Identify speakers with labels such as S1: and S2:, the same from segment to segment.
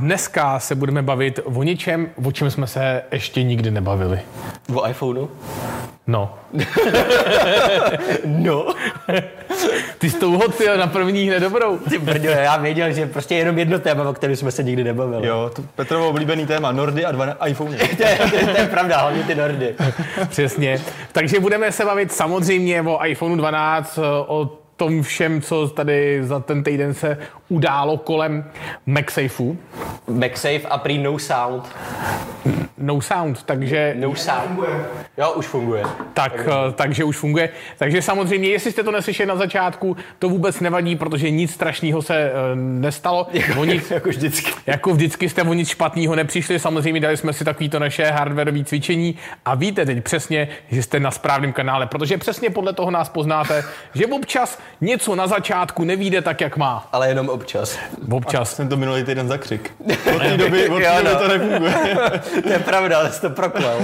S1: Dneska se budeme bavit o něčem, o čem jsme se ještě nikdy nebavili.
S2: O iPhoneu?
S1: No.
S2: No.
S1: Ty jsi tou hot jo, na první hned dobrou.
S2: Ty brďo, já věděl, že prostě jenom jedno téma, o kterém jsme se nikdy nebavili.
S3: Jo, to Petrovo oblíbený téma, Nordy a dva na iPhone.
S2: To je, to, je, to je pravda, hlavně ty Nordy.
S1: Přesně. Takže budeme se bavit samozřejmě o iPhone 12, o tom všem, co tady za ten týden se událo kolem MagSafeu.
S2: MagSafe a prý no sound.
S1: No sound, takže
S2: No sound. Jo, už funguje.
S1: Tak, eh, takže už funguje. Takže samozřejmě, jestli jste to neslyšeli na začátku, to vůbec nevadí, protože nic strašného se eh, nestalo.
S3: No
S1: Oni,
S2: Jako vždycky.
S1: jako vždycky jste o nic špatného nepřišli, samozřejmě dali jsme si takovýto naše hardwareové cvičení a víte teď přesně, že jste na správném kanále, protože přesně podle toho nás poznáte, že občas něco na začátku nevíde tak, jak má.
S2: Ale jenom občas.
S1: Občas.
S3: Jsem to minulý týden zakřik. Od té doby, od té
S2: Jo,
S3: doby
S2: no.
S3: to nefunguje.
S2: To je pravda, ale jsi to proklel.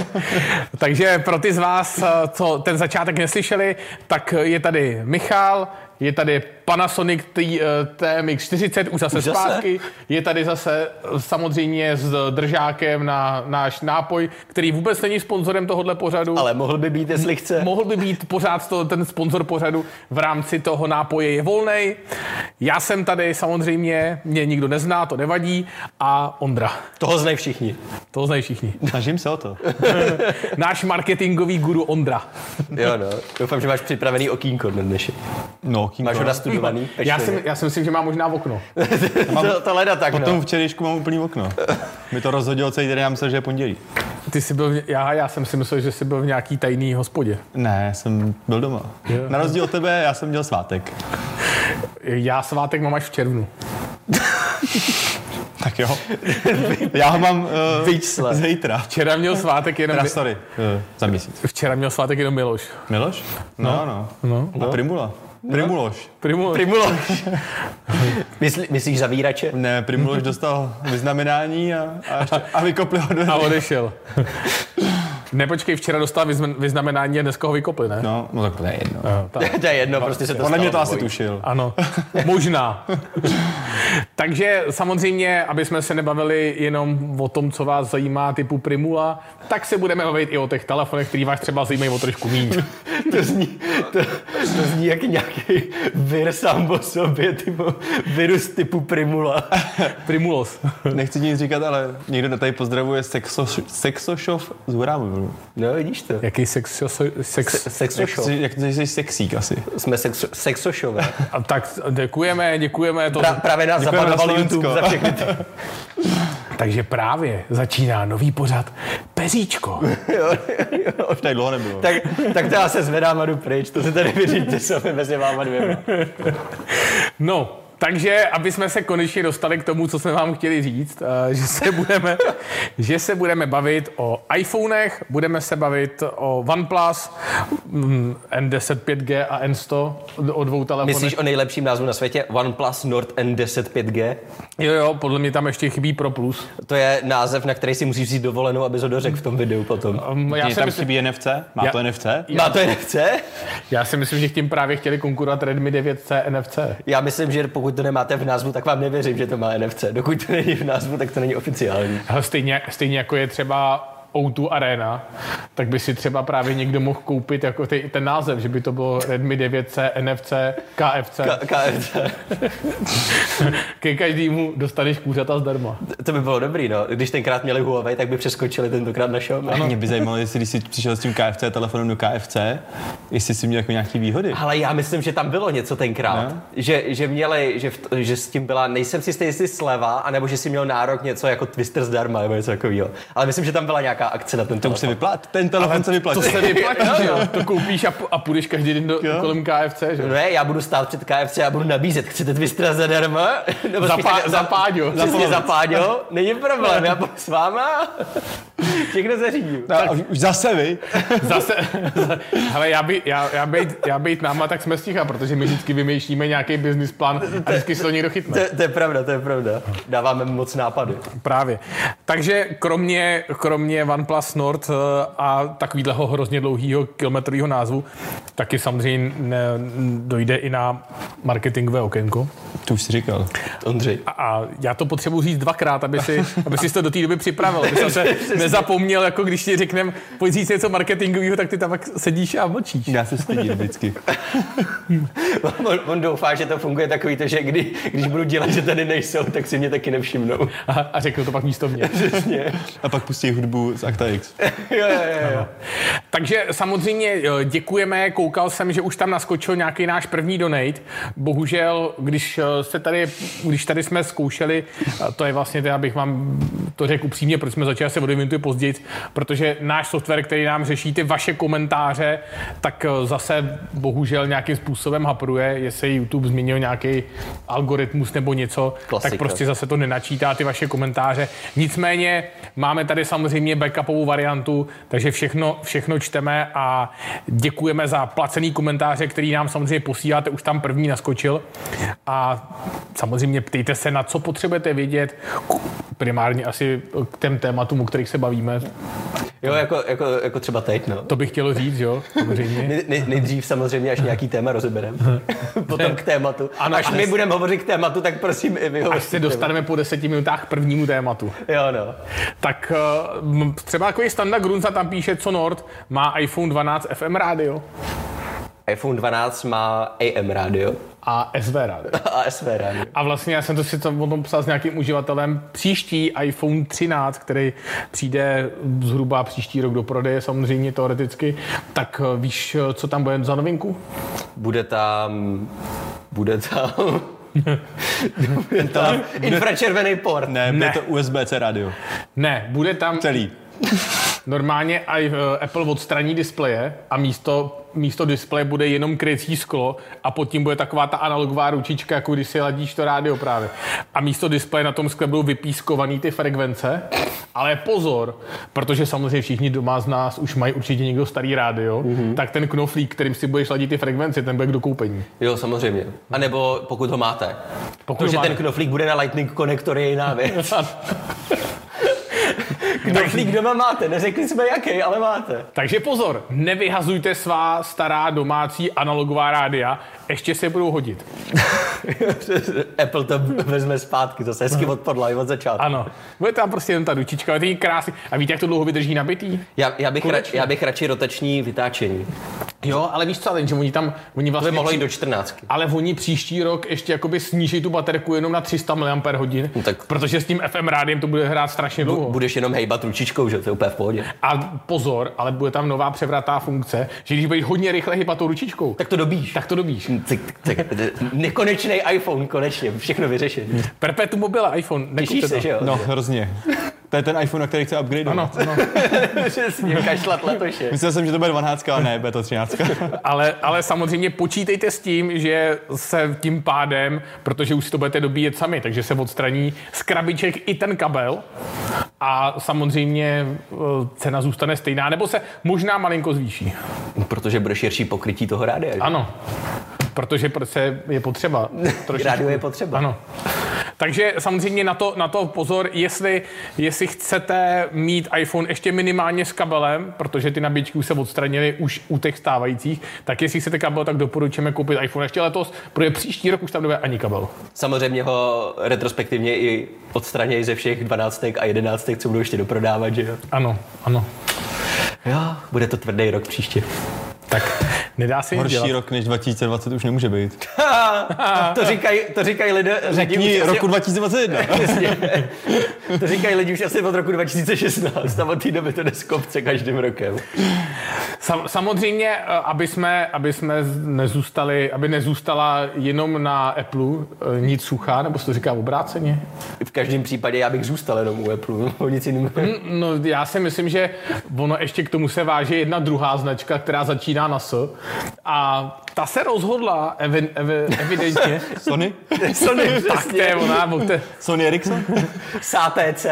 S1: Takže pro ty z vás, eh, co ten začátek neslyšeli, tak eh, je tady Michal, je tady Panasonic T- TMX40, už zase
S2: Už zase?
S1: zpátky. Je tady zase eh, samozřejmě s držákem na náš nápoj, který vůbec není sponzorem tohohle pořadu.
S2: Ale mohl by být, jestli chce.
S1: Mohl by být pořád to, ten sponzor pořadu v rámci toho nápoje je volnej. Já jsem tady samozřejmě, mě nikdo nezná, to nevadí. A Ondra,
S2: Toho znají všichni.
S1: to znají všichni.
S3: Snažím se o to.
S1: Náš marketingový guru Ondra.
S2: Jo, no. Doufám, že máš připravený okýnko na dnešek.
S3: No, kýmko.
S2: Máš ho nastudovaný?
S1: Já si, já si myslím, že má možná okno.
S2: to, to leda tak,
S3: Potom
S2: no.
S3: včerejšku mám úplný okno. Mi to rozhodilo celý den, já myslel, že je pondělí.
S1: Ty jsi byl, v, já, já jsem si myslel, že jsi byl v nějaký tajný hospodě.
S3: Ne, jsem byl doma.
S1: Jo.
S3: Na rozdíl od tebe, já jsem měl svátek.
S1: Já svátek mám až v červnu.
S3: Tak jo. Já ho mám uh,
S2: Vyčsle.
S3: zítra.
S1: Včera měl svátek jenom...
S3: Teda sorry, eh, za měsíc.
S1: Včera měl svátek jenom Miloš.
S3: Miloš? No, no. no. A Primula. Primuloš.
S1: Primu,
S2: Primuloš. Myslí, myslíš zavírače?
S3: Ne, Primuloš dostal vyznamenání a, a, ještě, a vykopli ho do
S1: a odešel. Nepočkej, včera dostal vyzmen- vyznamenání a dneska ho vykopli, ne?
S3: No, no tak to je jedno.
S1: No, tak.
S2: To je jedno, prostě se to
S3: Podle mě to
S2: stalo
S3: asi
S2: obojí.
S3: tušil.
S1: Ano, možná. Takže samozřejmě, aby jsme se nebavili jenom o tom, co vás zajímá typu Primula, tak se budeme bavit i o těch telefonech, který vás třeba zajímají o trošku míň.
S2: To zní, to, to zní jak nějaký vir sám o sobě, typu, virus typu Primula.
S1: Primulos.
S3: Nechci nic říkat, ale někdo tady pozdravuje sexo, sexošov z Horámovilu.
S2: No, vidíš to.
S1: Jaký sex, sex,
S3: Jak,
S2: Sexošov.
S3: jsi- jak jsi jsi sexík asi.
S2: Jsme sexo, sexošové.
S1: A tak děkujeme, děkujeme. To,
S2: Pra, právě nás
S3: Děkujeme
S2: zapadoval
S3: na Slovensko.
S2: YouTube za všechny ty.
S1: takže právě začíná nový pořad Peříčko.
S3: Už tady dlouho nebylo.
S2: Tak, tak to já se zvedám a jdu pryč, to se tady vyříďte sami mezi váma dvěma.
S1: No, takže, aby jsme se konečně dostali k tomu, co jsme vám chtěli říct, eh, že se budeme, že se budeme bavit o iPhonech, budeme se bavit o OnePlus, mm, N10 5G a N100 o dvou telefonech.
S2: Myslíš o nejlepším názvu na světě? OnePlus Nord N10 5G?
S1: Jo, jo, podle mě tam ještě chybí Pro Plus.
S2: To je název, na který si musíš vzít dovolenou, aby ho dořekl v tom videu potom.
S1: Um, Já
S3: Mně
S1: si,
S3: tam
S1: myslím,
S3: chybí NFC? Má
S1: Já-
S3: to NFC?
S2: Má to NFC?
S1: já si myslím, že k tím právě chtěli konkurovat Redmi 9C NFC.
S2: Já myslím, že pokud to nemáte v názvu, tak vám nevěřím, že to má NFC. Dokud to není v názvu, tak to není oficiální.
S1: Hele, stejně, stejně jako je třeba O2 Arena, tak by si třeba právě někdo mohl koupit jako ty, ten název, že by to bylo Redmi 9C, NFC, KFC.
S2: K- KFC.
S1: Ke každému dostaneš kůřata zdarma.
S2: To by bylo dobrý, no. Když tenkrát měli Huawei, tak by přeskočili tentokrát na Xiaomi.
S3: Mě by zajímalo, jestli když jsi přišel s tím KFC telefonem do KFC, jestli jsi měl jako nějaký výhody.
S2: Ale já myslím, že tam bylo něco tenkrát.
S3: Ne?
S2: Že, že, měli, že, v, že s tím byla, nejsem si jistý, jestli sleva, anebo že si měl nárok něco jako Twister zdarma nebo něco takového. Ale myslím, že tam byla nějaká akce na ten
S3: To už se vyplatí. Ten telefon se vyplatí.
S1: To se vyplatí, že jo? To koupíš a, p- a půjdeš každý den do, kolem KFC, že jo?
S2: Ne, já budu stát před KFC a budu nabízet, chcete Twistra zadarma? Nebo
S1: Za
S2: spíš
S1: pá-
S2: tak-
S1: za páďo.
S2: Přesně,
S1: Za polovic.
S2: za páďo, není problém, já budu s váma, všechno zařídím.
S3: A už- už zase vy.
S1: Zase, hele, já, by, já, já, bejt, já bejt náma, tak jsme sticha, protože my vždycky vymýšlíme nějaký business plán a vždycky se to někdo chytne.
S2: To, je- to je pravda, to je pravda. Dáváme moc nápady.
S1: Právě. Takže kromě, kromě OnePlus Nord eh, a takovýhleho hrozně dlouhého kilometrového názvu, taky samozřejmě ne, dojde i na marketingové okénko.
S3: To už jsi říkal.
S2: Ondřej.
S1: A, a já to potřebuji říct dvakrát, aby si, aby si to do té doby připravil, aby jsi se nezapomněl, jako když ti řekneme, pojď říct něco marketingového, tak ty tam pak sedíš a mlčíš.
S3: Já se stydím vždycky.
S2: On, on doufá, že to funguje takový to, že kdy, když budu dělat, že tady nejsou, tak si mě taky nevšimnou.
S1: A, a řeknu to pak místo mě.
S2: Přesně.
S3: A pak pustí hudbu z Acta X.
S2: Jo, jo, jo, jo.
S1: Takže samozřejmě eh, děkujeme, koukal jsem, že už tam naskočil nějaký náš první donate. Bohužel, když eh, se tady, když tady jsme zkoušeli, eh, to je vlastně, teda, abych vám to řekl upřímně, proč jsme začali se od Inventu později, protože náš software, který nám řeší ty vaše komentáře, tak eh, zase bohužel nějakým způsobem hapruje, jestli YouTube změnil nějaký algoritmus nebo něco, tak
S2: Klasika.
S1: prostě zase to nenačítá ty vaše komentáře. Nicméně máme tady samozřejmě backupovou variantu, takže všechno, všechno čteme a děkujeme za placený komentáře, který nám samozřejmě posíláte, už tam první naskočil. A samozřejmě ptejte se, na co potřebujete vědět, primárně asi k těm tématům, o kterých se bavíme.
S2: jo jako, jako, jako třeba teď, no.
S1: To bych chtěl říct, jo, samozřejmě.
S2: Nej, nej- nejdřív samozřejmě, až nějaký téma rozebereme. Potom k tématu.
S1: Ano,
S2: Ano, až
S1: ale-
S2: my budeme hovořit k tématu, tak prosím i vy
S1: Až se dostaneme po deseti minutách k prvnímu tématu.
S2: Jo, no.
S1: Tak eh, m- třeba takový Standa Grunza tam píše, co Nord má iPhone 12 FM rádio
S2: iPhone 12 má AM rádio
S1: a SV rádio.
S2: a SV rádio.
S1: A vlastně já jsem to si tam o tom psal s nějakým uživatelem. Příští iPhone 13, který přijde zhruba příští rok do prodeje, samozřejmě teoreticky, tak eh, víš, eh, co tam bude za novinku?
S2: Bude tam... Bude tam... bude tam infračervený porn.
S3: Ne, ne. to USB-C rádio.
S1: Ne, bude tam
S3: Celý.
S1: normálně i eh, Apple odstraní displeje a místo, místo displeje bude jenom krycí sklo a pod tím bude taková ta analogová ručička, jako když si ladíš to rádio právě. A místo displeje na tom skle budou vypískovaný ty frekvence, ale pozor, protože samozřejmě všichni doma z nás už mají určitě někdo starý rádio,
S2: Mhm.
S1: mm-hmm. tak ten knoflík, kterým si budeš ladit ty frekvence, ten bude k dokoupení.
S2: Jo, samozřejmě. A nebo pokud ho máte.
S1: Pokud
S2: Pokud Protože
S1: ho máte.
S2: ten knoflík bude na lightning konektor je jiná věc. knoflík doma máte, neřekli jsme jaký, ale máte.
S1: Takže pozor, nevyhazujte svá stará domácí analogová rádia, ještě se budou hodit.
S2: Apple to vezme zpátky, zase hezky od podla, i od začátku.
S1: Ano, bude tam prostě jen ta ručička, ale to je krásný. A víte, jak to dlouho vydrží nabitý?
S2: Já, já, bych rač,
S1: Konečně.
S2: já bych radši rotační vytáčení.
S1: Jo, ale víš co, ale že oni tam, oni
S2: To by
S1: vlastně...
S2: mohlo jít
S1: při-
S2: do 14.
S1: ale oni příští rok ještě jakoby sníží tu baterku jenom na 300 mAh,
S2: No tak-
S1: protože s tím FM rádiem to bude hrát strašně dlouho.
S2: Budeš jenom hejbat ručičkou, že to je úplně v pohodě.
S1: a pozor, ale bude tam nová převratá funkce, že když budeš hodně rychle hýbat tou ručičkou, tak,
S2: Tak to dobíš.
S1: tak to dobíš.
S2: Tak, tak, tak, nekonečný iPhone, konečně, všechno vyřešený.
S1: Perpetu mobile iPhone, nekupte
S2: Těšíš
S1: to.
S2: se, že jo?
S3: No, hrozně. To je ten iPhone, na který chce upgradeovat.
S1: Ano, ano.
S2: Přesně, kašlat letoše.
S3: Myslel jsem, že to bude 12, ale ne, bude to 13.
S1: Ale, ale samozřejmě počítejte s tím, že se tím pádem, protože už si to budete dobíjet sami, takže se odstraní z krabiček i ten kabel a samozřejmě eh, cena zůstane stejná, nebo se možná malinko zvýší.
S2: Protože bude širší pokrytí toho rádia. že?
S1: Ano, protože prostě je potřeba. trošičku.
S2: rádiu je
S3: No.
S2: potřeba.
S1: Ano. Takže samozřejmě na to, na to pozor, jestli, jestli chcete mít iPhone ještě minimálně s kabelem, protože ty nabíječky už se odstranily už u těch stávajících, tak jestli chcete kabel, tak doporučujeme koupit iPhone ještě letos, protože příští rok už tam nebude ani kabel.
S2: Samozřejmě ho retrospektivně i odstranějí ze všech 12 a 11, co budou ještě doprodávat, že jo?
S1: Ano, ano.
S2: Jo, bude to tvrdý rok příště.
S1: Tak nedá se nic dělat.
S3: Horší rok než 2020 už nemůže být.
S2: to, říkají, to říkají lidé,
S3: Řekni
S2: lidi už asi-
S3: roku 2021.
S2: Přesně. to říkají lidi už asi od roku 2016 a od té doby to jde z kopce každým rokem.
S1: Sam, samozřejmě, eh, aby jsme, aby jsme z- nezůstali, aby nezůstala jenom na Apple eh, nic suchá, nebo se to říká obráceně?
S2: V každém případě já bych zůstal jenom u Apple, no, o nic jiným.
S1: No já si myslím, že ono ještě k tomu se váže jedna druhá značka, která začíná na S a ta se rozhodla evi, evi, evidentně,
S3: Sony?
S2: Sony,
S1: tak to je
S2: přesně.
S1: ona, bo te,
S3: Sony Ericsson?
S2: SATC.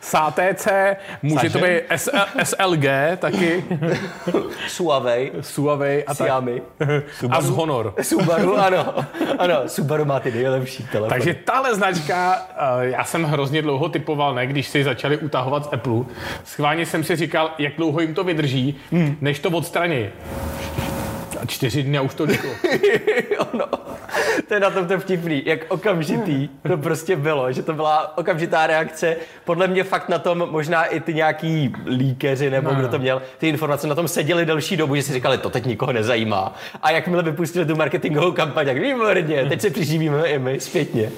S1: SATC, může to být
S3: Saže?
S1: SL, SLG taky,
S2: Suavej.
S1: Suavej a tak.
S2: Xiaomi.
S1: A z Honor.
S2: Subaru, ano. Ano, Subaru má ty nejlepší telefon.
S1: Takže tahle značka, eh, já jsem hrozně dlouho typoval, ne, když si začali utahovat z Apple.
S2: Hmm.
S1: Schválně jsem si říkal, jak dlouho jim to vydrží, než to odstraní. čtyři dny a už to děkuji.
S2: ono, to je na tom to vtipný, jak okamžitý to prostě bylo, že to byla okamžitá reakce. Podle mě fakt na tom možná i ty nějaký líkeři nebo
S1: No,
S2: no, kdo
S1: no.
S2: to měl, ty informace na tom seděli delší dobu, že si říkali, to teď nikoho nezajímá. A jakmile vypustili tu marketingovou kampaň, jak výborně, teď se přiživíme i my zpětně.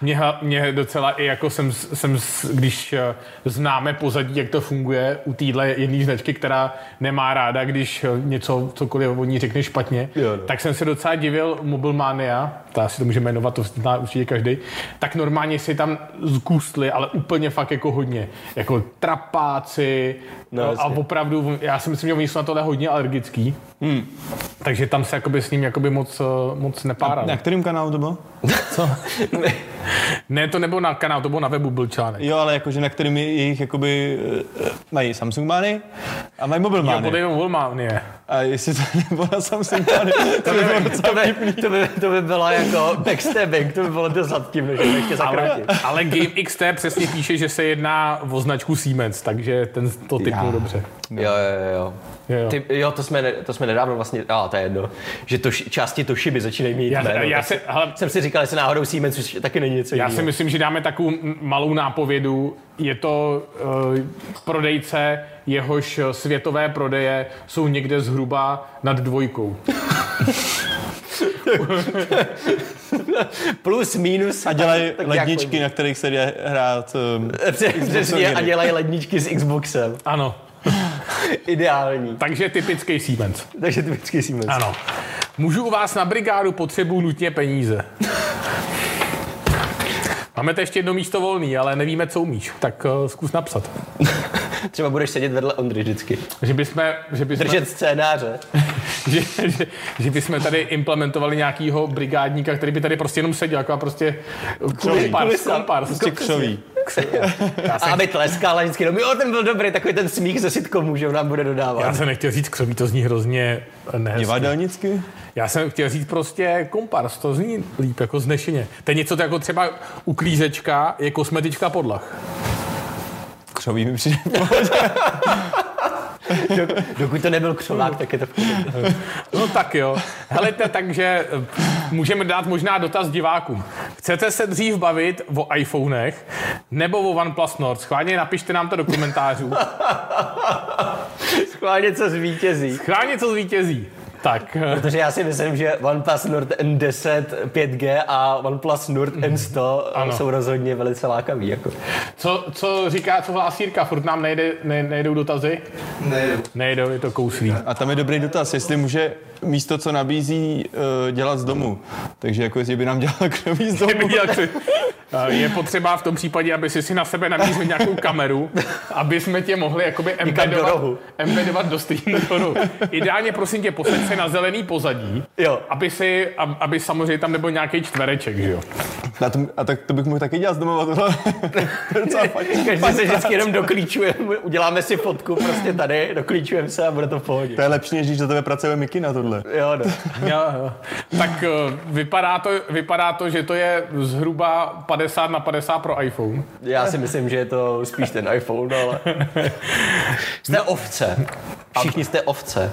S1: Mě, ha- mě docela i jako jsem, s- jsem s- když eh, známe pozadí, jak to funguje u téhle jedné značky, která nemá ráda, když eh, něco, cokoliv o ní řekne špatně,
S2: Jo, no.
S1: tak jsem se docela divil Mobilmania, ta si to může jmenovat, to zná určitě každý, tak normálně si tam zgůstli, ale úplně fakt jako hodně. Jako trapáci
S2: No,
S1: no, a
S2: jasně.
S1: opravdu, já si myslím, že oni jsou na tohle hodně alergický, hmm. takže tam se jakoby s ním jakoby moc, eh, moc nepáral.
S3: Na kterým kanálu to bylo?
S1: Ne, to nebylo na kanál, to bylo na webu byl článek.
S3: Jo, ale jakože na kterým je- jejich jakoby eh, mají Samsung Many a mají mobil
S1: Jo, podle
S3: Many.
S1: jenom Volmánie.
S3: A jestli to nebylo na Samsung Many, to by bylo docela
S2: To by, to by, to by bylo jako backstabbing, to by bylo dost nad tím, než bych tě zakrátil.
S1: Ale Game XT přesně píše, že se jedná o značku Siemens, takže ten to typnul dobře.
S2: Jo, jo, jo.
S1: Jo, jo.
S2: jo. Ty, jo to, jsme, ne- to jsme nedávno vlastně, a to je jedno, že to, š- části to šiby začínají mít
S1: Já,
S2: jméno.
S1: já,
S2: tak
S1: se, hele,
S2: jsem si říkal, jestli náhodou Siemens už taky není něco
S1: já si
S2: jiného.
S1: myslím, že dáme takovou m- malou nápovědu. Je to uh, prodejce, jehož světové prodeje jsou někde zhruba nad dvojkou.
S2: Plus, minus.
S3: A dělají
S2: tak nějak
S3: ledničky, na kterých se jde hrát. Um,
S2: Pře- Přesně, a
S3: hry.
S2: dělají ledničky s Xboxem.
S1: Ano.
S2: Ideální.
S1: Takže typický Siemens.
S2: Takže typický Siemens.
S1: Ano. Můžu u vás na brigádu potřebuju nutně peníze. Máme to ještě jedno místo volný, ale nevíme, co umíš. Tak uh, zkus napsat.
S2: Třeba budeš sedět vedle Ondry vždycky.
S1: Že bychom, že bychom,
S2: Držet scénáře.
S1: že, že, že bychom tady implementovali nějakýho brigádníka, který by tady prostě jenom seděl, jako a prostě kompars,
S2: Kulisa.
S1: kompars.
S3: Prostě křoví.
S2: A aby tleskal a vždycky jenom, jo, ten byl dobrý, takový ten smích ze sitcomů, že on nám bude
S1: Já
S2: dodávat.
S1: jsem nechtěl říct křoví, to zní hrozně nehezky.
S3: Divadelnicky?
S1: Já jsem chtěl říct prostě kompars, to zní líp, jako znešeně. To je něco to jako třeba uklízečka je kosmetička podlah.
S3: Křoví mi přijde.
S2: Dokud to nebyl křovák, tak je to v pohodě.
S1: No tak jo. Helejte, takže eh, můžeme dát možná dotaz divákům. Chcete se dřív bavit o iPhonech nebo o OnePlus Nord? Schválně napište nám to do komentářů.
S2: Schválně co zvítězí.
S1: Chráně, co zvítězí. Tak, eh,
S2: Protože já si myslím, že OnePlus Nord N10 5G a OnePlus Nord
S3: Mhm.
S2: N100
S1: Ano.
S2: ano. jsou rozhodně velice lákaví. Jako.
S1: co, co říká, co hlásí Jirka? Furt nám nejde, ne, nejdou dotazy?
S4: Nejedu.
S1: Nejdou, je to kouslí.
S3: A tam je dobrý dotaz, jestli může místo, co nabízí, eh, dělat z domu. Takže jako jestli by nám dělal křoví z
S1: Kdyby
S3: domu.
S1: dělal kři- Eh, Je potřeba v tom případě, aby si si na sebe namířil nějakou kameru, aby jsme tě mohli jakoby
S2: do
S1: embedovat,
S2: rohu.
S1: embedovat do streamu. Ideálně prosím tě, posaď se na zelený pozadí,
S2: Jo.
S1: aby, si, ab- aby samozřejmě tam nebyl nějaký čtvereček, že jo?
S3: A, to, a tak to bych mohl taky dělat z domu. a Tohle. to je docela fakt.
S2: Každý se vždycky jenom doklíčujeme, uděláme si fotku prostě tady, doklíčujeme se a bude to v pohodě.
S3: To je lepší, než když do tebe pracuje Miky na tohle.
S2: Jo, no.
S1: Jo, jo. Tak eh, vypadá to, vypadá to, že to je zhruba 50 na 50 pro iPhone.
S2: Já si myslím, že je to spíš ten iPhone, ale... Jste ovce. Všichni jste ovce.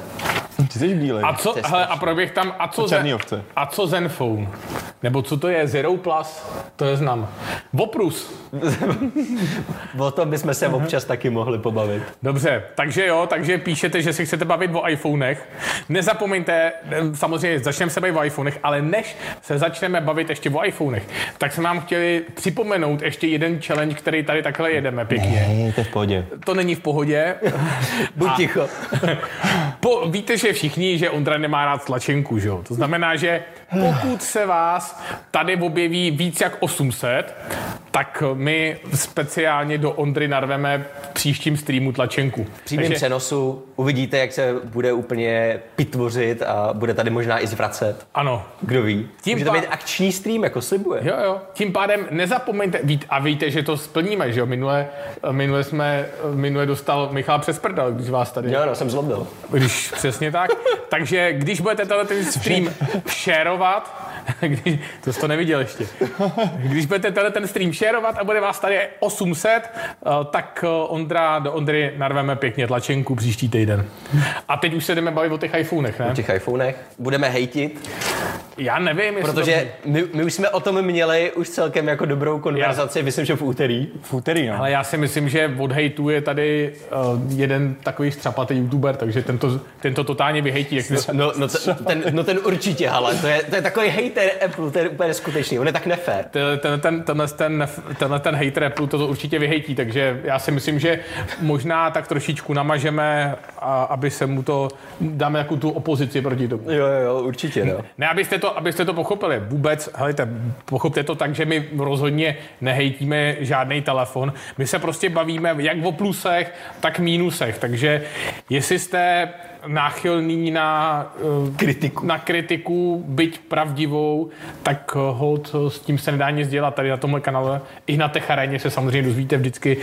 S3: Ty jsi bílej.
S1: A co,
S2: To je
S1: hele, a proběh tam, a co,
S3: černý
S1: Zen-
S3: ovce.
S1: a co Zenfone? Nebo co to je? Zero Plus? To je znám. Voprus.
S2: O tom bychom se
S3: Mhm.
S2: občas taky mohli pobavit.
S1: Dobře, takže jo, takže píšete, že se chcete bavit o iPhonech. Nezapomeňte, eh, samozřejmě začneme se bavit o iPhonech, ale než se začneme bavit ještě o iPhonech, tak jsme vám chtěli připomenout ještě jeden challenge, který tady takhle jedeme pěkně.
S3: Hej, to je v pohodě.
S1: To není v pohodě.
S2: Buď ticho.
S1: Po, víte, že všichni, že Ondra nemá rád tlačenku, že jo? To znamená, že pokud se vás tady objeví víc jak 800, tak my speciálně do Ondry narveme v příštím streamu tlačenku.
S2: přímém
S1: Takže-
S2: přenosu uvidíte, jak se bude úplně pitvořit a bude tady možná i zvracet.
S1: Ano.
S2: Kdo ví?
S1: Tím
S2: Tím Může to
S1: pá-
S2: být akční stream, jako slibuje.
S1: Jo, jo. Tím pádem nezapomeňte, vít, a víte, že to splníme, že jo? Minule, minule, jsme, minule dostal Michal přes prdel, když vás tady...
S2: Jo, no, jsem zlobil.
S1: Když přesně tak. Takže když budete tenhle ten stream shareovat, Když, to jste to neviděl ještě. Když budete tenhle ten stream šerovat a bude vás tady 800, eh, tak eh, Ondra, do Ondry narveme pěkně tlačenku příští týden. A teď už se jdeme bavit o těch iPhonech, ne?
S2: v těch iPhonech. Budeme hejtit,
S1: Já nevím, jestli to...
S2: protože my, my, už jsme o tom měli už celkem jako dobrou konverzaci, myslím, že v úterý.
S3: V úterý, no.
S1: Ale já si myslím, že od hejtu je tady uh, jeden takový střapatý youtuber, takže tento, tento totálně vyhejtí, jak my jsme
S2: No, no, ten, ten, no ten určitě, ale to je, to je takový hater Apple, to je úplně skutečný, on je tak nefér.
S1: Ten, ten, ten, tenhle, ten, tenhle ten hater Apple to určitě vyhejtí, takže já si myslím, že možná tak trošičku namažeme, a, aby se mu to, dáme jako tu opozici proti tomu.
S2: Jo, jo, jo, určitě, no.
S1: Ne, abyste to, abyste to pochopili vůbec, helejte, pochopte to tak, že my rozhodně nehejtíme žádný telefon. My se prostě bavíme jak o plusech, tak mínusech, takže jestli jste náchylný na eh,
S2: Kritiku.
S1: na kritiku, byť pravdivou, tak eh, hold, eh, s tím se nedá nic dělat tady na tomhle kanále. I na té aréně se samozřejmě dozvíte vždycky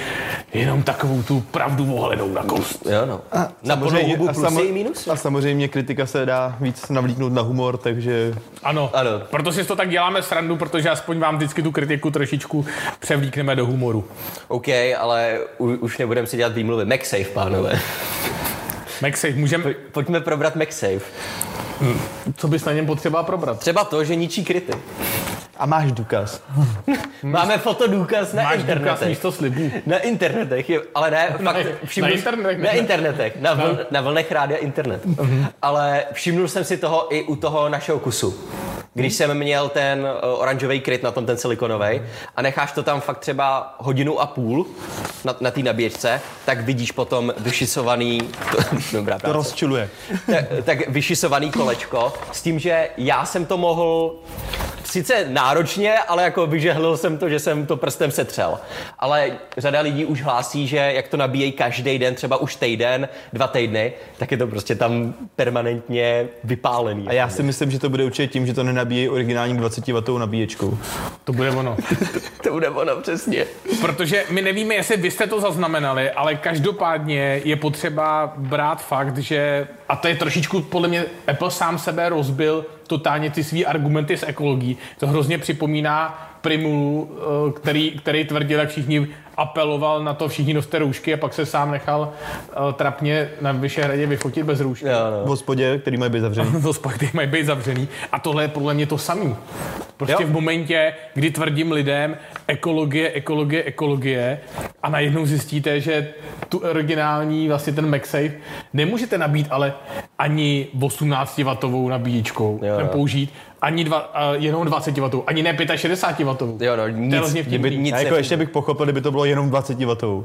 S1: jenom takovou tu pravdu ohledou na kost.
S2: Jo, no. Na plnou
S3: samozřejmě-
S2: hubu
S3: a
S2: plusy
S3: samo-
S2: i minusy.
S3: A samozřejmě kritika se dá víc navlíknout na humor, takže
S1: Ano.
S2: Ano.
S1: Proto si to tak děláme srandu, protože aspoň vám vždycky tu kritiku trošičku převlíkneme do humoru.
S2: OK, ale u, už nebudeme si dělat výmluvy. MagSafe, pánové.
S1: MagSafe, můžeme...
S2: Pojďme probrat MagSafe.
S1: Co bys na něm potřeba probrat?
S2: Třeba to, že ničí kryty.
S3: a máš důkaz.
S2: Máme fotodůkaz na
S1: Máš důkaz
S2: internetech.
S1: místo slibů.
S2: Na internetech, jo, ale ne, fakt,
S1: na internetech,
S2: na
S1: ne.
S2: internetech, na, vl, na vlnech rádia internet. Ale všimnul jsem si toho i u toho našeho kusu. Když jsem měl ten eh, oranžový kryt na tom, ten silikonový, a necháš to tam fakt třeba hodinu a půl na, na té nabíječce, tak vidíš potom vyšisovaný... Dobrá
S3: To
S2: práce
S3: rozčiluje.
S2: tak, tak vyšisovaný kolečko s tím, že já jsem to mohl sice náročně, ale jako vyžehlil jsem to, že jsem to prstem setřel. Ale řada lidí už hlásí, že jak to nabíjejí každý den, třeba už týden, dva týdny, tak je to prostě tam permanentně vypálený.
S3: A já si myslím, že to bude určitě tím, že to nenabíjejí originální 20W nabíječkou.
S1: To bude ono.
S2: to bude ono přesně.
S1: Protože my nevíme, jestli vy jste to zaznamenali, ale každopádně je potřeba brát fakt, že, a to je trošičku, podle mě, Apple sám sebe rozbil totálně ty svý argumenty s ekologií. To hrozně připomíná Primulu, eh, který, který tvrdil, jak všichni apeloval na to, všichni noste roušky a pak se sám nechal eh, trapně na Vyšehradě vyfotit bez roušky.
S2: Jo,
S3: V
S2: no.
S3: hospodě, který mají být zavřený.
S1: No, To pak ty mají být zavřený. A tohle je podle mě to samý. Prostě
S2: Jo.
S1: jo. v momentě, kdy tvrdím lidem ekologie, ekologie, ekologie a najednou zjistíte, že tu originální, vlastně ten MagSafe, nemůžete nabít ale ani 18W nabíjičkou
S2: Jo, jo.
S1: použít, ani dva, a jenom 20W, ani ne 65W.
S2: Jo, no,
S1: to je
S2: nic,
S1: hrozně
S2: kdyby
S1: vtipný.
S2: nic
S3: A jako
S2: nefunguje.
S3: ještě bych pochopil, kdyby to bylo jenom 20W.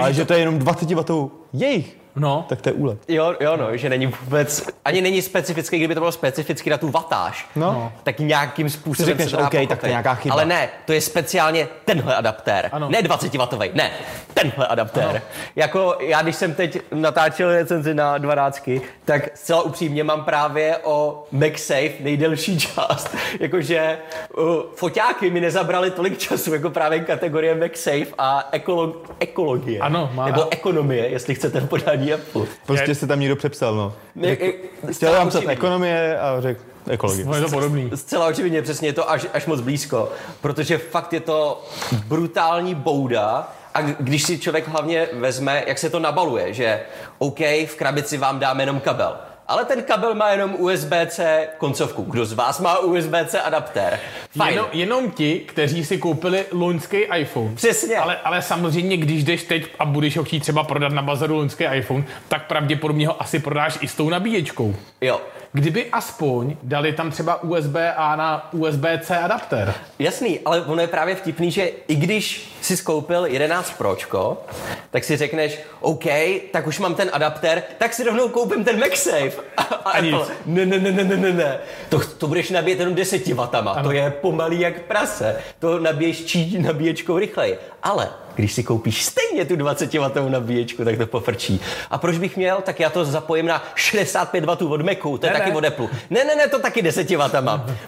S3: Ale
S1: to-
S3: že to je jenom 20W jejich,
S1: No,
S3: tak to je úlet.
S2: Jo, jo, no, že není vůbec, ani není specifický, kdyby to bylo specificky na tu vatáž.
S3: No.
S2: Tak nějakým způsobem
S3: řekneš,
S2: se to dá
S3: OK, tak to je
S2: pochopit.
S3: nějaká chyba.
S2: Ale ne, to je speciálně tenhle adaptér.
S1: Ano.
S2: Ne 20 W, ne, tenhle adaptér. Jako já, když jsem teď natáčel recenzi na 12, tak zcela upřímně mám právě o MagSafe nejdelší část. Jakože uh, foťáky mi nezabrali tolik času, jako právě kategorie MagSafe a ekolo- ekologie.
S1: Ano, má-
S2: Nebo ekonomie, jestli chcete v podání Apple.
S3: Prostě
S1: Je-
S3: se tam někdo přepsal, no.
S2: Ne,
S3: Řekl-
S2: e-
S3: Chtěl
S2: zcela
S3: vám psat
S2: očividně.
S3: ekonomie a řekl ekologie.
S1: no je to podobný.
S2: Zcela očividně přesně je to až, až moc blízko, protože fakt je to brutální bouda a k- když si člověk hlavně vezme, jak se to nabaluje, že OK, v krabici vám dáme jenom kabel, ale ten kabel má jenom USB-C koncovku. Kdo z vás má USB-C adaptér? Fajn.
S1: Jenom, jenom ti, kteří si koupili loňský iPhone.
S2: Přesně.
S1: Ale, ale samozřejmě, když jdeš teď a budeš ho chtít třeba prodat na bazaru loňský iPhone, tak pravděpodobně ho asi prodáš i s tou nabíječkou.
S2: Jo,
S1: Kdyby aspoň dali tam třeba USB-A na USB-C adaptér.
S2: Jasný, ale ono je právě vtipný, že i když si skoupil 11 Pročko, tak si řekneš, OK, tak už mám ten adaptér, tak si rovnou koupím ten MagSafe. A, a
S1: nic.
S2: Apple, ne, ne, ne, ne, ne, ne, ne. To, to budeš nabíjet jenom 10 W, to je pomalý jak prase. To nabiješ čí nabíječkou rychleji. Ale Když si koupíš stejně tu 20 W nabíječku, tak to pofrčí. A proč bych měl? Tak já to zapojím na 65 W od Macu, to je
S1: Ne,
S2: ne, taky
S1: ne.
S2: od Apple. Ne, ne, ne, to taky 10 W.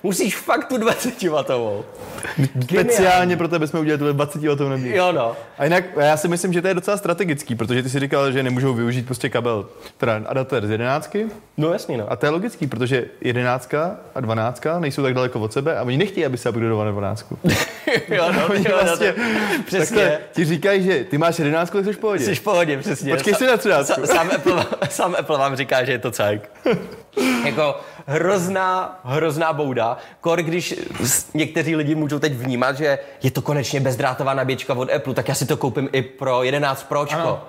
S2: Musíš fakt tu 20 W.
S3: Speciálně pro tebe jsme udělali tuhle 20 W nabíječku.
S2: Jo no.
S3: A jinak já si myslím, že to je docela strategický, protože ty si říkal, že nemůžou využít prostě kabel, teda adaptér z jedenáctky.
S2: No jasný no.
S3: A to je logický, protože jedenáctka a dvanáctka nejsou tak daleko od sebe a oni nechtějí, aby se upgradeoval na dvanáctku.
S2: Jo, no,
S3: Oni
S2: jo, no,
S3: vlastně
S2: to-
S3: takhle
S2: přesně.
S3: ti říkají, že ty máš jedenáctku, tak jsi v pohodě.
S2: Jsi v pohodě, přesně.
S3: Počkej si na třináctku.
S2: sa- Sám Apple, sám Apple vám říká, že je to cajk. jako hrozná, hrozná bouda. Kor, když s- někteří lidi můžou teď vnímat, že je to konečně bezdrátová nabíječka od Apple, tak já si to koupím i pro 11 Pročko.
S1: Ano.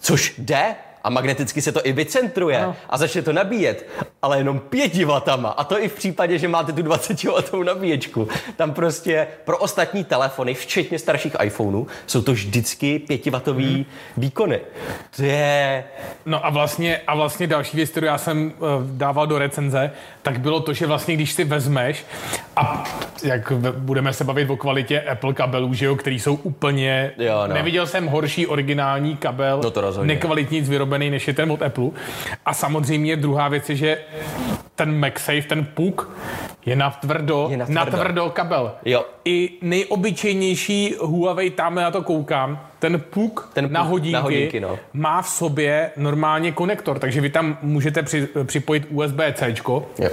S2: Což jde, a magneticky se to i vycentruje
S1: Ano.
S2: a začne to nabíjet, ale jenom 5 W. A to i v případě, že máte tu 20 W nabíječku. Tam prostě pro ostatní telefony, včetně starších iPhoneů, jsou to vždycky 5 W
S1: Mhm.
S2: výkony. To je...
S1: No a vlastně, a vlastně další věc, kterou já jsem eh, dával do recenze, tak bylo to, že vlastně když si vezmeš a jak ve- budeme se bavit o kvalitě Apple kabelů, že jo, který jsou úplně...
S2: Jo, no.
S1: Neviděl jsem horší originální kabel,
S2: No to rozhodně.
S1: nekvalitní nic vyrobený, než je ten od Apple. A samozřejmě druhá věc je, že ten MagSafe, ten puk, je na tvrdo,
S2: Je
S1: na
S2: natvrdo.
S1: tvrdo. kabel.
S2: Jo.
S1: I nejobyčejnější Huawei, tam já to koukám, ten puk,
S2: Ten
S1: na
S2: puk na
S1: hodinky,
S2: hodinky, no.
S1: má v sobě normálně konektor, takže vy tam můžete při, připojit USB-C.
S2: Yep.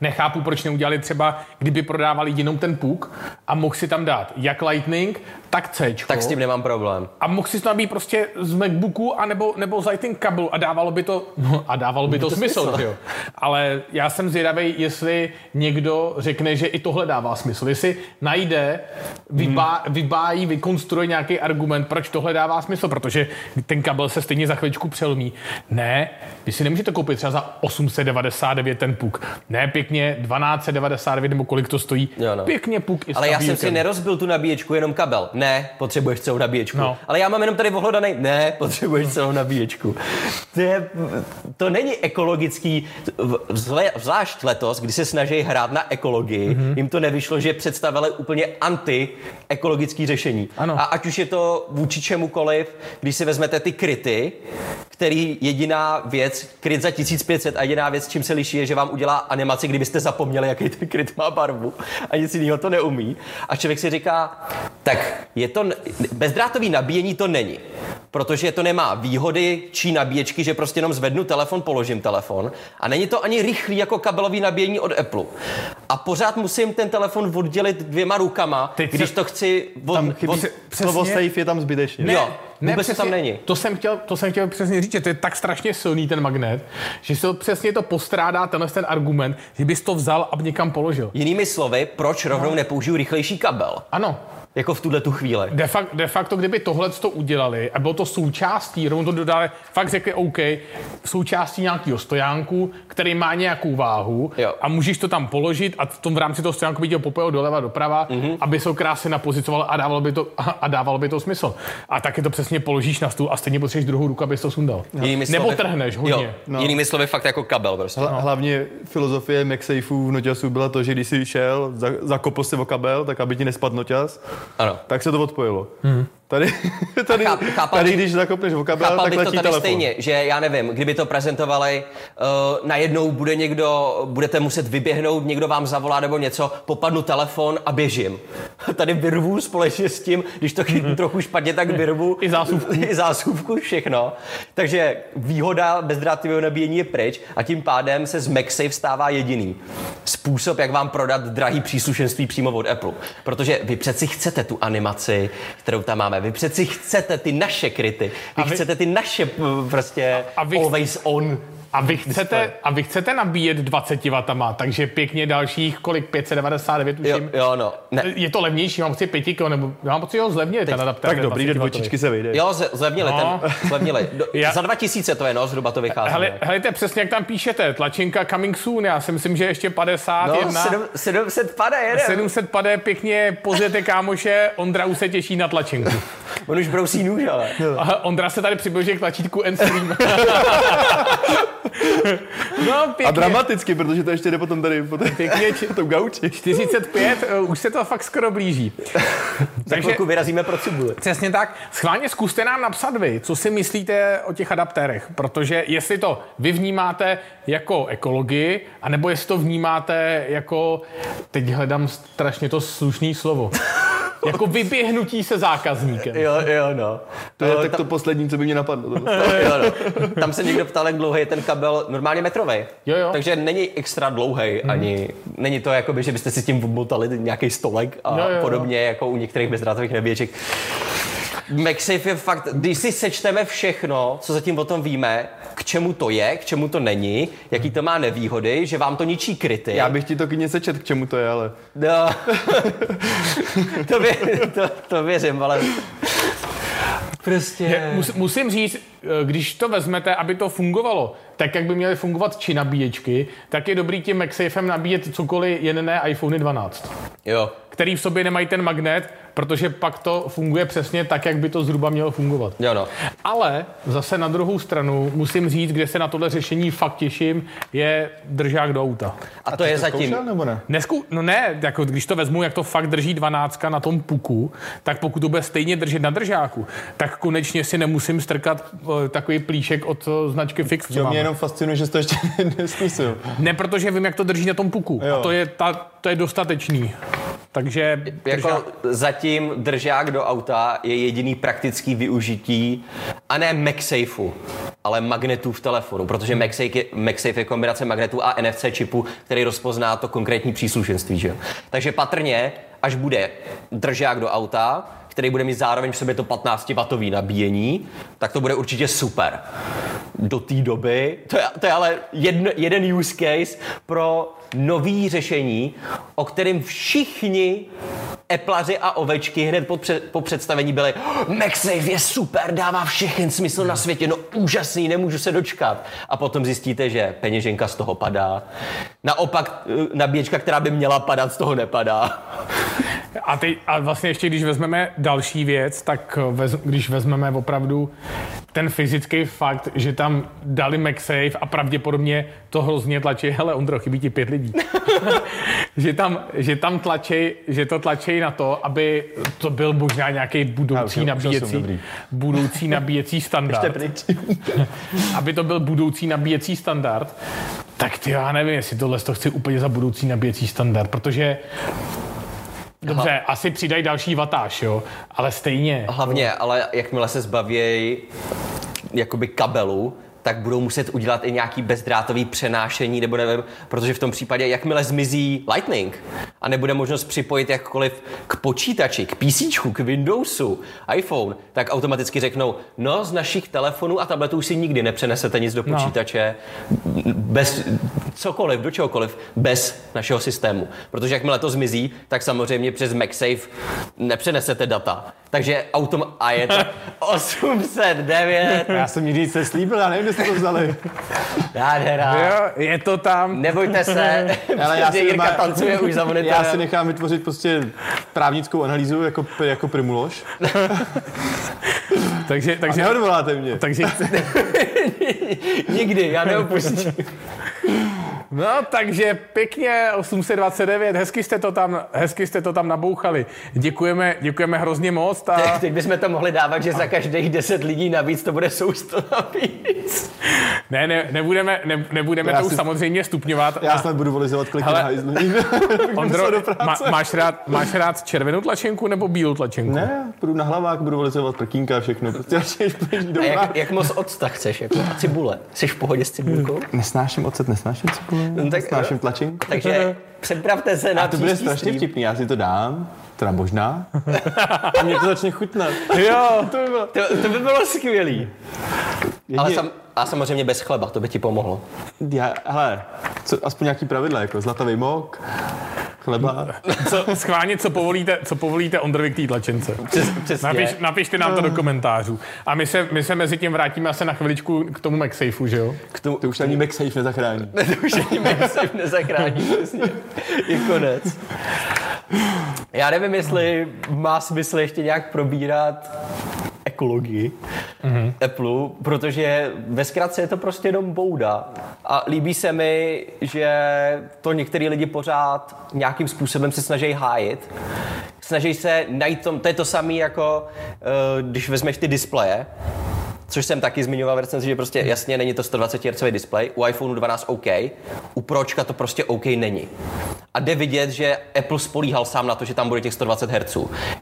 S1: Nechápu, proč neudělali třeba, kdyby prodávali jenom ten puk a mohl si tam dát jak Lightning, tak C.
S2: Tak s tím nemám problém.
S1: A mohl si to nabít prostě z MacBooku a nebo, nebo z Lightning kablu a dávalo by to, no, a dávalo by to,
S2: to
S1: smysl,
S2: smysl.
S1: že jo. Ale já jsem zvědavý, jestli někdo řekne, že i tohle dává smysl. Jestli najde, vybá,
S2: Hmm.
S1: vybájí, vykonstruuje nějaký argument, proč tohle dává smysl, protože ten kabel se stejně za chviličku přelmí. Ne, vy si nemůžete koupit třeba za 899 ten puk. Ne, pěkně 1299 nebo kolik to stojí.
S2: Jo, no.
S1: Pěkně puk i s
S2: Ale já jsem si
S1: nabíječem.
S2: nerozbil tu nabíječku, jenom kabel. Ne, potřebuješ celou nabíječku.
S1: No.
S2: Ale já mám jenom tady ohlodaný. Ne, potřebuješ celou nabíječku. To, je, to není ekologický. v- Vzle, zvlášť letos, kdy se snaží hrát na ekologii,
S1: Mhm.
S2: mm-hmm. jim to nevyšlo, že představili úplně anti-ekologický řešení.
S1: Ano.
S2: A ať už je to vůči čemukoliv, když si vezmete ty kryty, který jediná věc, kryt za 1500 a jediná věc, čím se liší, je, že vám udělá animaci, kdybyste zapomněli, jaký ten kryt má barvu a nic jiného to neumí. A člověk si říká, tak je to, n- bezdrátový nabíjení to není, protože to nemá výhody či nabíječky, že prostě jenom zvednu telefon, položím telefon a není to ani rychlý jako kabelový nabíjení od Apple. A pořád musím ten telefon oddělit dvěma rukama,
S1: Teď
S2: když
S1: se-
S2: to chci od,
S3: Tam
S2: od-
S3: chybí
S1: se-
S3: slovo
S1: přesně.
S3: safe je tam zbytečně.
S2: Ne. Jo, vůbec to tam není.
S1: To jsem, chtěl, to jsem chtěl přesně říct, že to je tak strašně silný ten magnet, že se přesně to postrádá tenhle ten argument, že bys to vzal a někam položil.
S2: Jinými slovy, proč rovnou nepoužiju rychlejší kabel?
S1: Ano,
S2: Jako v tuhle tu chvíli.
S1: de facto, de facto kdyby tohle to udělali a bylo to součástí, rovnou to dodali, fakt řekli OK, součástí nějakého stojánku, který má nějakou váhu
S2: Jo.
S1: a můžeš to tam položit a v tom v rámci toho stojánku by tě popojil doleva doprava,
S2: Mhm.
S1: mm-hmm. aby se ho krásně napozicoval a dávalo by to, a dávalo by to smysl. A taky to přesně položíš na stůl a stejně potřebuješ druhou ruku, abys to sundal. Nebo trhneš hodně.
S2: Jo, no. Jinými slovy fakt jako kabel prostě.
S3: Hla- Hlavně filozofie MagSafeu v noťasu byla to, že když jsi šel, za, zakopl si o kabel, tak aby ti nespad noťas,
S2: Ano.
S3: tak se to odpojilo. Hmm. Tady, tady,
S2: A cháp- chápal
S3: tady,
S2: bych-
S3: když zakopneš o kabel,
S2: Chápal
S3: tak
S2: bych to
S3: letí
S2: tady
S3: telefon.
S2: stejně, že já nevím, kdyby to prezentovali, uh, najednou bude někdo, budete muset vyběhnout, někdo vám zavolá nebo něco, popadnu telefon a běžím. Tady vyrvu společně s tím, když to chytnu trochu špatně, tak vyrvu.
S1: I zásuvku.
S2: Mhm. I zásuvku, všechno. Takže výhoda bezdrátového nabíjení je pryč a tím pádem se z MagSafe stává jediný způsob, jak vám prodat drahý příslušenství přímo od Apple. Protože vy přeci chcete tu animaci, kterou tam máme. Vy přeci chcete ty naše kryty. Vy,
S1: A vy-
S2: chcete ty naše p- prostě
S1: A- a vy-
S2: always on.
S1: A vy, chcete, a vy chcete nabíjet 20 W, takže pěkně dalších, kolik, 599 už
S2: Jo,
S1: jim.
S2: jo, no. Ne.
S1: Je to levnější, mám pocit 5 kg, nebo já mám pocit, že ho zlevnili ten adaptér.
S3: Tak
S1: ten
S3: dobrý, do
S1: 20 W.
S3: dvojčičky se vyjde.
S2: Jo, ze- zlevnili,
S1: No.
S2: ten, zlevnili. Do,
S1: Já-
S2: Za 2000 to je, no, zhruba to vychází.
S1: Hele,
S2: nějak.
S1: hele, to je přesně jak tam píšete, tlačinka coming soon, já si myslím, že ještě 51.
S2: no, 7, 700 padá, jeden.
S1: 700 pade, pěkně pozvěte kámoše, Ondra už se těší na tlačinku.
S2: On už brousí nůž, ale.
S1: A Ondra se tady přibližuje k tlačítku end stream. No, pěkně.
S3: A dramaticky, protože to ještě jde potom tady po, té,
S1: Pěkně či-
S3: po tom gauči.
S1: 45, eh, už se to fakt skoro blíží.
S2: Za
S1: Takže
S2: chvilku vyrazíme pro cibuli.
S1: přesně tak. Schválně zkuste nám napsat vy, co si myslíte o těch adaptérech, protože jestli to vy vnímáte jako ekologii, anebo jestli to vnímáte jako, teď hledám strašně to slušné slovo, jako vyběhnutí se zákazníkem.
S2: Jo, jo, no.
S3: To je
S2: No,
S3: tak
S2: tam-
S3: to poslední, co by mě napadlo. tohle.
S2: Jo, no. Tam se někdo ptal, jak dlouhý je ten kabel, normálně metrový.
S1: Jo, jo.
S2: Takže není extra dlouhý, hmm. ani není to jakoby, že byste si s tím obmotali nějaký stolek a
S1: Jo, jo, jo.
S2: podobně jako u některých bezdrátových nabíječek. MagSafe je fakt, když si sečteme všechno, co zatím o tom víme, k čemu to je, k čemu to není, jaký to má nevýhody, že vám to ničí kryty.
S3: Já bych ti to klidně sečet, k čemu to je, ale...
S2: No. to, vě, to, to věřím, ale... Prostě...
S1: Je, mus, musím říct, eh, když to vezmete, aby to fungovalo, tak jak by měly fungovat či nabíječky, tak je dobrý tím MagSafem nabíjet cokoliv, jen ne iPhone 12,
S2: Jo,
S1: který v sobě nemají ten magnet, protože pak to funguje přesně tak, jak by to zhruba mělo fungovat.
S2: jo no.
S1: Ale zase na druhou stranu musím říct, kde se na tohle řešení fakt těším, je držák do auta.
S2: A, to je zatím...
S3: Zkoušel nebo ne?
S1: Nesku, no ne, jako když to vezmu, jak to fakt drží 12 na tom puku, tak pokud to bude stejně držet na držáku, tak konečně si nemusím strkat eh, takový plíšek od eh, značky Fix, co
S3: Jo, mě
S1: máme.
S3: jenom fascinuje, že jsi to ještě neskusil.
S1: Ne, protože vím, jak to drží na tom puku.
S3: Jo.
S1: A to je, ta, to je dostatečný. Takže
S2: Jako
S1: držák-
S2: zatím držák do auta je jediný praktický využití, a ne MagSafeu, ale magnetů v telefonu, protože MagSafe je, MagSafe je kombinace magnetů a NFC čipu, který rozpozná to konkrétní příslušenství. Že? jo? Takže patrně, až bude držák do auta, který bude mít zároveň v sobě to 15W nabíjení, tak to bude určitě super. Do té doby, to je, to je ale jedno, jeden use case pro nový řešení, o kterém všichni eplaři a ovečky hned po, pře- po představení byli "Oh, MagSafe je super, dává všechen smysl na světě, no úžasný, nemůžu se dočkat. A potom zjistíte, že peněženka z toho padá. Naopak eh, nabíječka, která by měla padat, z toho nepadá.
S1: A, teď, a vlastně ještě, když vezmeme další věc, tak eh, vez, když vezmeme opravdu ten fyzický fakt, že tam dali MagSafe a pravděpodobně to hrozně tlačí, hele Ondro, chybí ti pět lidí, že tam, že tam tlačí, že to tlačí na to, aby to byl možná nějaký budoucí
S3: Já už- už jsem
S1: nabíjecí,
S3: dobrý.
S1: budoucí nabíjecí standard aby to byl budoucí nabíjecí standard, tak ty já nevím, jestli tohle to chci úplně za budoucí nabíjecí standard, protože Dobře, Aha. asi přidají další vatáž, jo, ale stejně.
S2: Hlavně, ale jakmile se zbavějí jakoby kabelu, tak budou muset udělat i nějaký bezdrátový přenášení, nebo nevím, protože v tom případě, jakmile zmizí Lightning a nebude možnost připojit jakkoliv k počítači, k PC, k Windowsu, iPhone, tak automaticky řeknou, no z našich telefonů a tabletů si nikdy nepřenesete nic do počítače, bez cokoliv, do čehokoliv, bez našeho systému. Protože jakmile to zmizí, tak samozřejmě přes MagSafe nepřenesete data. Takže autom... A je to 809.
S3: Já jsem nikdy nic neslíbil, já nevím, kde jste to vzali.
S2: Nádhera.
S1: Jo, je to tam.
S2: Nebojte se,
S3: Ale já
S2: že
S3: si
S2: Jirka
S3: nemá-
S2: tancuje už za
S3: Já si
S2: monitorem.
S3: nechám vytvořit prostě právnickou analýzu jako, pri- jako primulož.
S1: Takže, takže,
S3: Neodvoláte mě.
S1: takže,
S2: Nikdy, já neopustím.
S1: no, takže pěkně 829, hezky jste to tam, hezky jste to tam nabouchali. Děkujeme, děkujeme hrozně moc. A...
S2: Teď bychom to mohli dávat, že za každých 10 lidí navíc to bude sousto navíc.
S1: Ne, ne, nebudeme, ne, nebudeme
S3: Já
S1: to už
S3: si-
S1: samozřejmě stupňovat.
S3: Já snad budu volizovat kliky
S1: Hele,
S3: na hajzlu. Abych musel do práce.
S1: má, máš, rád, máš rád červenou tlačenku nebo bílou tlačenku?
S3: Ne, budu na hlavách, budu volizovat prkínka a všechno. Prostě až než půjdeš do
S2: A
S3: práce.
S2: jak, jak moc octa chceš? Jako? A cibule? Jsi v pohodě s cibulkou?
S3: Nesnáším ocet, nesnáším cibuli,
S2: tak-
S3: nesnáším tlačinku.
S2: Takže přepravte se na
S3: A to bude
S2: příští
S3: strašně
S2: stream.
S3: vtipný, já si to dám, teda možná. A mě to začne chutnat.
S1: Jo,
S3: To by bylo.
S2: To, to by bylo skvělý. Ale
S3: Jedině,
S2: sam, a samozřejmě bez chleba, to by ti pomohlo.
S3: já, hele, co, aspoň nějaký pravidla, jako zlatavý mok, chleba.
S1: co, schválně, co povolíte, co povolíte Ondrovi k té tlačence.
S2: Přes, přesně.
S1: Napiš, napište nám to
S2: Ah.
S1: do komentářů. A my se, my se mezi tím vrátíme asi na chviličku k tomu MagSafeu, že jo?
S2: K tomu,
S3: To už ani MagSafe nezachrání.
S2: Ne, to už ani Maxim nezachrání, přesně. Je konec. Já nevím, jestli má smysl ještě nějak probírat ekologii mm-hmm. Apple, protože ve zkratce je to prostě jenom bouda. A líbí se mi, že to některý lidi pořád nějakým způsobem se snaží hájit. Snaží se najít tom, to je to samé jako, eh, když vezmeš ty displeje, Což jsem taky zmiňoval v recenzi, že prostě jasně není to 120 Hz display, u iPhoneu 12 OK, u Pročka to prostě OK není. A jde vidět, že Apple spolíhal sám na to, že tam bude těch 120 Hz.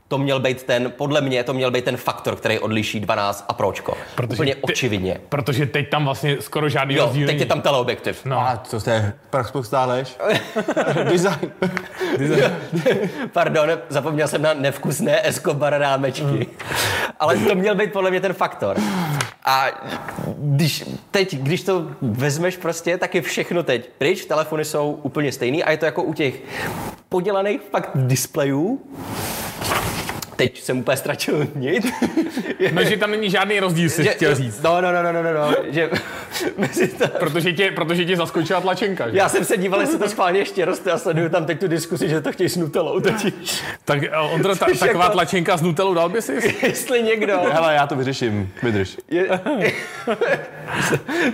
S2: To měl být ten, podle mě, to měl být ten faktor, který odliší 12 a Pročko. Protože Úplně
S1: te-
S2: očividně.
S1: Protože teď tam vlastně skoro žádný
S2: Jo,
S1: rozdíl
S2: teď je
S1: není.
S2: tam teleobjektiv.
S1: No.
S3: A co jste, prach spostáleš? Design.
S2: Pardon, zapomněl jsem na nevkusné Escobar rámečky.
S1: Hmm.
S2: Ale to měl být podle mě ten faktor. A když, teď, když to vezmeš prostě, tak je všechno teď pryč, telefony jsou úplně stejný a je to jako u těch podělaných fakt displejů. Teď jsem úplně ztratil nit.
S1: No, že tam není žádný rozdíl, jsi chtěl říct. Prostě.
S2: No, no, no, no, no, no, no, že mezi to,
S1: Protože tě, protože tě zaskočila tlačenka, že?
S2: já jsem se díval, jestli to schválně ještě roste a sleduju tam teď tu diskusi, že to chtějí s Nutelou totiž.
S1: Tak eh, Ondro, ta,
S2: Což
S1: taková
S2: jako-
S1: tlačenka s Nutellou dal by si?
S2: Jestli někdo...
S3: Hele, já to vyřeším, vydrž.
S2: Je...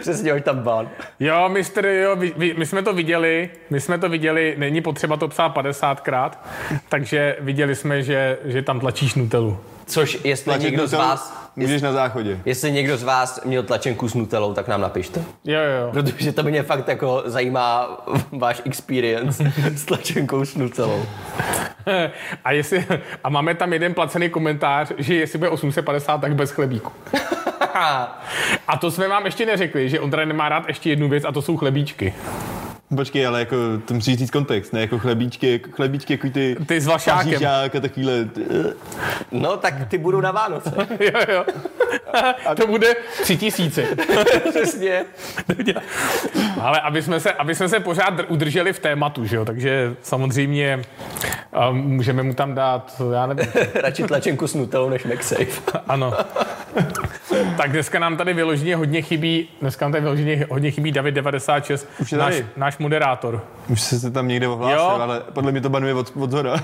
S2: Přesně, hoď tam ban.
S1: Jo, mistr, jo, vy, vy, my jsme to viděli, my jsme to viděli, není potřeba to psát 50krát, takže viděli jsme, že, že tam tlačíš Nutellu.
S2: Což jestli
S3: Tlačit
S2: někdo z
S3: Nutellu
S2: vás...
S3: Můžeš na záchodě.
S2: Jestli někdo z vás měl tlačenku s Nutelou, tak nám napište.
S1: Jo, jo, jo.
S2: Protože to mě fakt jako zajímá váš experience s tlačenkou s Nutelou.
S1: A, jestli, a máme tam jeden placený komentář, že jestli bude 850, tak bez chlebíku. A to jsme vám ještě neřekli, že Ondra nemá rád ještě jednu věc a to jsou chlebíčky.
S3: Počkej, ale jako, to musíš říct kontext, ne jako chlebíčky, jako chlebíčky jako ty...
S1: Ty s vašákem.
S3: Pařížák a takovýhle... eh,
S2: No tak ty budou na Vánoce.
S1: Jo, jo. To bude tři tisíce.
S2: Přesně.
S1: Ale aby jsme se, aby jsme se pořád dr- udrželi v tématu, že jo? takže samozřejmě um, můžeme mu tam dát, já nevím,
S2: Radši tlačenku s Nutelou než MagSafe.
S1: ano. Tak dneska nám tady vyloženě hodně chybí, dneska nám tady vyloženě hodně chybí David 96,
S3: Už je
S1: náš,
S3: tady.
S1: náš moderátor.
S3: Už jsi se tam někde ohlásil,
S1: Jo.
S3: ale podle mě to banuje od, od zhora.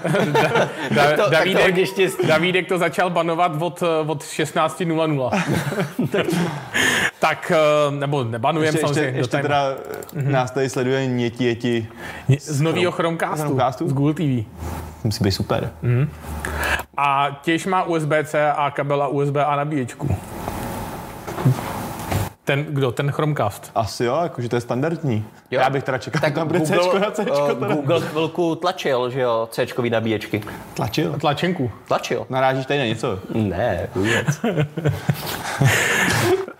S1: Da,
S2: to- tak to hodně štěstí.
S1: Davídek to začal banovat od, eh, od 16.00. tak, eh, nebo nebanujeme
S3: ještě, ještě,
S1: samozřejmě. do
S3: ještě
S1: tajmu.
S3: teda eh, nás tady sleduje něti, jeti.
S1: Z nového Chromecastu,
S3: Chromecastu?
S1: z Google TV.
S3: Musí být super.
S1: A těž má USB-C a kabel a USB a nabíječku. Ten, kdo? Ten Chromecast.
S3: Asi jo, jakože to je standardní.
S2: Jo.
S3: Já bych teda čekal, tak tam bude Google, Cčko na Cčko.
S2: eh,
S3: teda.
S2: Google chvilku tlačil, že jo, Cčkový nabíječky.
S3: Tlačil.
S1: Tlačenku.
S2: Tlačil?
S3: Narážíš tady na něco?
S2: Ne, vůbec.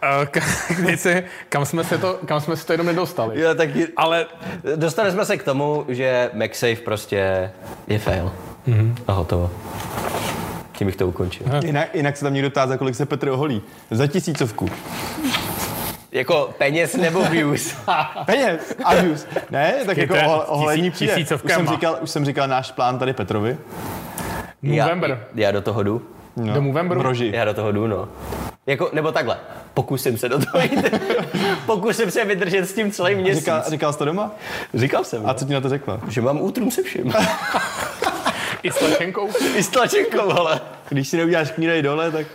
S1: Eh, K- kde se- kam, jsme se to, kam jsme se to jenom nedostali.
S2: Jo, tak je-
S1: Ale
S2: Dostali jsme se k tomu, že MagSafe prostě je fail. Mm-hmm.
S1: Mhm.
S2: A hotovo. Tím bych to ukončil.
S3: Jinak, jinak se tam někdo ptá, za kolik se Petr oholí. Za tisícovku.
S2: Jako peněz nebo views.
S3: Peněz a views. Ne, tak jako
S1: to je
S3: ohle- oholení
S1: tisíc-
S3: přijde. Už
S1: tisícovkama.
S3: jsem, říkal, už jsem říkal náš plán tady Petrovi.
S1: November.
S2: Já, já do toho jdu.
S3: No,
S1: Do Movemberu?
S3: v Roži.
S2: Já do toho jdu, no. Jako, nebo takhle. Pokusím se do toho jít. Pokusím se vydržet s tím celý měsíc.
S3: Říkal, říkal jsi to doma?
S2: říkal jsem,
S3: A
S2: a
S3: co ti na to řekla?
S2: že mám útrum se vším.
S1: i s tlačenkou.
S2: I s tlačenkou, ale.
S3: Když si neuděláš knídej dole, tak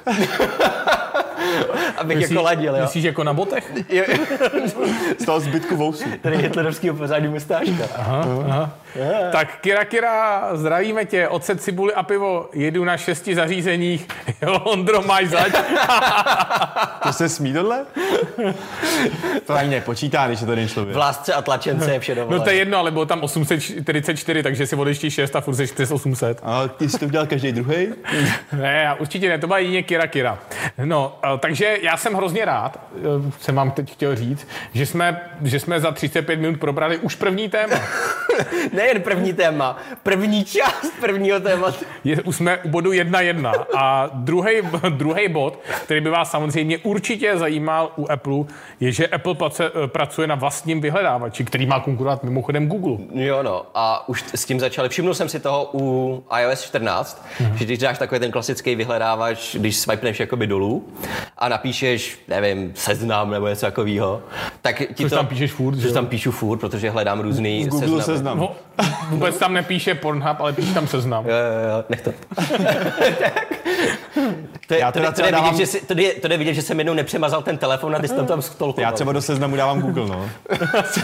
S2: Abych jako ladil, jo.
S1: myslíš jako na botech?
S2: Jo,
S3: z toho zbytku vousu.
S2: Tady hitlerovskýho pořádí mustáška.
S1: Tak Kira Kira, zdravíme tě, ocet, cibuli a pivo, jedu na šesti zařízeních, jo, Ondro, máš zač.
S3: To se smí tohle? To ani nepočítá, když je tady člověk.
S2: V lásce a tlačence je vše dovolené.
S1: No to je jedno, ale bylo tam 844, takže si odečtí 6 a furt jsi přes 800.
S3: A ty jsi to udělal každý druhý?
S1: Ne, já určitě ne, to byla jině Kira Kira. No, eh, takže já jsem hrozně rád, eh, jsem vám teď chtěl říct, že jsme, že jsme za 35 minut probrali už první téma.
S2: Nejen první téma, první část prvního tématu.
S1: Je, už jsme u bodu 1.1 a druhý, druhý bod, který by vás samozřejmě určitě zajímal u Apple, je, že Apple pace, eh, pracuje na vlastním vyhledávači, který má konkurovat mimochodem Google.
S2: Jo no, a už t- s tím začali. Všimnul jsem si toho u iOS 14, mm-hmm. že když dáš takový ten klasický vyhledávač, když swipeneš jakoby dolů a napíšeš, nevím, seznam nebo něco takového, tak ti
S1: Což
S2: to...
S1: tam píšeš furt, že
S2: Což
S1: jo?
S2: tam píšu furt, protože hledám různý
S3: Google
S2: seznamy.
S3: seznam.
S1: No, vůbec tam nepíše Pornhub, ale píše tam seznam.
S2: Jo, jo, jo, nech Eh, to. tak. To je,
S3: Já
S2: to,
S3: teda
S2: je, to, je
S3: třeba
S2: vidět,
S3: dávám-
S2: že si, to, je, to je vidět, že jsem jednou nepřemazal ten telefon a ty jsi tam tam stolku.
S3: Já třeba do seznamu dávám Google, no.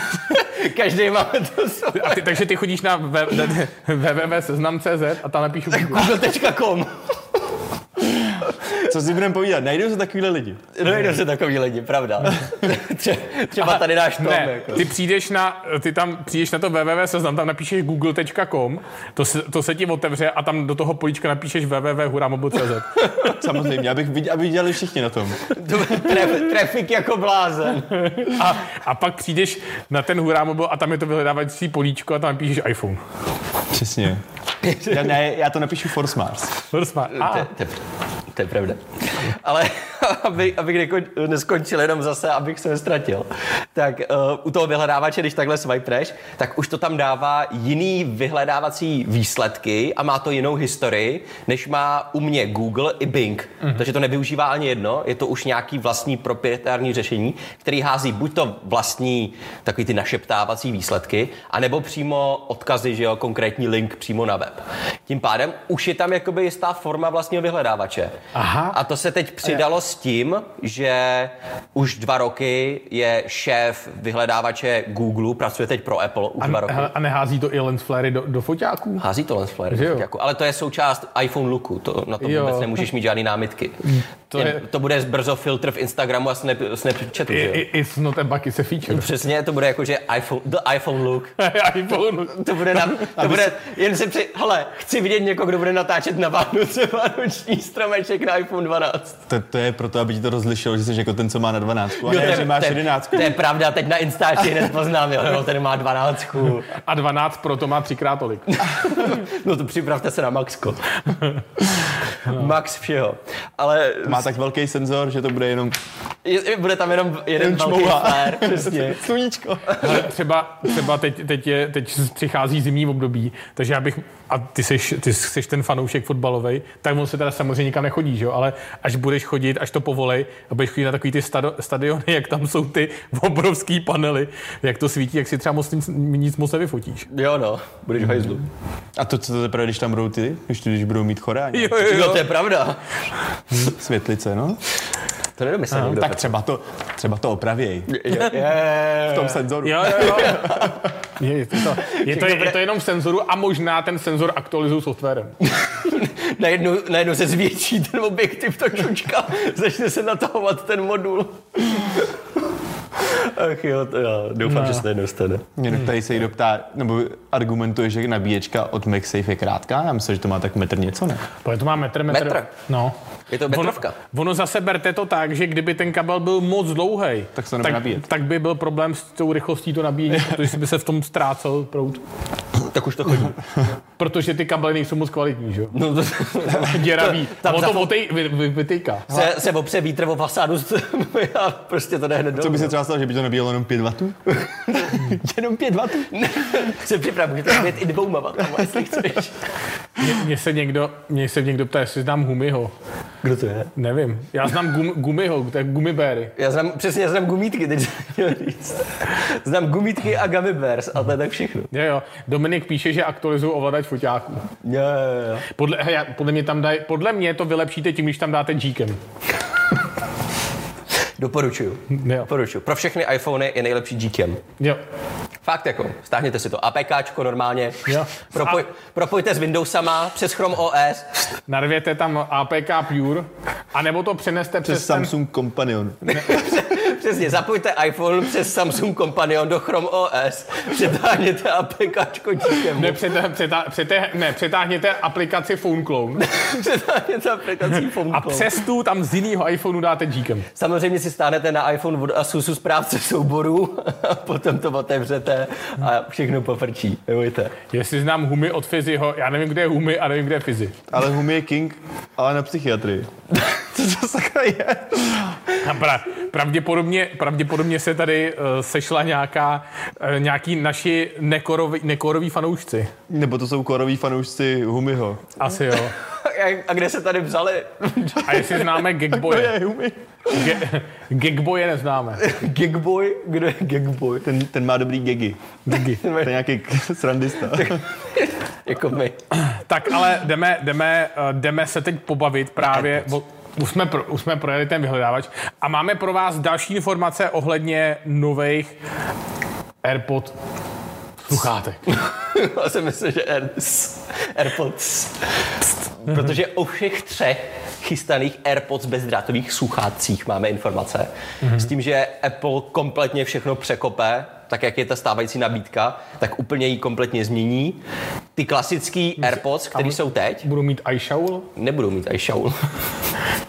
S2: Každý má to svoje.
S1: A ty, takže ty chodíš na web- www.seznam.cz a tam napíšu Google.
S2: Google.com.
S3: Co si budeme povídat, najdou se takovýhle lidi.
S2: Nejdou se takový lidi, pravda. Tře- třeba tady dáš to. jako.
S1: Ne, ty přijdeš na, ty tam přijdeš na to www seznam, tam napíšeš google.com, to se, to se ti otevře a tam do toho políčka napíšeš www.huramobu.cz.
S3: Samozřejmě, abych viděl, aby viděli všichni na tom.
S2: Tref, trafik jako blázen.
S1: A, a pak přijdeš na ten Huramobu a tam je to vyhledávací políčko a tam napíšeš iPhone.
S3: Přesně. Já, ne, já to napíšu Force Mars.
S1: Prosím,
S2: To,
S1: a,
S2: je- to, je- to je pravda. Ale aby, abych neko- neskončil jenom zase, abych se nestratil, tak uh, u toho vyhledávače, když takhle swipeš, tak už to tam dává jiný vyhledávací výsledky a má to jinou historii, než má u mě Google i Bing. Mm-hmm. Takže to nevyužívá ani jedno, je to už nějaký vlastní proprietární řešení, který hází buď to vlastní takový ty našeptávací výsledky, anebo přímo odkazy, že jo, konkrétní link přímo na web. Tím pádem už je tam jakoby jistá forma vlastního vyhledávače.
S1: Aha.
S2: A to se teď přidalo s tím, že už dva roky je šéf vyhledávače Google, pracuje teď pro Apple už dva roky.
S1: a, a nehází to i lens flary do, do foťáků?
S2: Hází to lens flare,
S1: Že jo.
S2: jako, ale to je součást iPhone looku, to, na to
S1: Jo.
S2: vůbec nemůžeš mít žádný námitky. To,
S1: To
S2: je...
S1: je-
S2: to bude brzo filtr v Instagramu a snap, Snapchatu,
S1: I,
S2: že jo?
S1: i, it's not a bucky se feature.
S2: Přesně, to bude jako, že iPhone, the iPhone look.
S1: iPhone.
S2: To bude, na, to bude jen No, si při... Hele, chci vidět někoho, kdo bude natáčet na Vánoce vánoční stromeček na iPhone 12.
S3: To, to je proto, aby ti to rozlišilo, že jsi jako ten, co má na 12. A ne, že máš
S2: to, je,
S3: 11.
S2: to je pravda, teď na Instači hned poznám, jo, jo, ten má 12.
S1: A 12 pro to má třikrát tolik.
S2: No to připravte se na Maxko. Max všeho. Ale
S3: Má tak velký senzor, že to bude jenom
S2: Je- Bude tam jenom jeden
S3: Jen
S2: velký
S3: čmouhá.
S2: flare, přesně.
S3: sluníčko.
S1: Ale třeba, třeba teď, teď, je, teď přichází zimní období, takže já bych, a ty seš, ty seš ten fanoušek fotbalový, tak on se teda samozřejmě nikam nechodí, že jo? ale až budeš chodit, až to povolej, a budeš chodit na takový ty stado, stadiony, jak tam jsou ty obrovský panely, jak to svítí, jak si třeba moc, nic- nic moc nevyfotíš.
S2: Jo no, budeš v hajzlu.
S3: A to, co to teprve, když tam budou ty, když, když budou mít chorá,
S1: Jo,
S2: Jo, to je pravda.
S3: světlice, no.
S2: To nedomyslel nikdo.
S3: Tak třeba to, třeba to opravěj
S2: Jo, je.
S3: v tom senzoru.
S1: Jo, jo, jo. Je, je, to, je, to, je to jenom v senzoru a možná ten senzor aktualizují softwarem.
S2: Najednou, najednou se zvětší ten objektiv, ta čučka, začne se natahovat ten modul. Ach jo, to já doufám, no. že se to jednou stane.
S3: Mě tady se někdo ptá, nebo argumentuje, že nabíječka od MagSafe je krátká. Já myslím, že to má tak metr něco, ne?
S1: Protože to má metr, metr.
S2: Metr.
S1: No.
S2: Je to metrovka.
S1: Ono, ono zase berte to tak, že kdyby ten kabel byl moc dlouhý,
S3: Tak se nebude
S1: tak,
S3: nabíjet.
S1: tak, by byl problém s tou rychlostí to nabíjení, protože by se v tom ztrácel proud.
S2: Tak už to chodí.
S1: Protože ty kabely nejsou moc kvalitní, že jo?
S2: No, to,
S1: Děravý.
S2: tam
S1: Tam o to
S2: zapom-
S1: otej, vy, vy, vytýká.
S2: se, se opře vítr o fasádu a prostě to jde hned
S3: To
S2: dolů.
S3: by se třeba stalo, že by to nabíjelo jenom 5 W? jenom 5 W?
S2: Se připrav, můžete zpět i dvouma vatama, jestli chceš.
S1: Mně se někdo, mě se někdo ptá, jestli znám Humiho.
S2: Kdo to je?
S1: Nevím. Já znám gum, Gumiho, to je Gumibéry.
S2: Já znám, přesně, já znám gumítky, teď jsem chtěl říct. Znám gumítky a gummy bears, a to je tak všechno.
S1: Jo, jo. Dominik píše, že aktualizují ovladač foťáků.
S2: Jo, jo, jo.
S1: Podle, hej, já- podle, mě tam daj, podle mě to vylepšíte tím, když tam dáte Gkem.
S2: Doporučuju.
S1: Jo.
S2: Doporučuju. Pro všechny iPhony je nejlepší GTM.
S1: jo.
S2: Fakt jako, stáhněte si to APKčko normálně,
S1: Jo.
S2: Propoj, propojte s Windowsama přes Chrome OS,
S1: Narvěte tam APK Pure, anebo to přeneste přes,
S3: Přes
S1: ten...
S3: Samsung Companion.
S2: přesně, zapojte iPhone přes Samsung Companion do Chrome OS, přetáhněte APKčko GTM,
S1: Ne, přetá, přetá, přetá, ne, přetáhněte aplikaci Phone Clone
S2: přetáhněte aplikací Phone
S1: a
S2: Call.
S1: přes tu tam z jiného iPhoneu dáte díkem.
S2: Samozřejmě si stáhnete na iPhone od Asusu zprávce souborů a potom to otevřete a všechno pofrčí. Nebojte.
S1: Jestli znám Humy od Fiziho, já nevím, kde je Humy a nevím, kde je Fizi.
S3: Ale Humi je king, ale na psychiatrii. Co to sakra je?
S1: A pra, pravděpodobně, pravděpodobně se tady uh, sešla nějaká, uh, nějaký naši nekoroví, nekoroví fanoušci.
S3: Nebo to jsou koroví fanoušci Humiho.
S1: Asi jo.
S2: A- A kde se tady vzali?
S1: A jestli známe Gagboje.
S3: Humi?
S1: Ge- Gagboje neznáme.
S2: Gagboy? Kdo je Gagboy?
S3: Ten, ten má dobrý gegy. Gegy. To je nějaký k- srandista.
S2: Jako my.
S1: Tak ale jdeme, jdeme, eh, jdeme se teď pobavit právě o, Už jsme, pro, už jsme projeli ten vyhledávač. A máme pro vás další informace ohledně nových AirPod sluchátek.
S2: Já jsem myslel, že Airs, AirPods. Protože o všech třech chystaných AirPods bezdrátových sluchátcích máme informace. S tím, že Apple kompletně všechno překope, tak jak je ta stávající nabídka, tak úplně ji kompletně změní. Ty klasický AirPods, které jsou teď,
S1: Budou mít iShowl?
S2: nebudou mít iShow.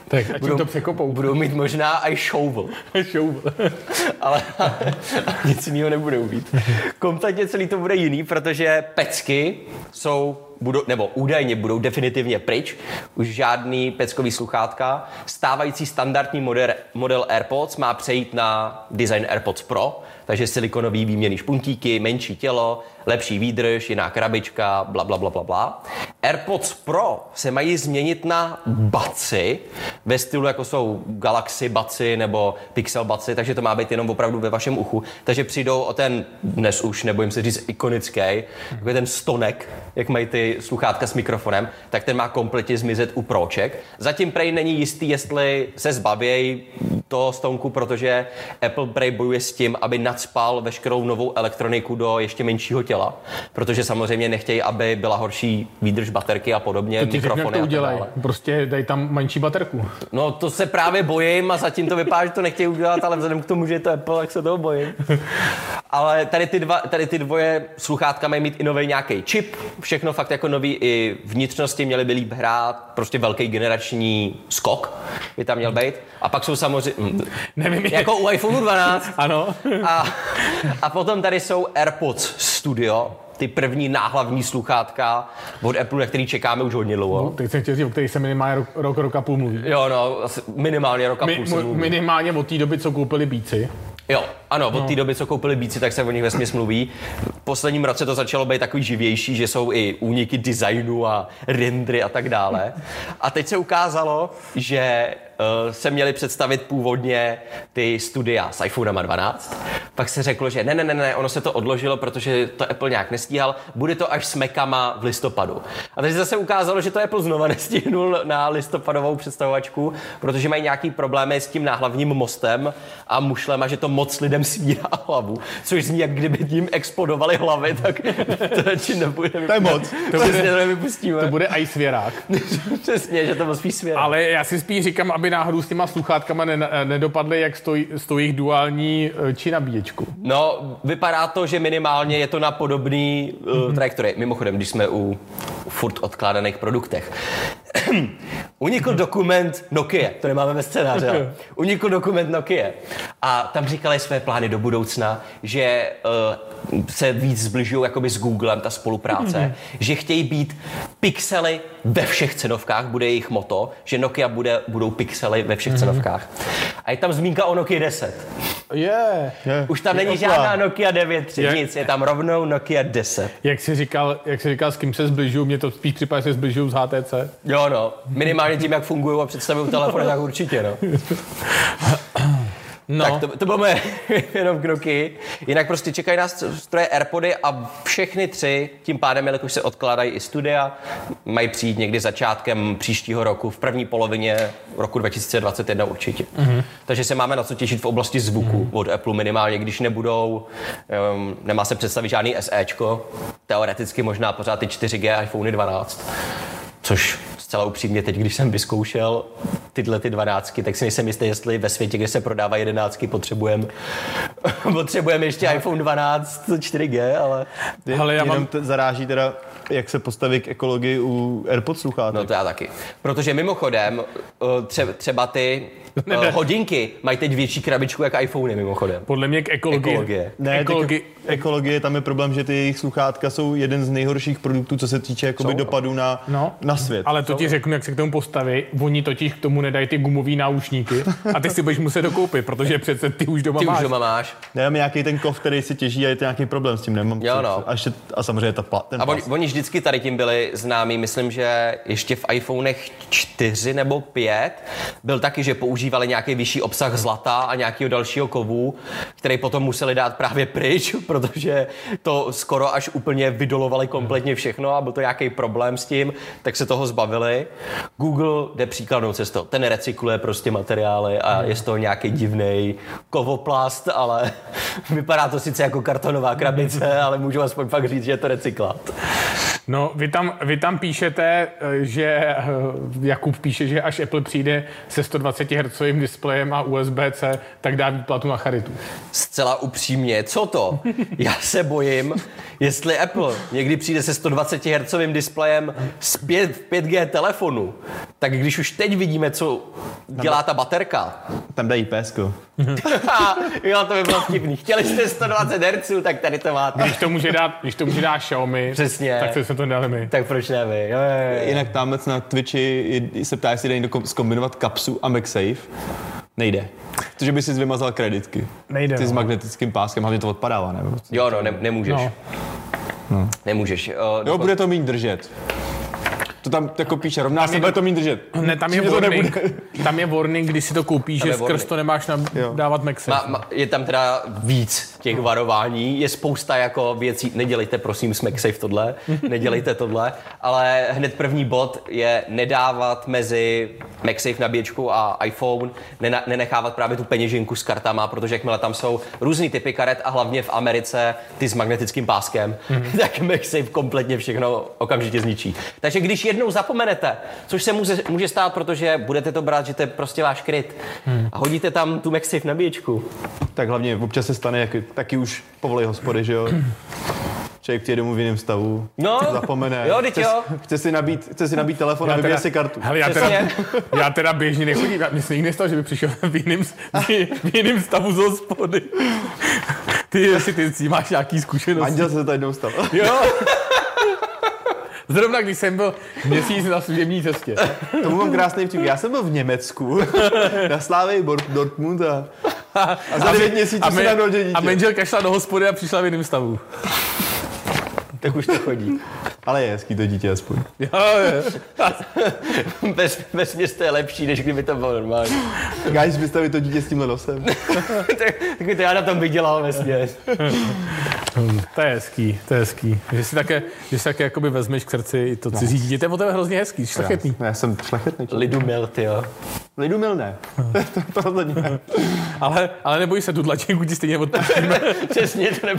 S1: Tak, ať jim to překopou.
S2: Budou mít možná iShovel.
S1: Shovel.
S2: ale nic jiného nebudou být. Kompletně celý to bude jiný, protože pecky jsou budou, nebo údajně budou definitivně pryč, už žádný peckový sluchátka. Stávající standardní model, model AirPods má přejít na design AirPods Pro, takže silikonový výměný špuntíky, menší tělo, lepší výdrž, jiná krabička, bla, bla, bla, bla, bla. AirPods Pro se mají změnit na baci ve stylu, jako jsou Galaxy baci nebo Pixel baci, takže to má být jenom opravdu ve vašem uchu. Takže přijdou o ten, dnes už nebojím se říct, ikonický, jako ten stonek, jak mají ty sluchátka s mikrofonem, tak ten má kompletně zmizet u Proček. Zatím prej není jistý, jestli se zbavějí toho stonku, protože Apple prej bojuje s tím, aby nadspal veškerou novou elektroniku do ještě menšího těla, protože samozřejmě nechtějí, aby byla horší výdrž baterky a podobně,
S1: To ti řeknu, jak
S2: mikrofony
S1: to
S2: a tak
S1: udělají.
S2: dále.
S1: Prostě dej tam menší baterku.
S2: No to se právě bojím a zatím to vypadá, že to nechtějí udělat, ale vzhledem k tomu, že je to Apple, tak se toho bojím. Ale tady ty, dva, tady ty dvoje sluchátka mají mít i nový nějaký čip, všechno fakt jako nový i vnitřnosti měly by líp hrát, prostě velký generační skok by tam měl být. A pak jsou samozřejmě, hm,
S1: Nevím, jak...
S2: jako u iPhone 12,
S1: Ano.
S2: a, a potom tady jsou AirPods Studio, ty první náhlavní sluchátka od Apple, na který čekáme už hodně dlouho.
S1: No, Teď jsem chtěl říct, o kterých se minimálně rok, rok, rok a půl mluví.
S2: Jo, no, asi minimálně rok a
S1: Mi,
S2: půl se
S1: mu,
S2: mluví.
S1: minimálně od té doby, co koupili bíci.
S2: Jo, ano, od té doby, co koupili bíci, tak se o nich vesmě mluví. V posledním roce to začalo být takový živější, že jsou i úniky designu a rendry a tak dále. A teď se ukázalo, že eh, se měli představit původně ty studia s iPhonema 12. Pak se řeklo, že ne, ne, ne, ne, ono se to odložilo, protože to Apple nějak nestíhal. Bude to až s Mekama v listopadu. A teď se zase ukázalo, že to Apple znova nestihnul na listopadovou představovačku, protože mají nějaký problémy s tím náhlavním mostem a mušlem a že to moc lidem svírá hlavu. Což zní, jak kdyby tím explodovali hlavy, tak to radši nebude.
S3: To je moc.
S2: To přesně to nevypustíme.
S1: To bude i svěrák.
S2: Přesně, že to moc spíš svěrá.
S1: Ale já si spíš říkám, aby náhodou s těma sluchátkama ne, nedopadly, jak stojí, stojí jejich duální eh, či nabíječku.
S2: No, vypadá to, že minimálně je to na podobný uh, trajektorii. Mimochodem, když jsme u furt odkládaných produktech. Unikl dokument Nokia, to nemáme ve scénáři, ale unikl dokument Nokia. A tam říkali své plány do budoucna, že uh, se víc zbližují jakoby s Googlem ta spolupráce, že chtějí být pixely ve všech cenovkách, bude jejich moto, že Nokia bude, budou pixely ve všech cenovkách. A je tam zmínka o Nokia 10.
S1: Je. Yeah.
S3: Je.
S2: Už tam není
S3: Opa.
S2: žádná Nokia 9.3,
S1: Jak-
S2: nic, je tam rovnou Nokia 10.
S1: Jak jsi říkal, jak jsi říkal, s kým se zbližuju, mě to spíš připadá, že se zbližuju s HTC.
S2: Jo no, minimálně tím, jak fungují a představují telefon, tak určitě no. No. Tak to, to bylo moje jenom kroky. Jinak prostě čekají nás stroje Airpody a všechny tři, tím pádem, jelikož se odkládají i studia, mají přijít někdy začátkem příštího roku, v první polovině roku 2021 určitě. Mm-hmm. Takže se máme na co těšit v oblasti zvuku mm-hmm. od Apple minimálně, když nebudou, um, nemá se představit žádný SEčko, teoreticky možná pořád ty 4G iPhone 12. Což zcela upřímně teď, když jsem vyzkoušel tyhle ty dvanáctky, tak si nejsem jistý, jestli ve světě, kde se prodává jedenáctky, potřebujeme potřebujem ještě iPhone 12 4G, ale...
S1: Hele, já
S3: Jenom
S1: mám-
S3: t- zaráží teda, jak se postaví k ekologii u AirPods sluchátek.
S2: No to já taky. Protože mimochodem, třeba, třeba ty eh, hodinky mají teď větší krabičku jak iPhony mimochodem.
S1: Podle mě k ekologii.
S2: Ekologie.
S3: Ne,
S1: ekologi-
S3: ekologi- ekologie, tam je problém, že ty jejich sluchátka jsou jeden z nejhorších produktů, co se týče jakoby
S2: Jsou, no.
S3: dopadu na,
S1: No.
S3: na svět.
S1: Ale to ti řeknu, jak se k tomu postaví. Oni totiž k tomu nedají ty gumový náušníky a ty si budeš muset dokoupit, protože přece ty už doma
S2: Ty
S1: máš.
S2: už doma máš.
S3: Nemám nějaký ten kov, který se těží a je to nějaký problém s tím, nemám.
S2: Jo,
S3: co-
S2: no.
S3: a, ještě, a samozřejmě ta pla, ten
S2: A oni,
S3: plast.
S2: oni vždy- vždycky tady tím byli známí. Myslím, že ještě v iPhonech 4 nebo 5 byl taky, že používali nějaký vyšší obsah zlata a nějakého dalšího kovu, který potom museli dát právě pryč, protože to skoro až úplně vydolovali kompletně všechno a byl to nějaký problém s tím, tak se toho zbavili. Google jde příkladnou cestou. Ten recykluje prostě materiály a je z toho nějaký divný kovoplast, ale vypadá to sice jako kartonová krabice, ale můžu aspoň fakt říct, že je to recyklát.
S1: No, vy tam, vy tam píšete, eh, že eh, Jakub píše, že až Apple přijde se 120 Hz displejem a USB-C, tak dá výplatu na charitu.
S2: Zcela upřímně, co to? Já se bojím, jestli Apple někdy přijde se 120 Hz displejem z 5, v 5G telefonu, tak když už teď vidíme, co dělá ta baterka,
S3: Tam dají pésko.
S2: a jo, to by bylo vtipný. Chtěli jste 120 Hz, tak tady to máte.
S1: Když to může dát, když to může dát Xiaomi,
S2: Přesně.
S1: tak to jsme to dali my.
S2: Tak proč ne vy? Jo, jo, jo.
S3: Jinak tamhle na Twitchi je- se ptá, jestli jde zkombinovat kapsu a MagSafe. Nejde. Protože by si vymazal kreditky.
S1: Nejde,
S3: Ty
S1: no.
S3: s magnetickým páskem, hlavně to odpadává, nebo?
S2: Jo, no, ne, nemůžeš.
S1: No.
S2: No. Nemůžeš. Eh,
S3: Jo, bude to méně držet. To tam jako píše, rovná se, bude to méně držet.
S1: Ne, tam je,
S3: Určitě to
S1: warning,
S3: nebude.
S1: tam je warning, když si to koupíš,
S2: Tam
S1: že
S2: je
S1: skrz
S2: warning.
S1: to nemáš na,
S3: Jo.
S1: dávat Maxi.
S2: Ma, ma, je tam teda víc těch varování, je spousta jako věcí, nedělejte prosím s MagSafe tohle, nedělejte tohle, ale hned první bod je nedávat mezi MagSafe nabíječku a iPhone, nena, nenechávat právě tu peněženku s kartama, protože jakmile tam jsou různý typy karet a hlavně v Americe ty s magnetickým páskem, tak MagSafe kompletně všechno okamžitě zničí. Takže když jednou zapomenete, což se může, může stát, protože budete to brát, že to je prostě váš kryt a hodíte tam tu MagSafe nabíječku,
S3: Tak hlavně občas se stane, jak, taky už povolej hospody, že jo? Člověk přijde domů v jiném stavu,
S2: No.
S3: zapomene.
S2: Jo, vždyť
S3: chce,
S2: jo.
S3: chce, si nabít, chce si nabít telefon a vybije si kartu.
S1: Hele, já, teda,
S2: Přesně.
S1: já teda běžně nechodím, já- mně se nikdy nestalo, že by přišel v jiném, v jiném stavu z hospody. Ty, jestli ty s tím máš nějaký zkušenost.
S3: Anděl se tady jednou stal.
S1: Jo. Zrovna když jsem byl měsíc na služební cestě.
S3: Tomu mám krásný vtip. Já jsem byl v Německu, na Slávy Dortmund a, a za devět měsíců
S1: a,
S3: se tam rodil
S1: a
S3: dítě.
S1: manželka šla do hospody a přišla v jiném stavu.
S2: tak už to chodí.
S3: Ale je hezký to dítě aspoň.
S1: Jo, jo.
S2: Bez, bez města je lepší, než kdyby to bylo normální.
S3: Guys, vystavit to dítě s tímhle nosem.
S2: tak, tak by to já na tom vydělal ve směs.
S1: To je hezký, to je hezký. No. Že si také, že si také jakoby vezmeš k srdci i to cizí dítě. To je o tebe hrozně hezký, šlechetný.
S3: Já jsem šlechetný. člověk.
S2: Lidu mil, tyjo.
S3: Lidumil ne. To- to rozhodně ne.
S1: Ale, ale neboj se, tu tlačenku ti stejně odpustí.
S2: Přesně, to, ne,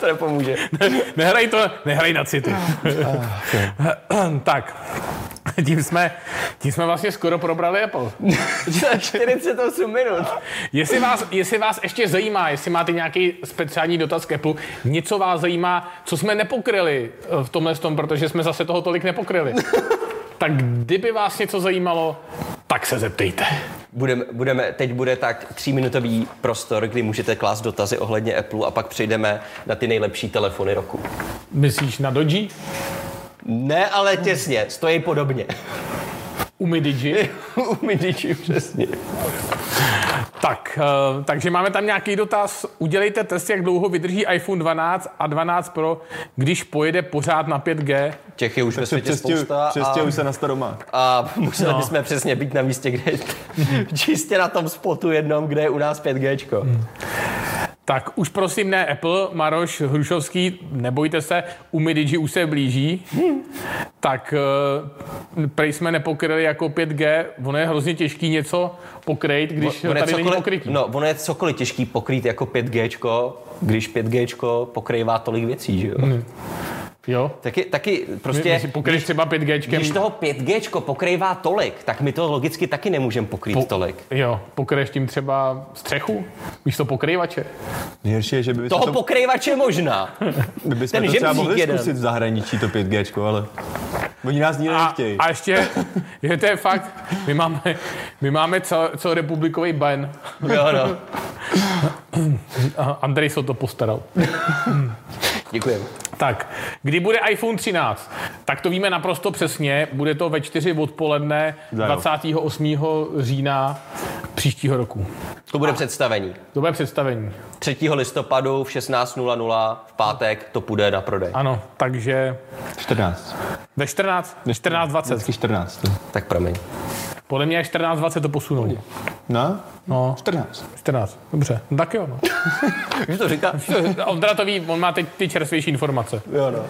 S2: to nepomůže.
S1: Nehraj to, nehraj na city. No. tak, tím jsme, tím jsme vlastně skoro probrali Apple.
S2: Za 48 minut.
S1: Jestli vás, jestli vás ještě zajímá, jestli máte nějaký speciální dotaz k Apple, něco vás zajímá, co jsme nepokryli eh, v tomhle tom, protože jsme zase toho tolik nepokryli. tak kdyby vás něco zajímalo, tak se zeptejte.
S2: Budeme, budeme, teď bude tak tříminutový prostor, kdy můžete klást dotazy ohledně Apple a pak přejdeme na ty nejlepší telefony roku.
S1: Myslíš na Doji?
S2: Ne, ale těsně, stojí podobně.
S1: Umidigi?
S2: U Midiči přesně.
S1: Tak, eh, takže máme tam nějaký dotaz. Udělejte test, jak dlouho vydrží iPhone 12 a 12 Pro, když pojede pořád na 5G.
S2: Těch je už ve světě
S3: Přestěhu-
S2: spousta. a...
S3: Přestěhuj se na staromák.
S2: A museli no. bychom přesně být na místě, kde je čistě na tom spotu jednom, kde je u nás 5G. Mm.
S1: Tak už prosím ne Apple, Maroš Hrušovský, nebojte se, u Midigi už se blíží. tak eh, prej jsme nepokryli jako 5G, ono je hrozně těžký něco pokryt, když tady není pokrytí.
S2: no, ono je cokoliv těžký pokrýt jako 5G, když 5G pokrývá tolik věcí, že jo? Mm.
S1: Jo?
S2: Taky, taky
S1: Prostě,
S2: prostě,
S1: Myslím, pokryš třeba 5G.
S2: když toho 5G pokrývá tolik, tak my to logicky taky nemůžeme pokrýt po... tolik.
S1: Jo, pokryješ tím třeba střechu, místo pokryvače.
S3: Nejhorší je, že by bychom
S2: Toho
S3: to,
S2: pokryvače možná.
S3: by bychom
S2: ten
S3: to třeba
S2: žebřík
S3: mohli
S2: jeden.
S3: zkusit v zahraničí, to 5G, ale oni nás nikdy
S1: A,
S3: nechtějí.
S1: a ještě, je to je fakt, my máme, my máme cel, celorepublikový ban.
S2: jo, no.
S1: A Andrej se o to postaral.
S2: Děkujeme.
S1: Tak, kdy bude iPhone 13? Tak to víme naprosto přesně. Bude to ve 4 odpoledne
S3: Za rok.
S1: 28. října příštího roku.
S2: To bude představení.
S1: To bude představení.
S2: 3. listopadu v 16.00 v pátek to půjde na prodej.
S1: Ano, takže
S3: 14.
S1: ve 14, 14.20.
S3: Vždycky 14. to.
S2: Tak promiň.
S1: Podle mě je 14.20 to posunou.
S3: No,
S1: No,
S3: 14.
S1: 14, dobře. No, tak jo, no.
S2: Už to říká?
S1: Ondra to ví, on má teď ty čerstvější informace.
S3: Jo, no.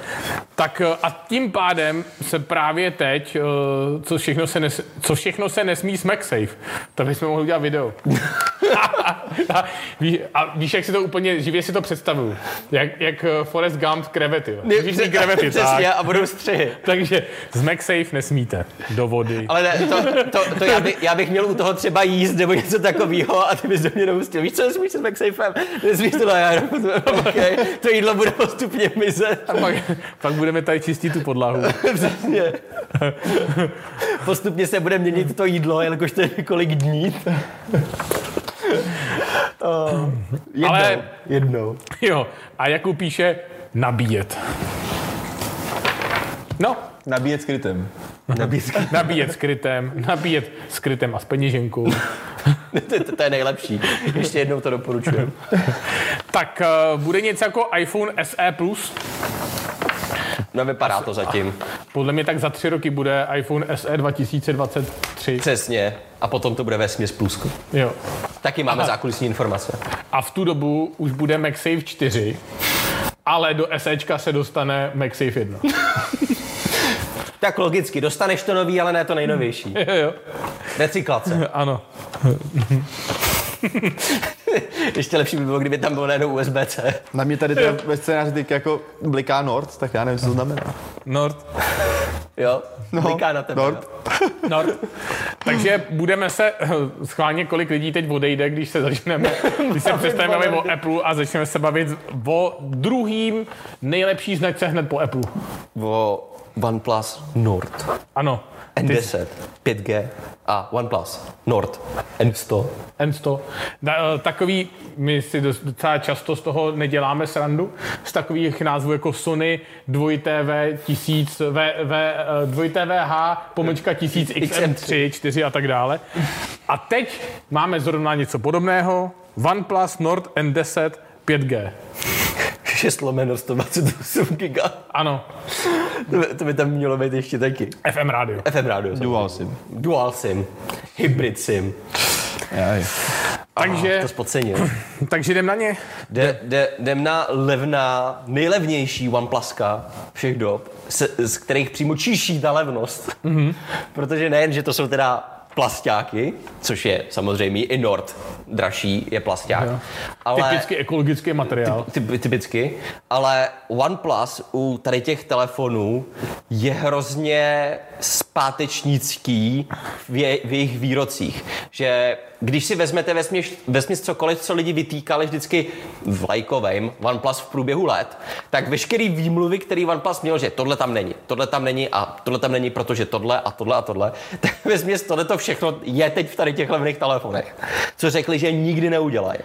S1: Tak eh, a tím pádem se právě teď, eh, co všechno se, nes, co všechno se nesmí s MagSafe, to bychom mohli udělat video. a, ví, a víš, jak si to úplně, živě si to představuju. Jak, jak eh, Forrest Gump krevety. jo. Víš, ty krevety, tak.
S2: Přesně, a budou střihy.
S1: Takže z MagSafe nesmíte do vody.
S2: Ale ne, to, to, to já, by, já, bych měl u toho třeba jíst nebo něco takového a ty bys do mě neustil. Víš, co nesmíš se s MagSafem? Nesmíš to na jaro. Okay. To jídlo bude postupně mizet.
S1: Pak, pak budeme tady čistit tu podlahu.
S2: Přesně. Postupně se bude měnit to jídlo, jelikož to je několik dní. Eh, jednou,
S1: Ale-
S2: jednou.
S1: Jo. A Jakub píše, nabíjet. No,
S3: Nabíjet skrytem.
S2: Nabízka.
S1: nabíjet skrytem, nabíjet skrytem a s peněženkou.
S2: to, to, to je nejlepší. Ještě jednou to doporučuji.
S1: Tak eh, bude něco jako iPhone SE Plus.
S2: No vypadá to zatím.
S1: Podle mě tak za tři roky bude iPhone E SE 2023.
S2: Přesně. A potom to bude ve směs plusko.
S1: Jo.
S2: Taky máme Aha. zákulisní informace.
S1: A v tu dobu už bude MagSafe 4, ale do SEčka se dostane MagSafe 1.
S2: Tak logicky, dostaneš to nový, ale ne to nejnovější.
S1: Jo, jo.
S2: Recyklace.
S1: Ano.
S2: Ještě lepší by bylo, kdyby tam bylo najednou USB-C.
S3: Na mě tady teda ve scénáři teď jako bliká Nord, tak já nevím, co to znamená.
S1: Nord.
S2: Jo? No, Kliká na tebe.
S3: Nord.
S1: Nord. Takže budeme se eh, schválně, kolik lidí teď odejde, když se začneme, když se přestaneme bavit o Apple a začneme se bavit o druhým nejlepší značce hned po Apple.
S2: O OnePlus Nord.
S1: Ano. Ty-
S2: N10, 5G a OnePlus Nord N100.
S1: N100. Da, eh, takový, my si dost- docela často z toho neděláme srandu, z takových názvů jako Sony 2TV 1000, v, eh, v, 2TVH, pomlčka 1000, XM3, 4 a tak dále. A teď máme zrovna něco podobného, OnePlus Nord N10 5G.
S2: 6 lomeno 128 giga.
S1: Ano,
S2: To, by- to by tam mělo být ještě taky.
S1: FM rádio.
S2: FM rádio.
S3: Dual SIM.
S2: Dual SIM. Hybrid SIM.
S3: Jaj.
S1: Takže,
S2: To spocenil.
S1: takže jdem na ně.
S2: Jde, jde, jdem na levná, nejlevnější OnePluska všech dob, se, z kterých přímo číší ta levnost. Mm-hmm. Protože nejen, že to jsou teda plastáky, což je samozřejmě i Nord dražší, je plasták.
S1: Jo.
S2: Ale
S1: Typicky ekologický materiál.
S2: typ- typicky, ale OnePlus u tady těch telefonů je hrozně zpátečnický v, je, v jejich výrocích. Že když si vezmete vesměs, vesměs cokoliv, co lidi vytýkali vždycky v lajkovém OnePlus v průběhu let, tak veškerý výmluvy, který OnePlus měl, že tohle tam není, tohle tam není a tohle tam není, protože tohle a tohle a tohle, tak vesměs tohle to všechno je teď v tady těch levných telefonech, co řekli, že nikdy neudělají.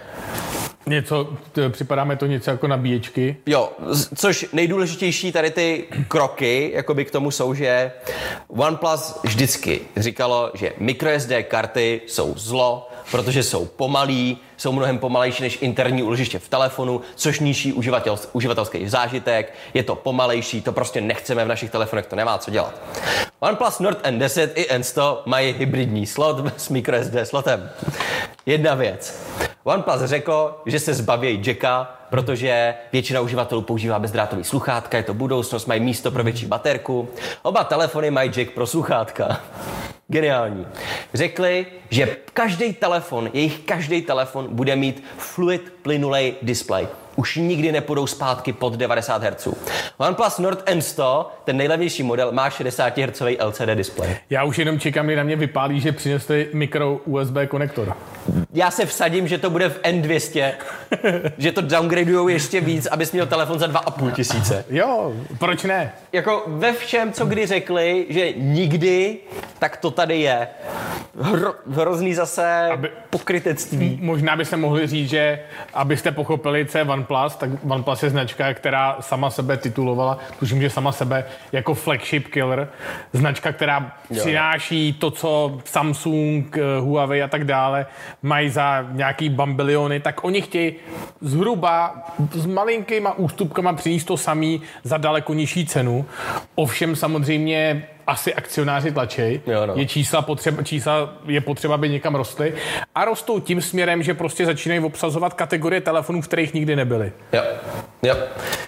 S1: Něco, t- připadáme to něco jako nabíječky.
S2: Jo, z- což nejdůležitější tady ty kroky jakoby k tomu jsou, že OnePlus vždycky říkalo, že microSD karty jsou zlo, protože jsou pomalý, jsou mnohem pomalejší než interní úložiště v telefonu, což nižší uživatel, uživatelský zážitek, je to pomalejší, to prostě nechceme v našich telefonech, to nemá co dělat. OnePlus Nord N10 i N100 mají hybridní slot s microSD slotem. Jedna věc. OnePlus řekl, že se zbaví jacka, protože většina uživatelů používá bezdrátový sluchátka, je to budoucnost, mají místo pro větší baterku. Oba telefony mají jack pro sluchátka. Geniální. Řekli, že každý telefon, jejich každý telefon bude mít fluid plynulej display. Už nikdy nepůjdou zpátky pod 90 Hz. OnePlus Nord N100, ten nejlevnější model, má 60 Hz LCD display.
S1: Já už jenom čekám, kdy na mě vypálí, že přinesli mikro USB konektor.
S2: Já se vsadím, že to bude v N200, že to downgradujou ještě víc, abys měl telefon za 2,5 tisíce.
S1: Jo, proč ne?
S2: Jako ve všem, co kdy řekli, že nikdy, tak to tady je. Hro, hrozný zase
S1: Aby-
S2: pokrytectví.
S1: Hm, Možná byste mohli říct, že abyste pochopili, co je OnePlus, tak OnePlus je značka, která sama sebe titulovala, tuším, že sama sebe jako flagship killer, značka, která přináší to, co Samsung, eh, Huawei a tak dále mají za nějaký bambiliony, tak oni chtějí zhruba s malinkýma ústupkama přinést to samý za daleko nižší cenu. Ovšem samozřejmě asi akcionáři tlačej,
S2: Jo, no.
S1: je čísla, potřeba, čísla je potřeba, aby někam rostly a rostou tím směrem, že prostě začínají obsazovat kategorie telefonů, v kterých nikdy nebyly.
S2: Jo, jo.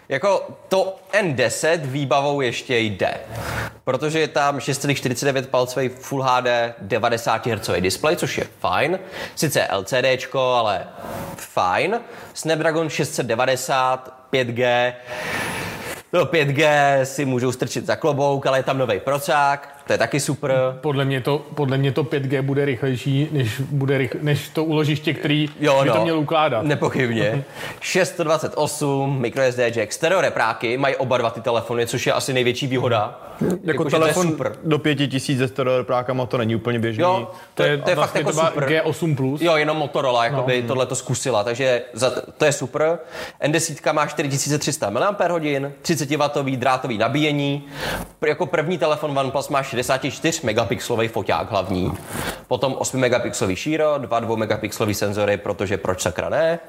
S2: Jako to N10 výbavou ještě jde, protože je tam 6,49 palcový Full HD 90 Hz displej, což je fajn. Sice LCDčko, ale fajn. Snapdragon 690, 5G, No 5G si můžou strčit za klobouk, ale je tam nový procák, to je taky super.
S1: Podle mě to, podle mě to 5G bude rychlejší, než, bude rychl, než to úložiště, který
S2: Jo,
S1: by
S2: no.
S1: to měl ukládat.
S2: Nepochybně. 628, microSD jack, stereo repráky, mají oba dva ty telefony, což je asi největší výhoda.
S4: Jako
S2: že
S4: telefon
S2: To je super.
S4: do pěti tisíc ze stereoprákama to není úplně běžný.
S2: Jo, to, je, to je fakt
S1: vlastně
S2: jako
S1: to byla
S2: super.
S1: G8+. Plus.
S2: Jo, jenom Motorola jakoby no. tohle to zkusila, takže za, to je super. N10 má 4300 mAh, 30W drátový nabíjení. Pr- jako první telefon OnePlus má 64 megapixelový foťák hlavní. Potom 8 megapixelový šíro, dva 2 megapixelový senzory, protože proč sakra ne.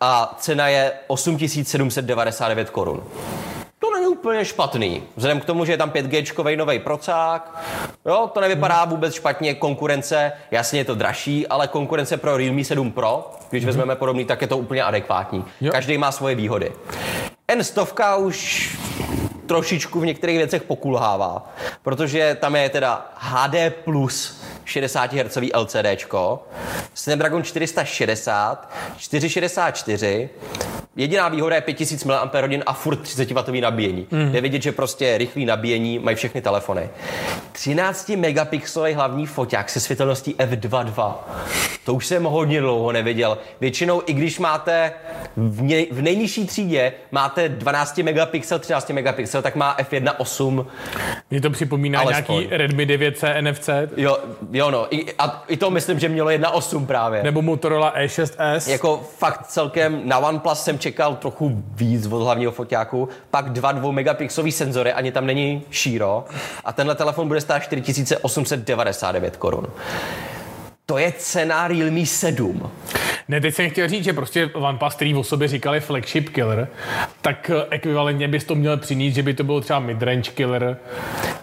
S2: A cena je 8799 korun. To není úplně špatný. Vzhledem k tomu, že je tam 5G nový procák, jo, to nevypadá vůbec špatně. Konkurence, jasně je to dražší, ale konkurence pro Realme 7 Pro, když vezmeme podobný, tak je to úplně adekvátní.
S1: Jo.
S2: Každý má svoje výhody. N100 už trošičku v některých věcech pokulhává, protože tam je teda HD plus 60 Hz LCDčko, Snapdragon 460, 464, jediná výhoda je 5000 mAh a furt 30W nabíjení. Mm. Je vidět, že prostě rychlý nabíjení mají všechny telefony. 13 megapixelový hlavní foťák se světelností f2.2. To už jsem hodně dlouho neviděl. Většinou, i když máte v, nej, v nejnižší třídě máte 12 megapixel, 13 megapixel, tak má f1.8.
S1: Mně to připomíná
S2: Alespoň.
S1: nějaký Redmi 9C NFC,
S2: Jo, jo no, i, a i to myslím, že mělo 1.8 právě.
S1: nebo Motorola E E6S.
S2: Jako fakt celkem na OnePlus jsem čekal trochu víc od hlavního foťáku, pak dva 2 megapixelový senzory, ani tam není šíro a tenhle telefon bude stát 4899 korun. To je cena Realme 7.
S1: Ne, teď jsem chtěl říct, že prostě OnePlus, který o sobě říkali flagship killer, tak eh, ekvivalentně bys to měl přinést, že by to bylo třeba midrange killer,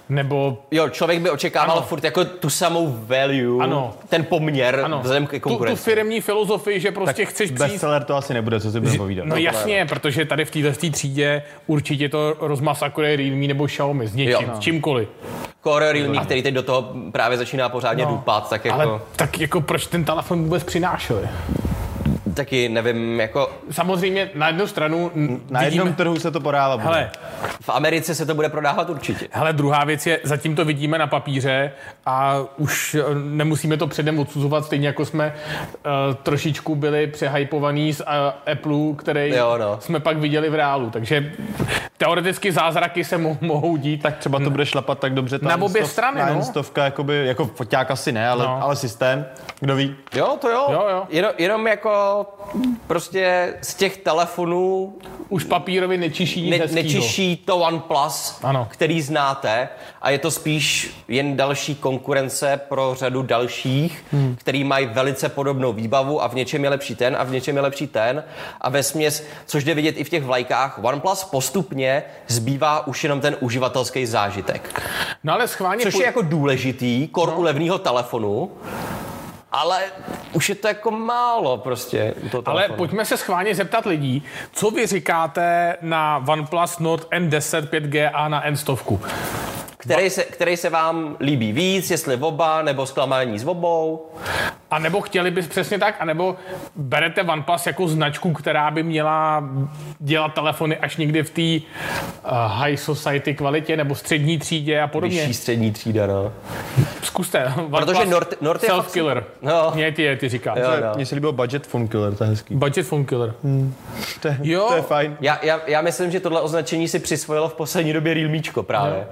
S1: nebo
S2: Jo, člověk by očekával ano.
S1: Ano.
S2: furt jako tu samou value,
S1: Ano.
S2: ten poměr ano. vzhledem ke
S1: tu, tu
S2: konkurenci.
S1: firmní filozofii, že prostě tak chceš přijít
S4: Bestseller to asi nebude, co si budeme povídat.
S1: No jasně, protože tady v této třídě určitě to rozmasakruje Realme nebo Xiaomi s něčím,
S2: Jo.
S1: s čímkoliv.
S2: Core Realme, který teď do toho právě začíná pořádně no. dupat, tak jako,
S1: Ale
S2: Ale...
S1: tak jako proč ten telefon vůbec přinášeli?
S2: taky nevím, jako
S1: Samozřejmě na jednu stranu n-
S4: Na
S1: vidíme,
S4: jednom trhu se to podává. bude.
S1: hele,
S2: v Americe se to bude prodávat určitě.
S1: hele, druhá věc je, zatím to vidíme na papíře a už eh, nemusíme to předem odsuzovat, stejně jako jsme uh, trošičku byli přehypovaný z uh, Apple, který
S2: Jo, no.
S1: jsme pak viděli v reálu. Takže teoreticky zázraky se mo- mohou dít. Tak
S4: Třeba to bude šlapat tak dobře. ta
S1: No. Na obě
S4: N100
S1: strany,
S4: ta
S1: no.
S4: N100, jakoby, jako foťák asi ne, ale,
S1: No.
S4: ale systém, kdo ví.
S2: Jo, to jo.
S1: Jo, jo.
S2: Jenom, jenom jako prostě z těch telefonů
S1: už papírově nečiší nic
S2: ne,
S1: hezkýho.
S2: nečiší to OnePlus,
S1: Ano.
S2: který znáte a je to spíš jen další konkurence pro řadu dalších, hmm. který mají velice podobnou výbavu a v něčem je lepší ten a v něčem je lepší ten a ve směs, což jde vidět i v těch vlajkách, OnePlus postupně zbývá už jenom ten uživatelský zážitek,
S1: No ale schválně...
S2: což
S1: po-
S2: je jako důležitý, kor no. u levného telefonu, ale už je to jako málo prostě u toho
S1: Ale
S2: telefonu.
S1: pojďme se schválně zeptat lidí, co vy říkáte na OnePlus Nord N10 5G a na N100.
S2: Který se, který se vám líbí víc, jestli oba, nebo zklamání s obou.
S1: A nebo chtěli bys přesně tak, anebo berete OnePlus jako značku, která by měla dělat telefony až někdy v té uh, high society kvalitě nebo střední třídě a podobně.
S2: Vyšší střední třída, no.
S1: Zkuste.
S2: Protože Nord, Nord je fakt-
S1: Self-killer.
S2: No.
S1: Mě ty, je, ty říká.
S2: Jo, no.
S4: Mně se líbilo budget phone killer, to je hezký.
S1: Budget phone killer.
S4: To je,
S1: Jo.
S4: to je fajn.
S2: Já, já, já myslím, že tohle označení si přisvojilo v poslední době Realmíčko právě.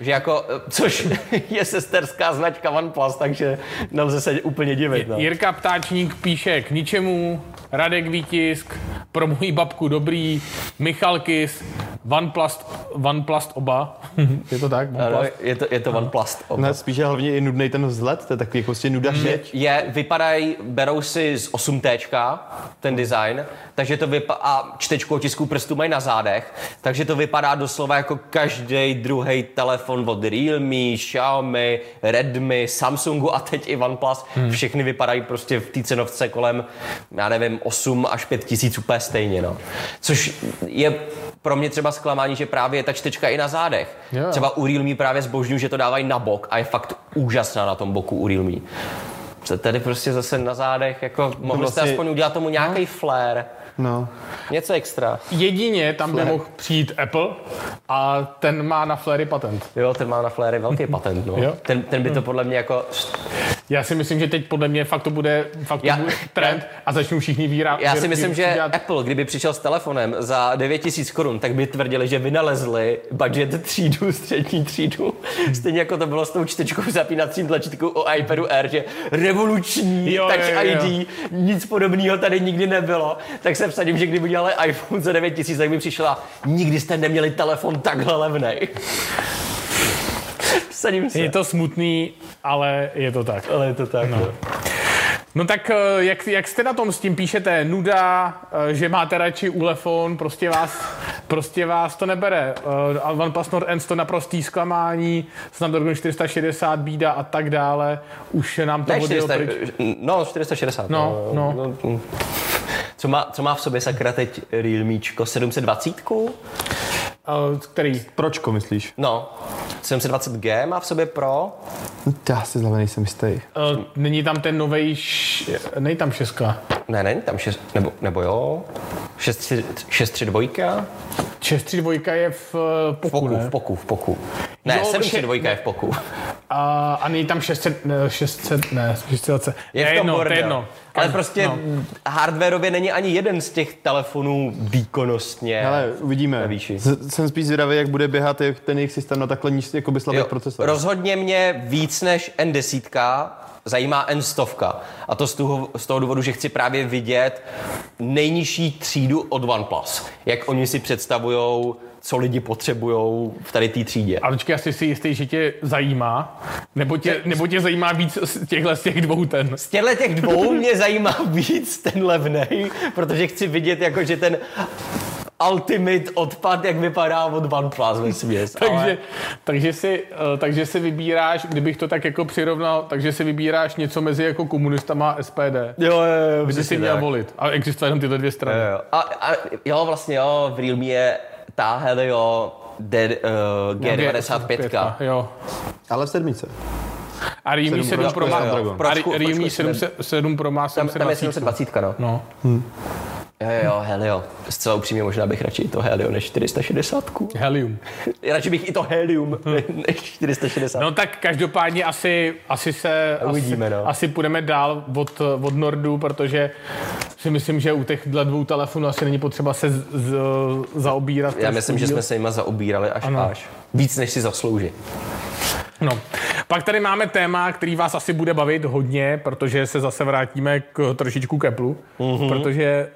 S2: Že jako, eh, což je sesterská značka OnePlus, takže nelze se úplně divit. No.
S1: Jirka Ptáčník píše k ničemu, Radek Vítisk, pro moji babku dobrý, Michal Kis, OnePlus, OnePlus oba. je to tak?
S2: Ano,
S1: OnePlus?
S2: je to, je to OnePlus.
S4: Ne, spíš je hlavně i nudnej ten vzhled, to je takový jako prostě nuda
S1: Hmm.
S4: šeť.
S2: Je, vypadají, berou si z 8T ten design, takže to vypa- a čtečku otisků prstů mají na zádech, takže to vypadá doslova jako každý druhý telefon od Realme, Xiaomi, Redmi, Samsungu a teď i OnePlus. Hmm. Všechny vypadají prostě v té cenovce kolem, já nevím, 8 až 5 tisíc úplně stejně. No. Což je pro mě třeba zklamání, že právě je ta čtečka i na zádech.
S1: Jo, jo.
S2: Třeba u Realme právě zbožňuju, že to dávají na bok a je fakt úžasná na tom boku u Realme. Co tady prostě zase na zádech, jako mohli vlastně... jste
S4: vlastně-
S2: aspoň udělat tomu nějaký flair,
S4: No.
S2: něco extra.
S1: Jedině tam by mohl přijít Apple a ten má na flery patent.
S2: Jo, ten má na fléry velký patent, no.
S1: Jo.
S2: Ten, ten by to podle mě jako...
S1: Já si myslím, že teď podle mě fakt to bude, fakt to
S2: Já-
S1: bude trend a začnou všichni výra.
S2: Já si
S1: výrobci
S2: myslím, že
S1: dělat-
S2: Apple, kdyby přišel s telefonem za 9000 korun, tak by tvrdili, že vynalezli budget třídu, střední třídu.
S1: Hmm.
S2: Stejně jako to bylo s tou čtečkou zapínacím tlačítku o iPadu Air, že revoluční
S1: Jo,
S2: jo, Touch
S1: jo, jo, jo.
S2: ID, nic podobného tady nikdy nebylo. Tak se vsadím, že kdyby dělali iPhone za 9000, tak by přišla, nikdy jste neměli telefon takhle levnej. Vsadím se.
S1: Je to smutný, ale je to tak.
S2: Ale je to tak. No.
S1: No tak eh, jak, jak jste na tom s tím? Píšete nuda, eh, že máte radši ulefon, prostě vás, prostě vás to nebere. Eh, A OnePlus Nord N to naprostý zklamání, Snapdragon 460 bída a tak dále. Už je nám to
S2: Ne,
S1: hodil
S2: 400,
S1: pryč.
S2: no, 460.
S1: No, no.
S2: no. Co, má, co má v sobě sakra teď Realmíčko? 720?
S1: Eh, Který?
S4: Pročko, myslíš?
S2: No. 720G má v sobě Pro.
S4: Já si zleva nejsem jistý.
S1: Eh, Není tam ten novej, š... není tam šestka.
S2: Ne, není tam 6, nebo, nebo jo. 632?
S1: 632 je v eh, poku,
S2: V poku,
S1: ne?
S2: v poku, v poku. Ne,
S1: Jo,
S2: 732 je v poku.
S1: A, a není tam 600, ne, 600, ne, 620.
S2: Je
S1: Ne,
S2: v tom
S1: jedno, to
S2: bordel.
S1: je jedno.
S2: Ale prostě
S1: No.
S2: no. hardwareově není ani jeden z těch telefonů výkonnostně.
S4: Ale uvidíme.
S2: výši.
S4: Z- jsem spíš zvědavý, jak bude běhat jak ten jejich systém na takhle níž, jakoby slabý
S2: Jo,
S4: procesor.
S2: Rozhodně mě víc než N10 zajímá N100. A to z toho, z toho důvodu, že chci právě vidět nejnižší třídu od OnePlus. Jak oni si představují, co lidi potřebují v tady té třídě.
S1: A počkej, asi si jistý, že tě zajímá, nebo tě, nebo tě zajímá víc z těchhle z těch dvou ten.
S2: Z těchto těch dvou mě zajímá víc ten levnej, protože chci vidět, jako, že ten ultimate odpad, jak vypadá od OnePlus ve směs.
S1: Takže, takže, si, eh, takže si vybíráš, kdybych to tak jako přirovnal, takže si vybíráš něco mezi jako komunistama a SPD.
S2: Jo, jo, jo,
S1: Kdyby si
S2: přesně
S1: měl
S2: tak.
S1: volit. A existují jenom tyhle dvě strany.
S2: Jo, jo. Eh, A, a, jo, vlastně jo, v Realme je ta Helio D, uh,
S4: no.
S2: G95.
S1: Jo.
S4: Ale v sedmice.
S1: A Realme 7 Pro má,
S4: je
S2: Snapdragon.
S1: a
S2: Pročku-
S1: Re- Realme
S2: pročku-
S1: 7, 7 Pro má
S2: Tam, tam je
S1: 720.
S2: 720, no.
S1: No.
S2: Jo, jo, jo, Helio. Zcela upřímně možná bych radši i to Helio než 460.
S1: Helium.
S2: Radši bych i to Helium
S4: Hmm.
S2: než 460.
S1: No tak každopádně asi, asi se
S2: Uvidíme,
S1: asi,
S2: no.
S1: asi půjdeme dál od, od Nordu, protože si myslím, že u těch dvou telefonů asi není potřeba se z, z, zaobírat.
S2: Já myslím, že jsme se jima zaobírali až
S1: Ano.
S2: až. Víc, než si zaslouží.
S1: No. Pak tady máme téma, který vás asi bude bavit hodně, protože se zase vrátíme k, trošičku k Apple,
S2: Mhm.
S1: mm-hmm. protože...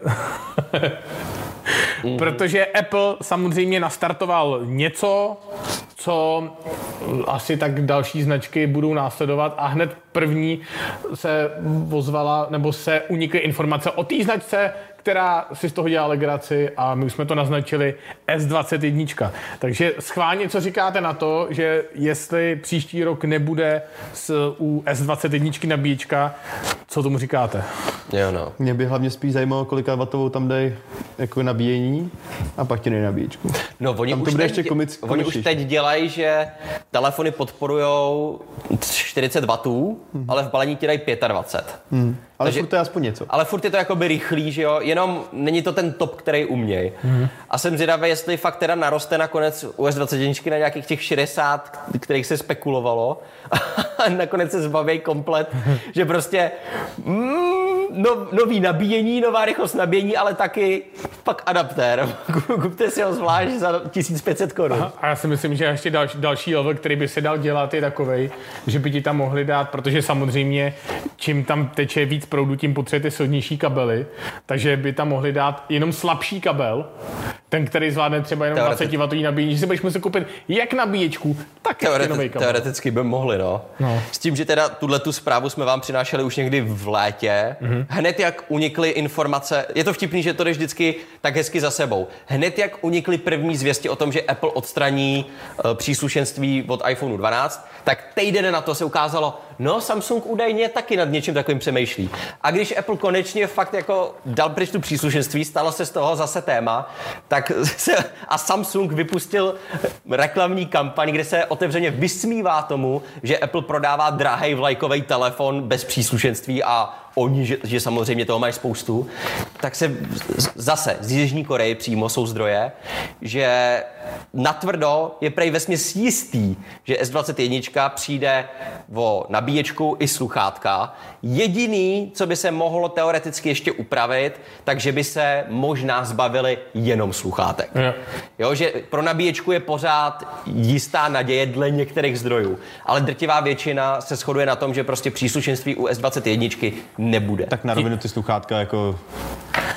S1: Protože Apple samozřejmě nastartoval něco, co eh, asi tak další značky budou následovat a hned první se vozvala, nebo se unikly informace o té značce, která si z toho dělá legraci a my už jsme to naznačili S21. Takže schválně, co říkáte na to, že jestli příští rok nebude s, u S21 nabíječka, co tomu říkáte?
S2: Jo, no.
S4: Mě by hlavně spíš zajímalo, kolika vatovou tam dají jako nabíjení a pak ti dej nabíječku.
S2: No, oni
S4: Tam to
S2: už
S4: bude
S2: teď,
S4: ještě komic-
S2: Oni už
S4: komičtější.
S2: teď dělají, že telefony podporujou 40 W,
S4: Hmm.
S2: ale v balení ti dají 25.
S4: Ale
S2: Takže-
S4: Takže... furt to je aspoň něco.
S2: Ale furt je to jakoby rychlý, že jo, jenom není to ten top, který uměj. A jsem zvědavý, jestli fakt teda naroste nakonec US 21 na nějakých těch 60, kterých se spekulovalo. A nakonec se zbaví komplet, že prostě mm, no, nový nabíjení, nová rychlost nabíjení, ale taky pak adaptér. Kupte si ho zvlášť za 1500 korun.
S1: A já si myslím, že ještě další, další level, který by se dal dělat, je takový, že by ti tam mohli dát, protože samozřejmě čím tam teče víc proudu, tím potřebujete silnější kabely, takže by tam mohli dát jenom slabší kabel, ten, který zvládne třeba jenom
S2: Teoreticky.
S1: 20 W nabíjení, že si budeš muset koupit jak nabíječku, tak ještě nový
S2: Teoreti-
S1: kabel.
S2: teoreticky by mohli, no.
S1: No.
S2: S tím, že teda tuhle tu zprávu jsme vám přinášeli už někdy v létě, mm-hmm. hned jak unikly informace, je to vtipný, že to jde vždycky tak hezky za sebou, hned jak unikly první zvěsti o tom, že Apple odstraní eh, příslušenství od iPhoneu 12, tak týden na to se ukázalo, no Samsung údajně taky nad něčím takovým přemýšlí. A když Apple konečně fakt jako dal pryč tu příslušenství, stalo se z toho zase téma, tak se, a Samsung vypustil reklamní kampaň, kde se otevřeně vysmívá tomu, že Apple prodává drahej vlajkový telefon bez příslušenství a oni, že, že samozřejmě toho mají spoustu, tak se z- zase z Jižní Koreje přímo jsou zdroje, že natvrdo je prej vesměs jistý, že S21 přijde o nabíječku i sluchátka. Jediný, co by se mohlo teoreticky ještě upravit, takže by se možná zbavili jenom sluchátek.
S1: Jo.
S2: Jo, že pro nabíječku je pořád jistá naděje dle některých zdrojů, ale drtivá většina se shoduje na tom, že prostě příslušenství u S21 nebude.
S3: Tak na rovinu ty sluchátka jako...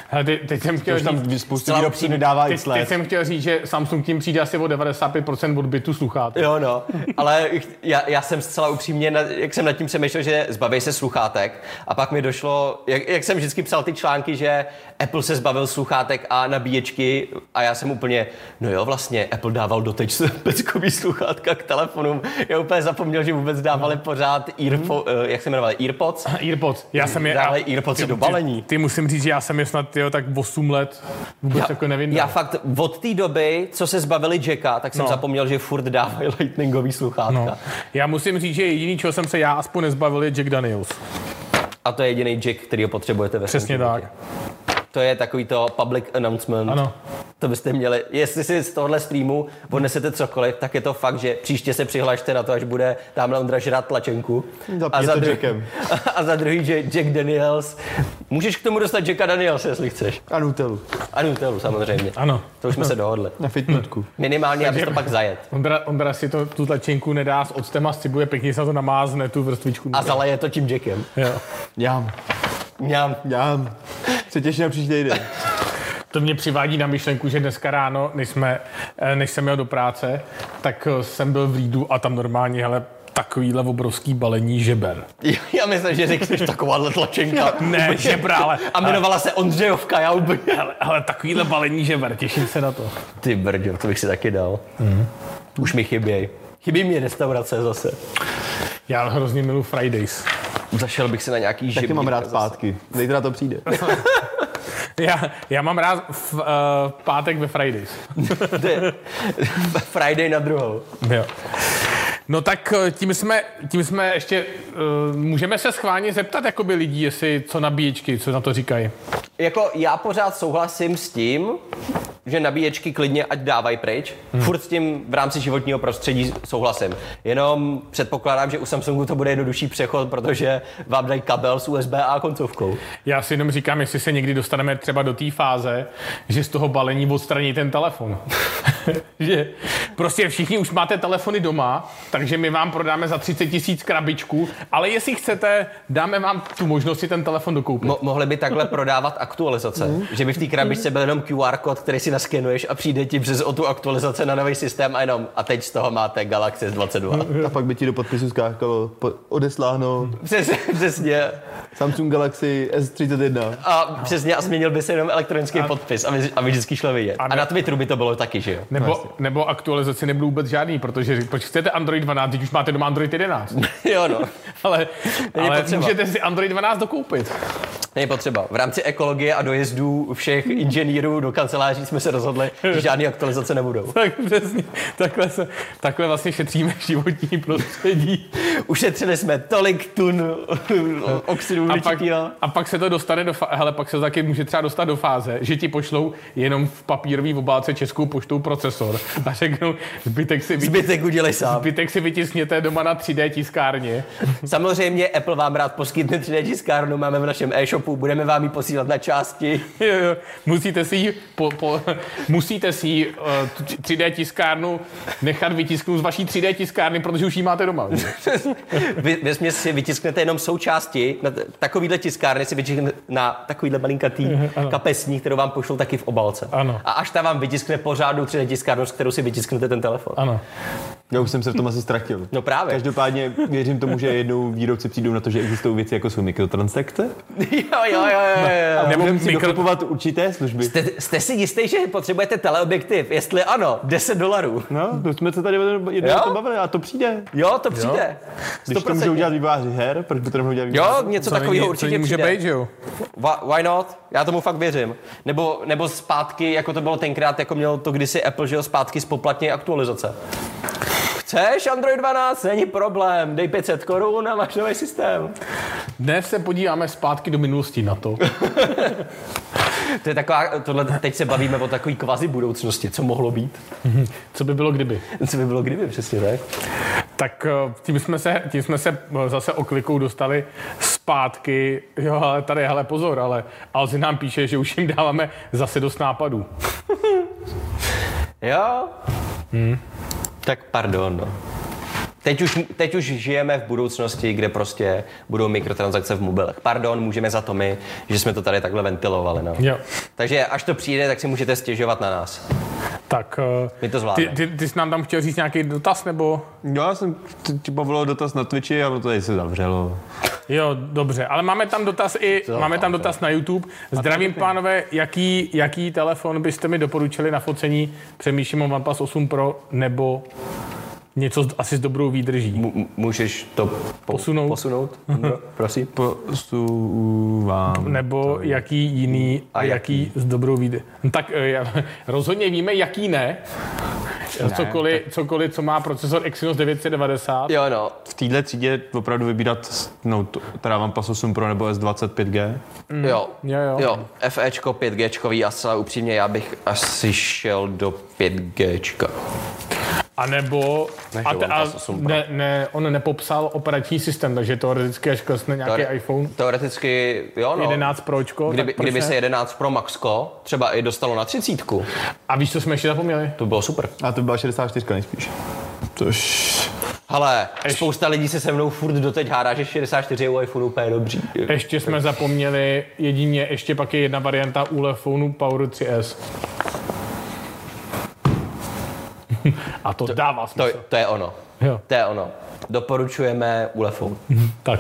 S1: Hele, te- teď jsem
S3: To
S1: chtěl
S3: už tam
S1: říct,
S3: spoustu
S2: Zcela
S3: výrobců
S2: upřímně,
S3: nedává
S1: teď,
S3: x
S1: teď
S3: let.
S1: jsem chtěl říct, že Samsung tím přijde asi o 95% odbytu sluchát.
S2: Jo, no, ale ch- já, já jsem zcela upřímně, na- jak jsem nad tím přemýšlel, že zbavej se sluchátek a pak mi došlo, jak, jak jsem vždycky psal ty články, že Apple se zbavil sluchátek a nabíječky a já jsem úplně, no jo, vlastně Apple dával doteď s- peckový sluchátka k telefonům. Já úplně zapomněl, že vůbec dávali pořád earpo,
S1: Mhm.
S2: eh, jak se jmenovali, earpods.
S1: Earpods. Já jsem je...
S2: Dále
S1: a-
S2: Earpods
S1: ty-
S2: do balení.
S1: Ty, ty, musím říct, že já jsem je snad jo, tak 8 let vůbec já, jako nevím.
S2: já fakt od té doby, co se zbavili Jacka, tak jsem
S1: No.
S2: no. zapomněl, že furt dávají lightningový sluchátka.
S1: No.
S2: No.
S1: Já musím říct, že jediný, čeho jsem se já aspoň nezbavil, je Jack Daniels.
S2: A to je jediný Jack, který ho potřebujete ve svém
S1: Přesně
S2: životě.
S1: tak.
S2: To je takový to public announcement.
S1: Ano.
S2: To byste měli, jestli si z tohohle streamu odnesete cokoliv, tak je to fakt, že příště se přihlašte na to, až bude tamhle Ondra žrát tlačenku.
S4: Zapněte Jackem.
S2: a za druhý, že Jack Daniels. Můžeš k tomu dostat Jacka Daniels, jestli chceš.
S4: A Nutellu.
S2: A Nutelu samozřejmě.
S1: Ano.
S2: To už jsme se dohodli.
S4: Na fitnutku.
S2: Minimálně, aby to pak zajet.
S1: Ondra, Ondra si to, tu tlačenku nedá s octem a scibuje, pěkně se na to namázne, tu vrstvičku.
S2: A zaleje to tím Jackem.
S1: Jo.
S4: Jám.
S2: Mňam.
S4: Jám. Se těším na příští týden.
S1: To mě přivádí na myšlenku, že dneska ráno, než, jsme, eh, než jsem jel do práce, tak eh, jsem byl v Lídu a tam normálně, hele, takovýhle obrovský balení žeber.
S2: Já myslím, že řekneš takováhle tlačenka.
S1: Ne, žebra, ale,
S2: A jmenovala se Ondřejovka, já úplně.
S1: ale, ale takovýhle balení žeber, těším se na to.
S2: Ty brďo, to bych si taky dal.
S4: Mhm.
S2: Už mi chyběj. Chybí mi restaurace zase.
S1: Já hrozně milu Fridays.
S2: Zašel bych si na nějaký živý.
S4: Taky mám rád pátky. Zítra to přijde.
S1: Já, já mám rád v, uh, pátek ve Fridays.
S2: Friday na druhou.
S1: Jo. No tak eh, tím jsme, tím jsme ještě, uh, můžeme se schválně zeptat jakoby lidí, jestli co nabíječky, co na to říkají.
S2: Jako já pořád souhlasím s tím, že nabíječky klidně ať dávají pryč. Hmm.
S4: Mhm.
S2: Furt s tím v rámci životního prostředí souhlasím. Jenom předpokládám, že u Samsungu to bude jednodušší přechod, protože vám dají kabel s USB a koncovkou.
S1: Já si jenom říkám, jestli se někdy dostaneme třeba do té fáze, že z toho balení odstraní ten telefon. že prostě všichni už máte telefony doma, takže my vám prodáme za 30 tisíc krabičku, ale jestli chcete, dáme vám tu možnost si ten telefon dokoupit.
S2: Mo- mohli by takhle prodávat aktualizace.
S1: Mhm.
S2: Že by v té krabičce byl jenom QR kód, který si naskenuješ a přijde ti přes o tu aktualizace na nový systém a jenom a teď z toho máte Galaxy 22.
S4: A pak by ti do podpisu skákalo po- odesláno
S2: Přesně, přesně.
S4: Samsung Galaxy S31.
S2: A přesně a změnil by se jenom elektronický a, podpis, aby, aby vždycky šlo vidět. A,
S1: ne-
S2: na Twitteru by to bylo taky, že jo?
S1: Nebo, nebo aktualizaci nebyl vůbec žádný, protože řek- proč chcete Android 12, když už máte doma Android 11.
S2: jo, no.
S1: Ale,
S2: Není
S1: ale
S2: potřeba.
S1: můžete si Android 12 dokoupit.
S2: Není potřeba. V rámci ekologie a dojezdů všech inženýrů do kanceláří jsme se rozhodli, že žádné aktualizace nebudou.
S1: Tak přesně, takhle, se, takhle vlastně šetříme životní prostředí.
S2: Ušetřili jsme tolik tun oxidu
S1: A pak,
S2: uhličitého.
S1: a pak se to dostane do fa- hele, pak se to taky může třeba dostat do fáze, že ti pošlou jenom v papírové obálce českou poštou procesor a řeknou, zbytek si, vytis-
S2: Zbytek udělej sám.
S1: zbytek si vytisněte doma na 3D tiskárně.
S2: Samozřejmě Apple vám rád poskytne 3D tiskárnu, máme v našem e-shopu, budeme vám ji posílat na části.
S1: Jo, jo. Musíte si ji, po, po, musíte si ji uh, 3D tiskárnu nechat vytisknout z vaší 3D tiskárny, protože už ji máte doma. že?
S2: Vy, vy směs si vytisknete jenom součásti, na t- takovýhle tiskárny si vytisknete na takovýhle malinkatý kapesní, kterou vám pošlou taky v obalce.
S1: Ano.
S2: A až ta vám vytiskne pořádnou 3D tiskárnu, s kterou si vytisknete ten telefon.
S1: Ano.
S3: Já už jsem se v tom asi ztratil.
S2: No právě.
S3: Každopádně věřím tomu, že jednou výrobci přijdou na to, že existují věci, jako jsou mikrotransakce.
S2: jo, jo, jo, jo, jo.
S1: Nebo
S3: Budeme si
S1: mikro-
S3: dokupovat určité služby.
S2: Jste, jste si jistý, že potřebujete teleobjektiv? Jestli ano, 10 dolarů.
S3: No, to jsme se tady jednou
S2: Jo?
S3: o tom bavili a to přijde.
S2: Jo, to přijde.
S3: Když to
S2: 100%.
S3: můžou udělat vývojáři her, proč by to nemohli udělat vývojáři?
S2: Jo, něco takového
S1: co
S2: určitě
S1: není může
S2: přijde.
S1: být, že jo?
S2: Why- Why not? Já tomu fakt věřím. Nebo, nebo zpátky, jako to bylo tenkrát, jako mělo to kdysi Apple, že jo, zpátky spoplatně aktualizace. Chceš Android 12? Není problém, dej 500 korun a máš nový systém.
S1: Dnes se podíváme zpátky do minulosti na to.
S2: To je taková, tohle, teď se bavíme o takový kvazi budoucnosti, co mohlo být.
S1: Co by bylo kdyby?
S2: Co by bylo kdyby, přesně tak.
S1: Tak eh, tím jsme se, tím jsme se eh, zase oklikou dostali zpátky. Jo, ale tady, hele, pozor, ale Alzi nám píše, že už jim dáváme zase dost nápadů.
S2: Jo? Tak pardon, no. Teď už, teď už žijeme v budoucnosti, kde prostě budou mikrotransakce v mobilech. Pardon, můžeme za to my, že jsme to tady takhle ventilovali. No.
S1: Jo.
S2: Takže až to přijde, tak si můžete stěžovat na nás.
S1: Tak eh,
S2: My to
S1: ty,
S2: zvládneme.
S1: ty, ty jsi nám tam chtěl říct nějaký dotaz, nebo?
S3: Jo, já jsem t- ti bavilo dotaz na Twitchi a to tady se zavřelo.
S1: Jo, dobře, ale máme tam dotaz i, máme tam dotaz na YouTube. Zdravím, pánové, jaký, jaký telefon byste mi doporučili na focení? Přemýšlím o OnePlus 8 Pro nebo něco s- asi s dobrou výdrží.
S2: M- můžeš to po-
S1: Posunout. Mhm.
S2: posunout? Ondro, Prosím.
S3: Posuvám.
S1: Nebo jaký jiný a jaký s dobrou výdrží. Tak eh, já- rozhodně víme, jaký ne. Cokoliv, cokoliv, co má procesor Exynos 990.
S2: Jo, no.
S3: V téhle třídě opravdu vybírat, no, t- teda vám Pas 8 Pro nebo S25G.
S2: Jo.
S1: Mm. Jo, jo.
S2: jo. E FEčko, 5Gčkový a zcela upřímně já bych asi šel do 5Gčka.
S1: A nebo...
S2: Než
S1: A,
S2: je
S1: t- a
S2: OnePlus 8 Pro.
S1: ne, ne, on nepopsal operační systém, takže teoreticky až klesne nějaký
S2: Teore-
S1: iPhone.
S2: Teoreticky, jo, no.
S1: 11 pročko.
S2: Kdyby,
S1: tak proč
S2: kdyby
S1: ne?
S2: se 11 Pro Maxko třeba i dostalo na třicítku,
S1: A víš, co jsme ještě zapomněli?
S2: to bylo super.
S4: A to byla 64 nejspíš. Což...
S2: Ale spousta lidí se se mnou furt doteď hádá, že 64 je u iPhoneu úplně dobrý.
S1: Ještě jsme zapomněli, jedině ještě pak je jedna varianta u telefonu Power 3S. A to, dává
S2: To,
S1: smysl.
S2: to je ono.
S1: Jo.
S2: To je ono. Doporučujeme u iPhone.
S1: Tak.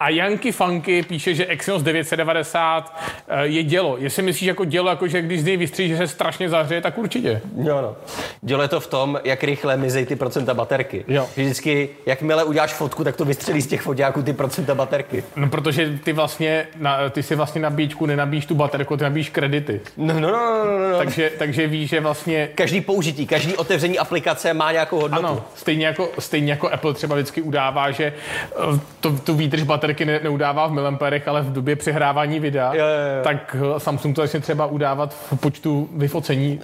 S1: A Janky Funky píše, že Exynos 990 eh, je dělo. Jestli myslíš jako dělo, jako že když z něj vystříš, že se strašně zahřeje, tak určitě.
S2: Jo, no. Dělo je to v tom, jak rychle mizej ty procenta baterky.
S1: Jo.
S2: Že Vždycky, jakmile uděláš fotku, tak to vystřelí z těch fotáků ty procenta baterky.
S1: No, protože ty vlastně, na, ty si vlastně nabíječku nenabíjíš tu baterku, ty nabíjíš kredity.
S2: No, no, no, no, no, no.
S1: Takže, takže víš, že vlastně
S2: Každý použití, každý otevření aplikace má nějakou hodnotu.
S1: Ano, stejně jako, stejně jako Apple třeba vždycky udává, že eh, to, tu výdrž baterky ne, neudává v miliamperech, ale v době přehrávání videa,
S2: Jo, jo, jo.
S1: tak eh, Samsung to začne třeba udávat v počtu vyfocení.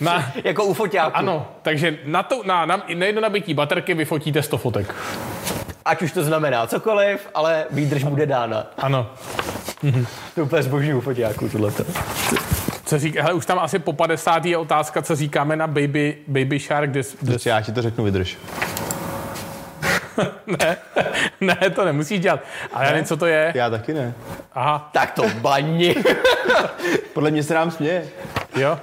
S1: Na,
S2: Jako u fotáků.
S1: ano, takže na, to, na, na, na jedno nabití baterky vyfotíte 100 fotek.
S2: Ať už to znamená cokoliv, ale výdrž bude dána.
S1: Ano.
S2: To je úplně zboží u fotáků tohleto.
S1: Co řík, hele, už tam asi po 50. je otázka, co říkáme na Baby, baby Shark. Des, des,
S4: Prostě já ti to řeknu, vydrž.
S1: ne, to nemusíš dělat. Ale já nevím, co to je.
S4: Já taky ne.
S1: Aha,
S2: Tak to baní.
S4: Podle mě se nám směje.
S1: jo.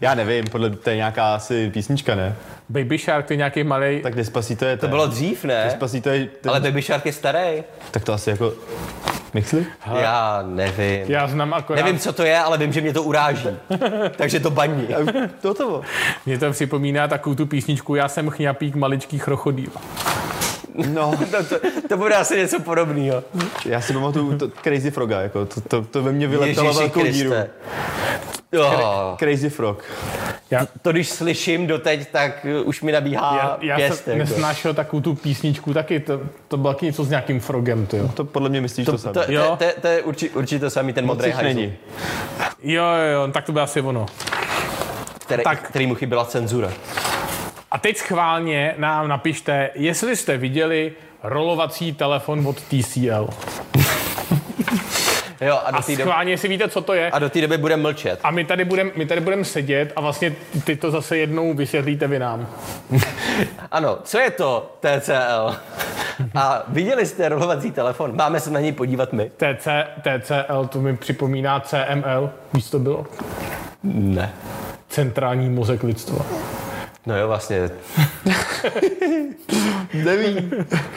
S4: Já nevím, podle to je nějaká asi písnička, ne?
S1: Baby Shark, to je nějaký malý.
S4: Tak Despacito je
S2: To bylo dřív, ne?
S4: Despacito je... Ten...
S2: Ale Baby Shark je starý.
S4: Tak to asi jako... Mixli?
S2: Já nevím.
S1: Já znám akorát.
S2: Nevím, co to je, ale vím, že mě to uráží. Takže to baní.
S4: To hotovo.
S1: Mě to připomíná takovou tu písničku Já jsem chňapík maličký krochodýl.
S4: No,
S2: To, to, to bude asi něco podobného.
S4: já si pamatuju to, Crazy Froga, jako to, to, to ve mně vyleptalo
S2: Ježíši
S4: velkou díru.
S2: Kriste. Jo,
S4: Crazy Frog.
S2: to když slyším doteď, tak uh, už mi nabíhá
S1: Já, já
S2: pěst.
S1: jsem
S2: jako.
S1: nesnášel takovou tu písničku taky, to, to bylo taky něco s nějakým frogem, to jo.
S4: To podle mě myslíš to, to samé.
S2: To, to,
S1: Jo.
S2: to, to je urči, určitě to samý ten
S4: Moc
S2: modrý
S4: jich
S2: hajzl,
S4: není.
S1: Jo, jo, jo, tak to bylo asi ono.
S2: který,
S1: Tak.
S2: který mu chyběla cenzura.
S1: A teď schválně nám napište, jestli jste viděli rolovací telefon od TCL.
S2: Jo, a do
S1: A
S2: té doby,
S1: schválně, jestli víte, co to je.
S2: a do té doby bude mlčet.
S1: A my tady budeme budem sedět a vlastně ty to zase jednou vysvětlíte vy nám.
S2: Ano, co je to TCL? A viděli jste rolovací telefon? Máme se na něj podívat my?
S1: TC, TCL, to mi připomíná CML, víš, co to bylo?
S2: Ne.
S1: Centrální mozek lidstva.
S2: No jo, vlastně.
S4: Neví.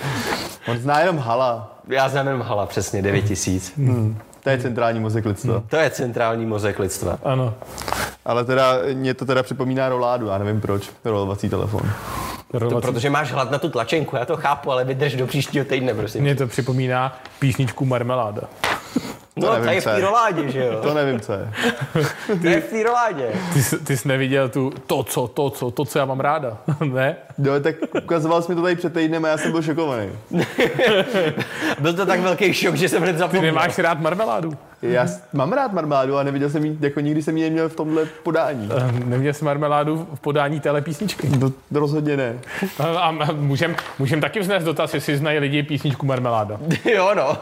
S4: On zná jenom hala.
S2: Já znám jenom hala přesně 9000.
S4: To
S2: Hmm.
S4: je centrální mozek lidstva.
S2: To je centrální mozek lidstva.
S1: Ano.
S4: Ale teda, mě to teda připomíná roládu, já nevím proč. Rolovací telefon.
S2: To,
S1: Rolovací
S2: No protože máš hlad na tu tlačenku, já to chápu, ale vydrž do příštího týdne, prosím.
S1: Mě to připomíná písničku Marmeláda.
S2: No,
S4: nevím,
S2: to je v
S4: co je.
S2: té roládě, že jo?
S4: To nevím, co je.
S2: To je v té roládě.
S1: Ty, jsi- ty jsi neviděl tu to, co, to, co, to, co já mám ráda, ne?
S4: Jo, No, tak ukazoval jsi mi to tady před týdnem a já jsem byl šokovaný.
S2: Byl to tak velký šok, že jsem hned
S1: Ty
S2: zapomněl.
S1: nemáš rád marmeládu.
S4: Já s- mám rád marmádu a neviděl jsem ji, jako nikdy jsem ji neměl v tomhle podání.
S1: Eh, Neměl jsi marmeládu v podání téhle písničky.
S4: To, to rozhodně ne.
S1: A, a můžem, můžem taky vznést dotaz, jestli znají lidi písničku Marmeláda.
S2: Jo, no.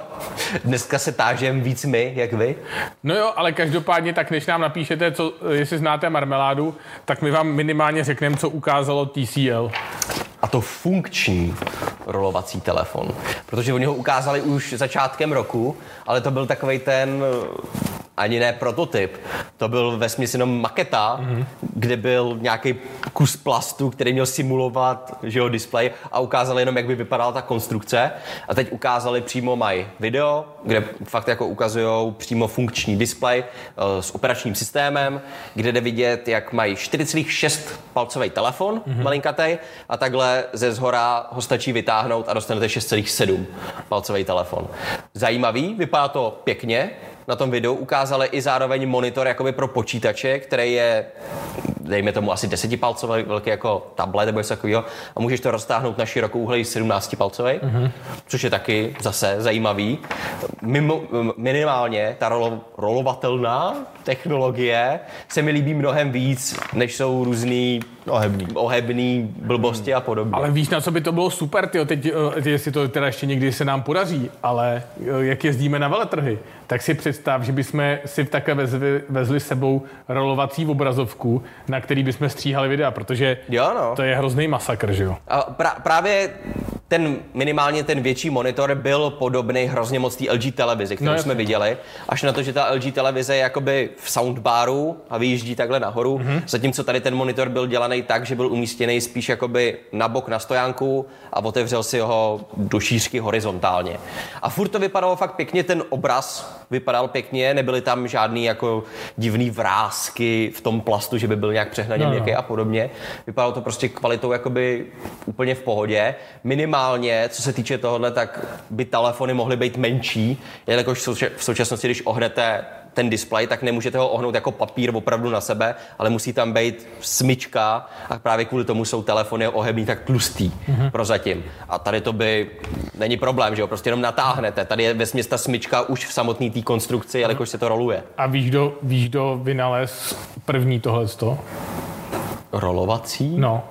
S2: Dneska se tážem víc my, jak vy.
S1: No jo, ale každopádně tak, než nám napíšete, co, jestli znáte Marmeládu, tak my vám minimálně řekneme, co ukázalo TCL.
S2: A to funkční rolovací telefon. Protože oni ho ukázali už začátkem roku, ale to byl takový ten eh, ani ne prototyp. To byl ve smyslu jenom maketa, mm-hmm. kde byl nějaký kus plastu, který měl simulovat že jo, display a ukázali jenom, jak by vypadala ta konstrukce. A teď ukázali přímo mají video, kde fakt jako ukazují přímo funkční display eh, s operačním systémem, kde jde vidět, jak mají 4,6 palcový telefon mm-hmm. malinkatej a takhle ze zhora ho stačí vytáhnout a dostanete 6,7 palcový telefon. Zajímavý, vypadá to pěkně, na tom videu ukázali i zároveň monitor jakoby pro počítače, který je, dejme tomu, asi 10-palcový, velký jako tablet nebo něco takového, a můžeš to roztáhnout na širokouhlej 17-palcový,
S1: Mhm.
S2: mm-hmm. což je taky zase zajímavý. Mimo, m- minimálně ta rolo, rolovatelná technologie se mi líbí mnohem víc, než jsou různý
S4: Ohebný.
S2: ohebný blbosti a podobně.
S1: Mhm. Ale víš, na co by to bylo super, tyjo, teď, eh, jestli to teda ještě někdy se nám podaří, ale eh, jak jezdíme na veletrhy, tak si představ, že bychom si takhle vezli, vezli s sebou rolovací obrazovku, na který bychom stříhali videa, protože
S2: Jo, no.
S1: to je hrozný masakr, že jo?
S2: A pra, právě ten minimálně ten větší monitor byl podobný hrozně moc té LG televizi, kterou
S1: No,
S2: no,
S1: jasně.
S2: jsme viděli. Až na to, že ta LG televize je jakoby v soundbaru a vyjíždí takhle nahoru, mm-hmm. zatímco tady ten monitor byl dělaný tak, že byl umístěný spíš jakoby na bok na stojánku a otevřel si ho do šířky horizontálně. A furt to vypadalo fakt pěkně, ten obraz vypadal pěkně, nebyly tam žádný jako divný vrázky v tom plastu, že by byl nějak přehnaně
S1: No,
S2: no,
S1: no.
S2: měkký a podobně. Vypadalo to prostě kvalitou jakoby úplně v pohodě. Minimálně, co se týče tohohle, tak by telefony mohly být menší, jelikož v souče- v současnosti, když ohnete ten display, tak nemůžete ho ohnout jako papír opravdu na sebe, ale musí tam být smyčka a právě kvůli tomu jsou telefony ohebný tak tlustý mm-hmm. prozatím. A tady to by není problém, že jo, prostě jenom natáhnete. Tady je vesměs ta smyčka už v samotné té konstrukci, jelikož se to roluje.
S1: A víš, kdo, víš, kdo vynalez první tohleto?
S2: Rolovací?
S1: No,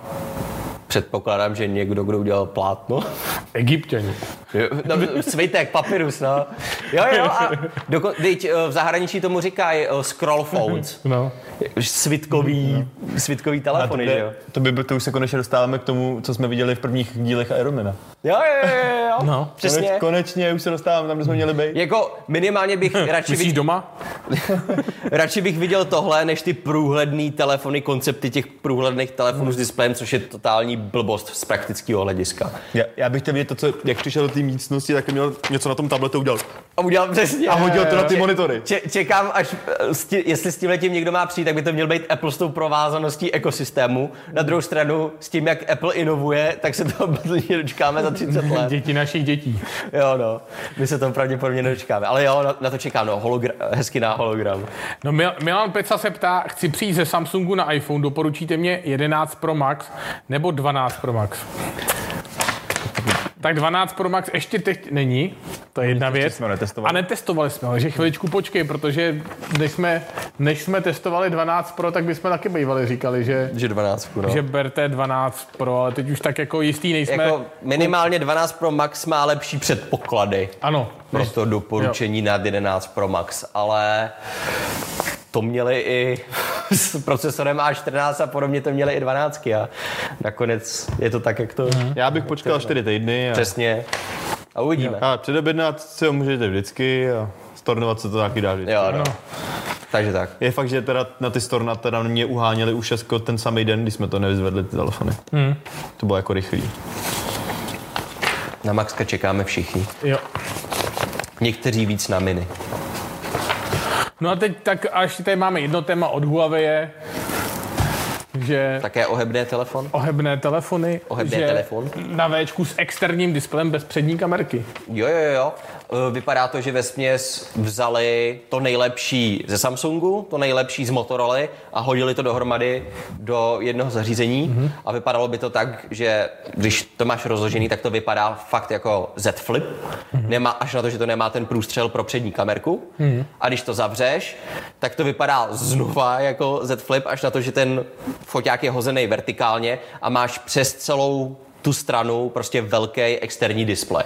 S2: Předpokládám, že někdo, kdo udělal plátno.
S1: Egyptěni.
S2: Jo, No, svitek, papirus, no. Jo, jo, a doko- teď eh, v zahraničí tomu říkají eh, scroll phones.
S1: No.
S2: Svitkový, svitkový telefony, že jo?
S3: to, by, to už se konečně dostáváme k tomu, co jsme viděli v prvních dílech Ironmana.
S2: Jo, jo, jo, jo, jo.
S1: No.
S2: přesně.
S3: Koneč, konečně už se dostáváme tam, kde jsme měli být.
S2: Jako minimálně bych radši,
S1: Myslíš
S2: vid-
S1: doma?
S2: radši bych viděl tohle, než ty průhledný telefony, koncepty těch průhledných telefonů s displejem, což je totální blbost z praktického hlediska.
S3: Já, já bych chtěl vidět to, co, jak přišel do té místnosti, tak měl něco na tom tabletu udělat.
S2: A udělal přesně. A
S3: hodil to na ty monitory.
S2: Če- čekám, až eh, s tí, jestli s tímhle tím někdo má přijít, tak by to měl být Apple s tou provázaností ekosystému. Na druhou stranu, s tím, jak Apple inovuje, tak se toho brzy dočkáme za 30 let.
S1: Děti našich dětí.
S2: Jo, no. My se toho pravděpodobně nedočkáme. Ale jo, na, na to čekám, no. Hologra- hezky na hologram.
S1: No Mil- Milan Peca se ptá, chci přijít ze Samsungu na iPhone, doporučíte mě 11 Pro Max nebo 12 Pro Max? Tak 12 Pro Max ještě teď není, to je jedna věc.
S3: jsme ho netestovali.
S1: A netestovali jsme ho, takže chviličku počkej, protože než jsme, než jsme testovali 12 Pro, tak bychom taky bývali říkali, že,
S2: Že 12, no.
S1: že berte 12 Pro, ale teď už tak jako jistý nejsme.
S2: Jako minimálně 12 Pro Max má lepší předpoklady
S1: Ano, no.
S2: pro to doporučení nad 11 Pro Max, ale to měli i s procesorem A14 a podobně to měli i 12 a nakonec je to tak, jak to
S4: Já bych počkal 4 týdny a,
S2: přesně a uvidíme.
S4: a předobjednat si ho můžete vždycky a stornovat se to taky dá vždycky.
S2: Jo, no. Takže tak.
S4: Je fakt, že teda na ty storna teda mě uháněli už jako ten samý den, kdy jsme to nevyzvedli ty telefony. Hmm. To bylo jako rychlý.
S2: Na Maxka čekáme všichni.
S1: jo.
S2: Někteří víc na mini.
S1: No a teď tak a ještě tady máme jedno téma od Huawei, že
S2: Také ohebné telefon?
S1: ohebné telefony.
S2: Ohebné
S1: že
S2: telefon.
S1: Na Včku s externím displejem bez přední kamerky.
S2: Jo, jo, jo. E, Vypadá to, že ve směs vzali to nejlepší ze Samsungu, to nejlepší z Motorola a hodili to dohromady do jednoho zařízení. Mm-hmm. A vypadalo by to tak, že když to máš rozložený, tak to vypadá fakt jako Z Flip. Mm-hmm. Nemá, až na to, že to nemá ten průstřel pro přední kamerku. Mm-hmm. A když to zavřeš, tak to vypadá znova jako Z Flip, až na to, že ten foťák je hozený vertikálně a máš přes celou tu stranu prostě velký externí displej.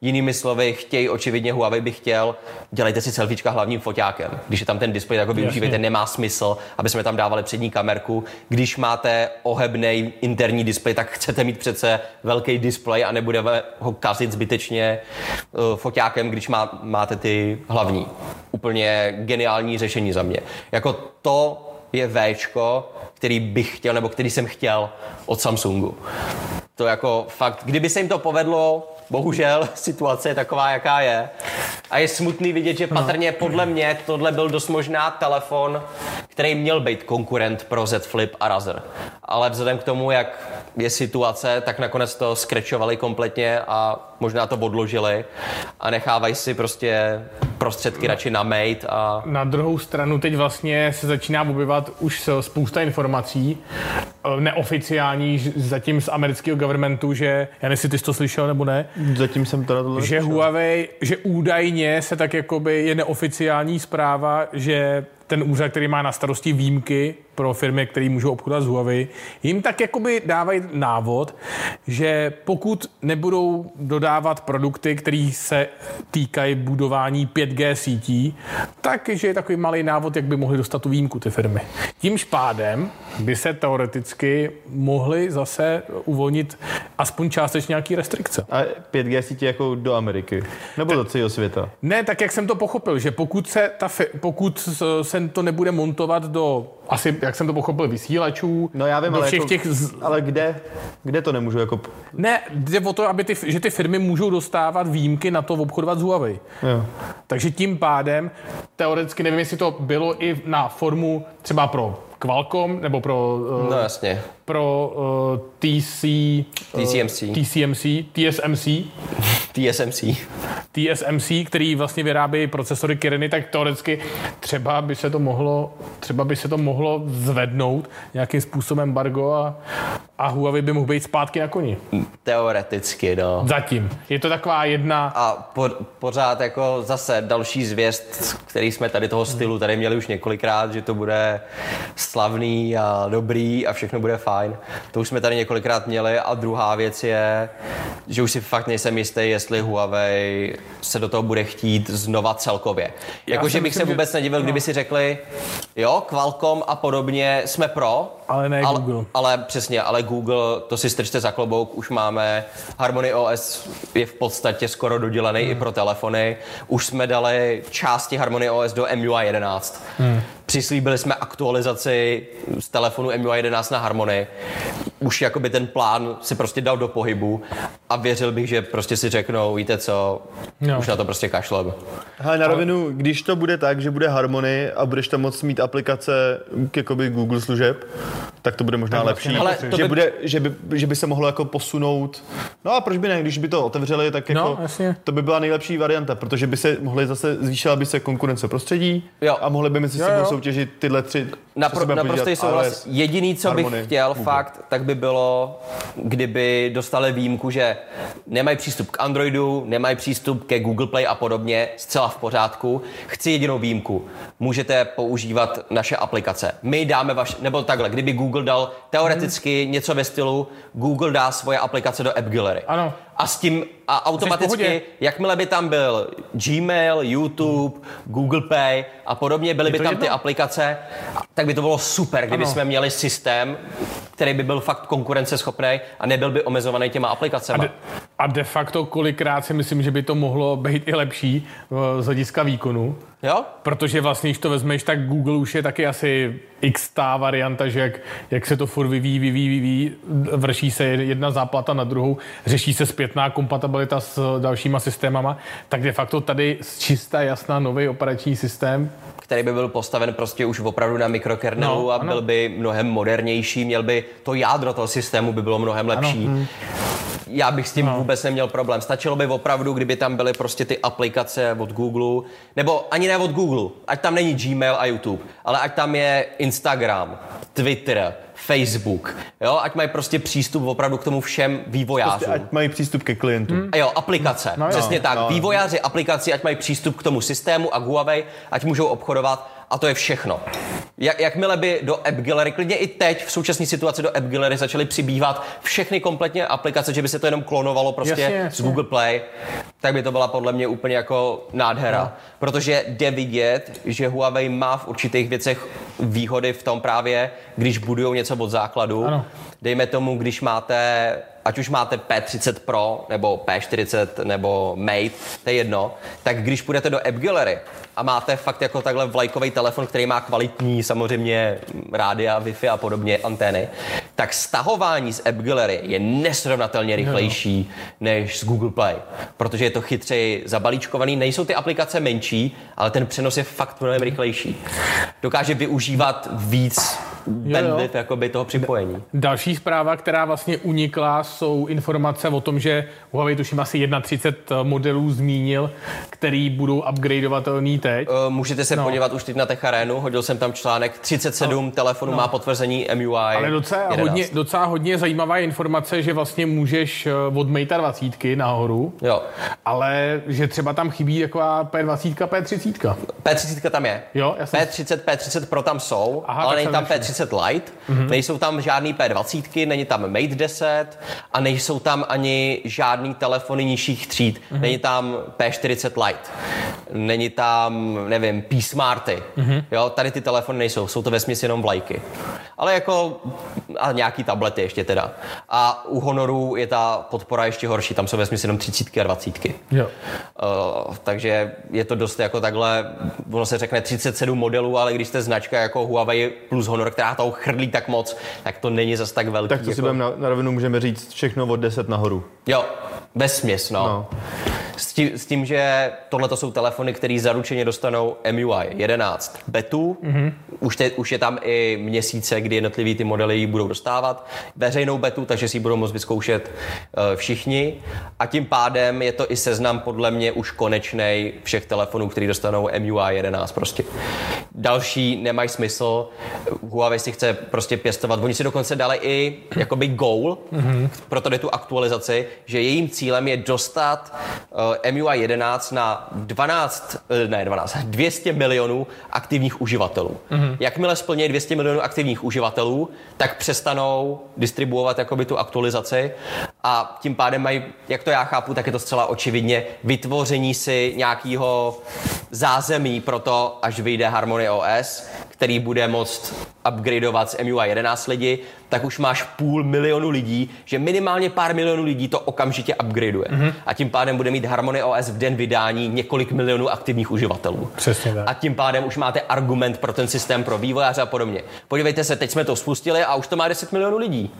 S2: Jinými slovy, chtějí, očividně Huawei by chtěl, dělejte si selfiečka hlavním foťákem. Když je tam ten displej, tak ho využívejte, nemá smysl, aby jsme tam dávali přední kamerku. Když máte ohebný interní displej, tak chcete mít přece velký displej a nebudeme ho kazit zbytečně eh, foťákem, když má, máte ty hlavní. Úplně geniální řešení za mě. Jako to je Včko, který bych chtěl, nebo který jsem chtěl od Samsungu. To jako fakt, kdyby se jim to povedlo, bohužel situace je taková, jaká je. A je smutný vidět, že patrně podle mě tohle byl dost možná telefon, který měl být konkurent pro Z Flip a Razer. Ale vzhledem k tomu, jak je situace, tak nakonec to skrečovali kompletně a možná to odložili a nechávají si prostě prostředky radši na Mate a
S1: Na druhou stranu teď vlastně se začíná objevovat už s- spousta informací eh, neoficiální ž- zatím z amerického governmentu, že, já nevím, jestli ty jsi to slyšel nebo ne,
S4: Zatím jsem teda tohle...
S1: že Huawei, že údajně se tak jakoby je neoficiální zpráva, že ten úřad, který má na starosti výjimky pro firmy, které můžou obchodovat s Huawei, jim tak jakoby dávají návod, že pokud nebudou dodávat produkty, které se týkají budování 5G sítí, takže je takový malý návod, jak by mohli dostat tu výjimku ty firmy. Tím pádem by se teoreticky mohly zase uvolnit aspoň částečně nějaký restrikce.
S4: A 5G sítě jako do Ameriky. Nebo do celého světa.
S1: Ne, tak jak jsem to pochopil, že pokud se, ta, fi- pokud s- se to nebude montovat do, asi jak jsem to pochopil, vysílačů,
S4: No já vím,
S1: do
S4: ale,
S1: všech
S4: jako,
S1: těch... Z...
S4: ale kde, kde to nemůžu jako...
S1: Ne, jde o to, aby ty, že ty firmy můžou dostávat výjimky na to obchodovat s Huawei.
S4: Jo.
S1: Takže tím pádem, teoreticky nevím, jestli to bylo i na formu třeba pro Qualcomm nebo pro, eh,
S2: no jasně,
S1: pro eh, TC,
S2: TCMC,
S1: TCMC, TSMC,
S2: TSMC.
S1: TSMC, který vlastně vyrábí procesory Kiriny, tak teoreticky třeba by se to mohlo, třeba by se to mohlo zvednout nějakým způsobem Bargo a, a Huawei by mohl být zpátky na koni.
S2: Teoreticky, no.
S1: Zatím. Je to taková jedna...
S2: A po, pořád jako zase další zvěst, který jsme tady toho stylu tady měli už několikrát, že to bude slavný a dobrý a všechno bude fajn. To už jsme tady několikrát měli a druhá věc je, že už si fakt nejsem jistý, jestli Huawei se do toho bude chtít znova celkově. Jakože
S1: si
S2: bych se
S1: myslím, že- no.
S2: vůbec nedivil, kdyby si řekli, jo, Qualcomm a podobně jsme pro,
S1: Ale ne
S2: ale,
S1: Google.
S2: Ale přesně, ale Google, to si strčte za klobouk, už máme, Harmony OS je v podstatě skoro dodělaný i pro telefony, už jsme dali části Harmony OS do MUI 11. Přislíbili jsme aktualizaci z telefonu MUI 11 na Harmony. Už jakoby ten plán si prostě dal do pohybu a věřil bych, že prostě si řeknou, víte co,
S1: No.
S2: už na to prostě kašlem.
S4: Hele, na rovinu, když to bude tak, že bude Harmony a budeš tam moc mít aplikace k jakoby Google služeb, tak vlastně to bude možná lepší.
S2: nepotřebuješ. Ale to
S4: že,
S2: by-
S4: bude, že, by, že by se mohlo jako posunout. No a proč by ne, když by to otevřeli, tak
S1: No,
S4: jako
S1: jasně.
S4: to by byla nejlepší varianta, protože by se mohly zase zvýšila by se konkurence prostředí
S2: Jo.
S4: a mohli by mezi
S1: Jo,
S4: sebou
S1: jo.
S4: soutěžit tyhle tři. co se
S2: Napro,
S4: budeme
S2: naprostý
S4: povídat,
S2: souhlas.
S4: iOS.
S2: Jediný, co bych
S4: Harmony,
S2: chtěl
S4: Google.
S2: fakt, tak by bylo, kdyby dostali výjimku, že nemají přístup k Androidu, nemají přístup ke Google Play a podobně, zcela v pořádku. Chci jedinou výjimku. Můžete používat naše aplikace. My dáme vaše, nebo takhle, kdyby Google dal teoreticky
S1: Hmm.
S2: něco ve stylu, Google dá svoje aplikace do App Gallery.
S1: Ano.
S2: A s tím a
S1: pohodě.
S2: automaticky, jakmile by tam byl Gmail, YouTube, Google Pay a podobně, byly by
S1: to
S2: tam ty
S1: jedno?
S2: aplikace, tak by to bylo super, kdyby
S1: Ano.
S2: jsme měli systém, který by byl fakt konkurenceschopný a nebyl by omezovaný těma aplikacemi.
S1: De, a de facto kolikrát si myslím, že by to mohlo být i lepší eh, z hlediska výkonu.
S2: Jo?
S1: Protože vlastně, když to vezmeš, tak Google už je taky asi x tá varianta, že jak, jak se to furt vyvíjí, vyvíjí, vyvíjí, vrší se jedna záplata na druhou, řeší se zpětná kompatibilita s dalšíma systémama, tak de facto tady z čista jasná nový operační systém.
S2: Který by byl postaven prostě už opravdu na mikrokernelu
S1: No,
S2: a
S1: ano.
S2: byl by mnohem modernější, měl by to jádro toho systému by bylo mnohem lepší.
S1: Hmm.
S2: Já bych s tím
S1: No.
S2: vůbec neměl problém. Stačilo by opravdu, kdyby tam byly prostě ty aplikace od Google, nebo ani ne od Google, ať tam není Gmail a YouTube, ale ať tam je Instagram, Twitter, Facebook, jo, ať mají prostě přístup opravdu k tomu všem vývojářům.
S4: Ať mají přístup ke klientům.
S2: A jo, aplikace, no,
S1: jo.
S2: přesně tak. No, Vývojáři aplikací, ať mají přístup k tomu systému a k Huawei, ať můžou obchodovat a to je všechno. Jak, jakmile by do App Gallery, klidně i teď v současné situaci do App Gallery začaly přibývat všechny kompletně aplikace, že by se to jenom klonovalo prostě
S1: Jasně,
S2: jasně,
S1: jasně.
S2: z Google Play, tak by to byla podle mě úplně jako nádhera. No. Protože jde vidět, že Huawei má v určitých věcech výhody v tom právě, když budují něco od základu.
S1: Ano.
S2: Dejme tomu, když máte, ať už máte P30 Pro, nebo P40, nebo Mate, to je jedno, tak když půjdete do App Gallery a máte fakt jako takhle vlajkový telefon, který má kvalitní samozřejmě mm, rádia, Wi-Fi a podobně, antény, tak stahování z App Gallery je nesrovnatelně rychlejší než z Google Play, protože je to chytřeji zabalíčkovaný, nejsou ty aplikace menší, ale ten přenos je fakt mnohem rychlejší. Dokáže využívat víc bandwidth jakoby toho připojení.
S1: Další zpráva, která vlastně unikla, jsou informace o tom, že Huawei tuším asi 31 modelů zmínil, který budou upgradeovatelný teď.
S2: Eh, Můžete se no. podívat už teď na Tech Arenu, hodil jsem tam článek 37 no. telefonů no. má potvrzení MUI.
S1: Ale docela
S2: 11.
S1: hodně, docela hodně zajímavá je informace, že vlastně můžeš eh, od Mate 20 nahoru,
S2: Jo,
S1: ale že třeba tam chybí taková P20, P30.
S2: P30 tam je.
S1: Jo, já jsem-
S2: P30, P30 Pro tam jsou,
S1: Aha,
S2: Aha, ale
S1: tak
S2: není
S1: jsem Mhm.
S2: tam
S1: nevšiml.
S2: P30 Lite, mm-hmm. nejsou tam žádný P20, není tam Mate 10 a nejsou tam ani žádný telefony nižších tříd. Mm-hmm.
S1: Mhm.
S2: Není tam P40 Lite, není tam, nevím, P-Smarty.
S1: Mhm.
S2: Mm-hmm. Jo, tady ty telefony nejsou, jsou to ve směs jenom vlajky. Ale jako, a nějaký tablety ještě teda. A u Honoru je ta podpora ještě horší, tam jsou ve směs jenom 30 a 20.
S1: Jo.
S2: Uh, takže je to dost jako takhle, ono se řekne 37 modelů, ale když jste značka jako Huawei plus Honor, která toho chrlí tak moc, tak to není zas tak velký.
S4: Tak to
S2: jako...
S4: si budeme na, na rovinu můžeme říct všechno od 10 nahoru.
S2: Jo, vesměs, no. no.
S4: No.
S2: S, tím, s tím, že tohle to jsou telefony, které zaručeně dostanou MUI 11 betu, mm-hmm. už, te, už je tam i měsíce, kdy jednotlivý ty modely ji budou dostávat, veřejnou betu, takže si ji budou moct vyzkoušet eh, všichni a tím pádem je to i seznam podle mě už konečnej všech telefonů, který dostanou MUI 11 prostě. Další nemají smysl, Huawei si chce prostě pěstovat, oni si dokonce dali i jakoby goal, mm-hmm. pro tady tu aktualizaci, že jejím cílem je dostat eh, MUI 11 na 12, eh, ne 12, 200 milionů aktivních uživatelů. Mm-hmm. Jakmile splnějí 200 milionů aktivních uživatelů, tak přestanou distribuovat jakoby tu aktualizaci a tím pádem mají, jak to já chápu, tak je to zcela očividně vytvoření si nějakého zázemí pro to, až vyjde Harmony OS, který bude moct upgradeovat z MUI 11 lidi, tak už máš půl milionu lidí, že minimálně pár milionů lidí to okamžitě upgradeuje. Mm-hmm. A tím pádem bude mít Harmony OS v den vydání několik milionů aktivních uživatelů.
S1: Přesně tak.
S2: A tím pádem už máte argument pro ten systém, pro vývojáře a podobně. Podívejte se, teď jsme to spustili a už to má 10 milionů lidí.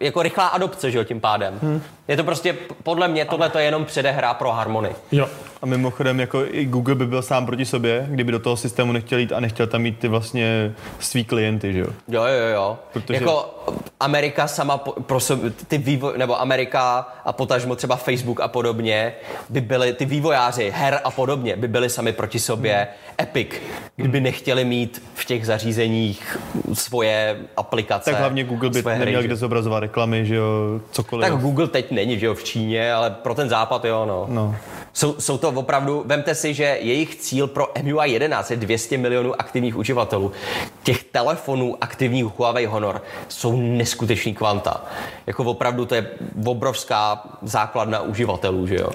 S2: Jako rychlá adopce, že jo, tím pádem. Hmm. Je to prostě, podle mě, tohle to je jenom předehra pro Harmony.
S1: Jo.
S3: A mimochodem, jako i Google by byl sám proti sobě, kdyby do toho systému nechtěl jít a nechtěl tam mít ty vlastně svý klienty, že jo?
S2: Jo, jo, jo.
S3: Protože-
S2: Protože... Jako Amerika sama, po- pro sob- ty vývoj, nebo Amerika a potažmo třeba Facebook a podobně, by byly ty vývojáři her a podobně, by byli sami proti sobě Epic, kdyby
S3: Hmm.
S2: nechtěli mít v těch zařízeních svoje aplikace.
S3: Tak hlavně Google by
S2: svoje hry,
S3: neměl
S2: že-
S3: kde zobrazovat reklamy, že jo, cokoliv.
S2: Tak Google teď není, že jo, v Číně, ale pro ten západ jo, no.
S3: No.
S2: Jsou, jsou to opravdu, vemte si, že jejich cíl pro MUI 11 je 200 milionů aktivních uživatelů. Těch telefonů aktivních Huawei Honor jsou neskutečný kvanta. Jako opravdu to je obrovská základna uživatelů, že jo.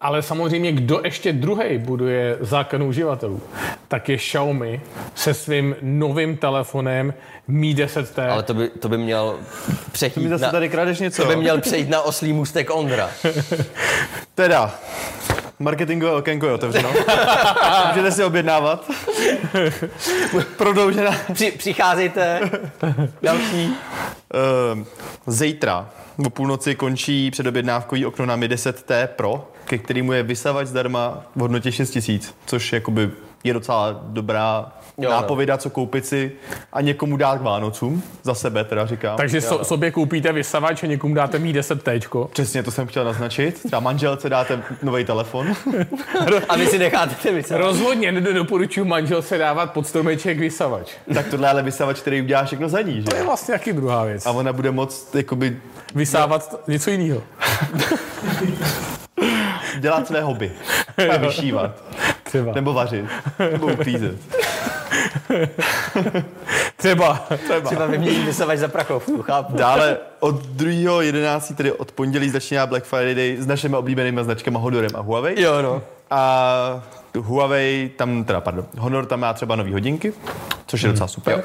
S1: Ale samozřejmě, kdo ještě druhý buduje základnu uživatelů, tak je Xiaomi se svým novým telefonem Mi 10T.
S2: Ale to by, to by měl přejít
S3: Mi zase
S2: na,
S3: tady kradeš něco.
S2: to by měl přejít na oslý můstek Ondra.
S3: Teda, marketingové okénko je otevřeno. Můžete si objednávat. Prodloužená.
S2: Při, přicházejte. Další.
S3: Ehm, Zítra o půlnoci končí předobjednávkový okno na Mi 10T Pro, ke kterému je vysavač zdarma v hodnotě 6000, což jakoby je docela dobrá
S2: Jo, no.
S3: nápověda, co koupit si a někomu dát k Vánocům. Za sebe teda říkám.
S1: Takže so, sobě koupíte vysavač a někomu dáte Mi 10T.
S3: Přesně to jsem chtěl naznačit. Třeba manželce dáte nový telefon.
S2: A vy si necháte ty vysadit.
S1: Rozhodně nedoporučuji manželce dávat pod stromeček vysavač.
S3: tak tohle je ale vysavač, který udělá všechno za ní,
S1: To
S3: že?
S1: je vlastně taky druhá věc.
S3: A ona bude moct jakoby,
S1: Vysávat něco jiného.
S3: dělat své hobby. Třeba vyšívat.
S1: Třeba.
S3: Nebo vařit. Nebo uklízet.
S1: Třeba.
S2: Třeba vyměnit vysavač za prachovku, chápu.
S3: Dále od 2.11. tedy od pondělí začíná Black Friday s našimi oblíbenými značkami Hodorem a Huawei.
S2: Jo, no.
S3: A Huawei, tam teda, pardon, Honor tam má třeba nový hodinky, což je docela super.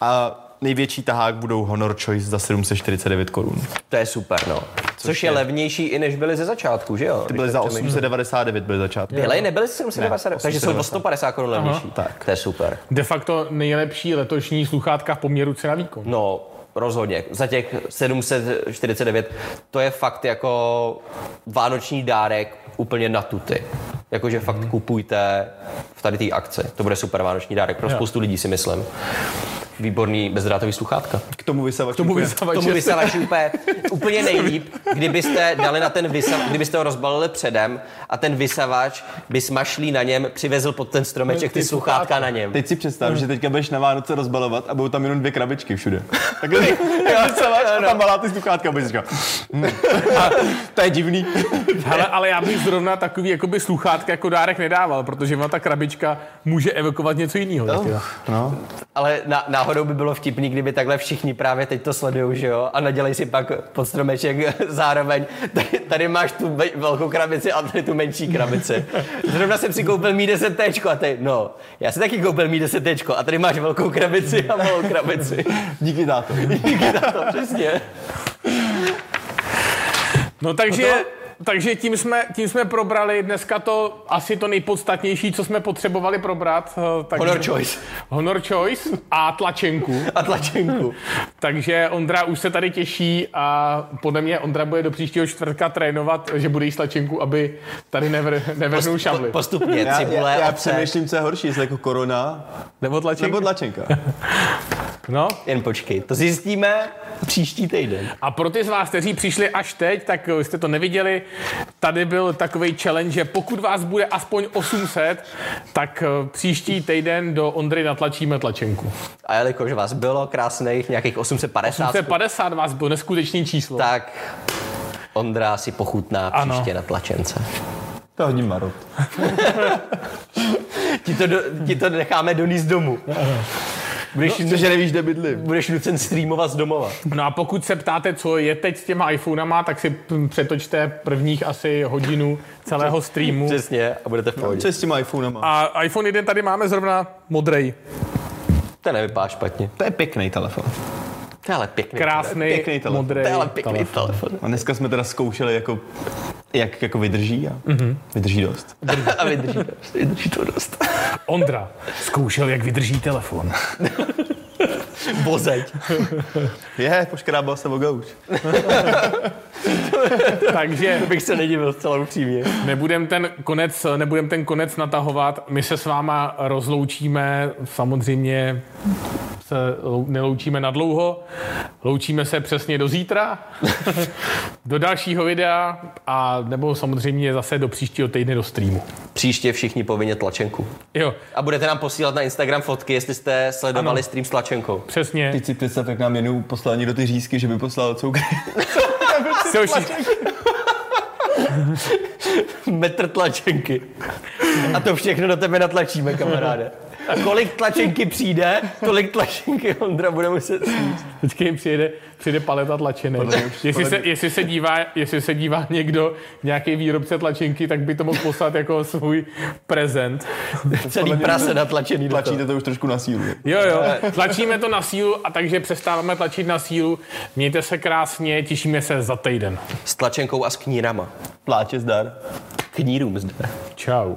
S3: A největší tahák budou Honor Choice za 749 korun.
S2: To je super, no. Což, Což je,
S3: je-
S2: levnější i než byly ze začátku, že jo?
S3: Ty byly
S2: Když
S3: za
S2: tak přemýšlím.
S3: 899 byly začátku.
S2: Byly, nebyly 790,
S3: Ne,
S2: takže jsou o
S3: 890.
S2: 150 korun levnější.
S3: tak.
S2: To je super.
S1: De facto nejlepší letošní sluchátka v poměru cena výkon.
S2: No, rozhodně. Za těch 749, to je fakt jako vánoční dárek úplně na tuty. Jakože fakt kupujte v tady té akci. To bude super vánoční dárek pro
S1: Jo.
S2: spoustu lidí, si myslím. Výborný bezdrátový sluchátka.
S3: K tomu vlastně vysavaču.
S1: Tomu
S3: bude-
S1: vysavač.
S2: tomu vysavači úplně, úplně nejlíp, kdybyste dali na ten vysavač, kdybyste ho rozbalili předem a ten vysavač by smašlý na něm přivezl pod ten stromeček ty
S1: Ty
S2: sluchátka
S1: sluchátka.
S2: na něm.
S5: Teď si představ, že teďka budeš na Vánoce rozbalovat a budou tam jenom dvě krabičky všude. Takhle vysavač a tam malá ty sluchátka a budeš říkat, "Hm, to je divný.
S1: Hele, ale já bych zrovna takový jakoby sluchátka jako dárek nedával, protože ona ta krabička může evokovat něco jiného. No.
S3: No.
S2: Ale na, náhodou by bylo vtipný, kdyby takhle všichni právě teď to sledují, že jo? A nadělej si pak pod stromeček zároveň. Tady, tady máš tu ve- velkou krabici a tady tu menší krabici. Zrovna jsem si koupil mý 10 a tady, no, já si taky koupil mý 10 a tady máš velkou krabici a malou krabici.
S3: Díky táto.
S2: Díky za to, přesně.
S1: No takže, takže tím, jsme, tím jsme probrali dneska to asi to nejpodstatnější, co jsme potřebovali probrat. eh, Takže,
S2: Honor choice.
S1: Honor Choice a tlačenku.
S2: A tlačenku.
S1: Takže Ondra už se tady těší a podle mě Ondra bude do příštího čtvrtka trénovat, že bude jíst tlačenku, aby tady nevr, nevrhnul šavli.
S2: Postupně
S5: Já,
S2: cibule,
S5: já, já
S2: ovce.
S5: přemýšlím, co je horší, jestli jako korona
S1: Nebo tlačenku.
S5: nebo tlačenka.
S1: No.
S2: Jen počkej, to zjistíme příští týden.
S1: A pro ty z vás, kteří přišli až teď, tak eh, jste to neviděli, tady byl takový challenge, že pokud vás bude aspoň 800, tak eh, příští týden do Ondry natlačíme tlačenku.
S2: A jelikož vás bylo krásných nějakých 850,
S1: To je 50 vás bylo neskutečný číslo.
S2: tak Ondra si pochutná
S1: Ano.
S2: příště na tlačence.
S3: To hodím marot.
S2: Ti to, do, ti to necháme donést domů. Budeš, no,
S4: Protože nevíš, kde bydlím.
S2: budeš nucen streamovat z domova.
S1: No a pokud se ptáte, co je teď s těma iPhonama, tak si p- přetočte prvních asi hodinu celého streamu.
S2: Přesně, a budete v pohodě.
S4: Co je s těma iPhonema?
S1: A iPhone 1 tady máme zrovna modrej.
S2: To nevypadá špatně.
S3: To je pěkný telefon.
S2: To je ale pěkný.
S1: Krásný,
S3: Pěkný telefon.
S1: modrý.
S2: To je ale pěkný telefon.
S3: A dneska jsme teda zkoušeli, jako, jak jako vydrží a mm-hmm. vydrží dost.
S2: A vydrží to, vydrží to dost.
S1: Ondra zkoušel, jak vydrží telefon.
S2: Bozeď.
S4: Je, poškrábal se o gauč.
S1: Takže
S2: To bych se nedivil zcela upřímně.
S1: nebudem ten, konec, nebudem ten konec natahovat. My se s váma rozloučíme. Samozřejmě se lou- neloučíme na dlouho. Loučíme se přesně do zítra, do dalšího videa a nebo samozřejmě zase do příštího týdne do streamu.
S2: Příště všichni povinně tlačenku.
S1: Jo,
S2: A budete nám posílat na Instagram fotky, jestli jste sledovali ano. stream s tlačenkou.
S1: přesně.
S3: Teď si představ, jak nám jednou poslal někdo ty řízky, že by poslal cukry.
S1: Jsou vši-
S2: Metr tlačenky. A to všechno do tebe natlačíme, kamaráde. A kolik tlačenky přijde, tolik tlačenky Ondra bude muset sníst.
S1: Vždycky jim přijede, přijde paleta tlačenek. Jestli se, jestli, se dívá, jestli se dívá někdo, nějaký výrobce tlačenky, tak by to mohl poslat jako svůj prezent.
S2: Celý prase natlačený do toho.
S4: Tlačíte to už trošku na sílu.
S1: Jo, jo, tlačíme to na sílu a takže přestáváme tlačit na sílu. Mějte se krásně, těšíme se za týden.
S2: S tlačenkou a s knírama.
S3: Pláče zdar.
S2: Knírům zde.
S1: Čau.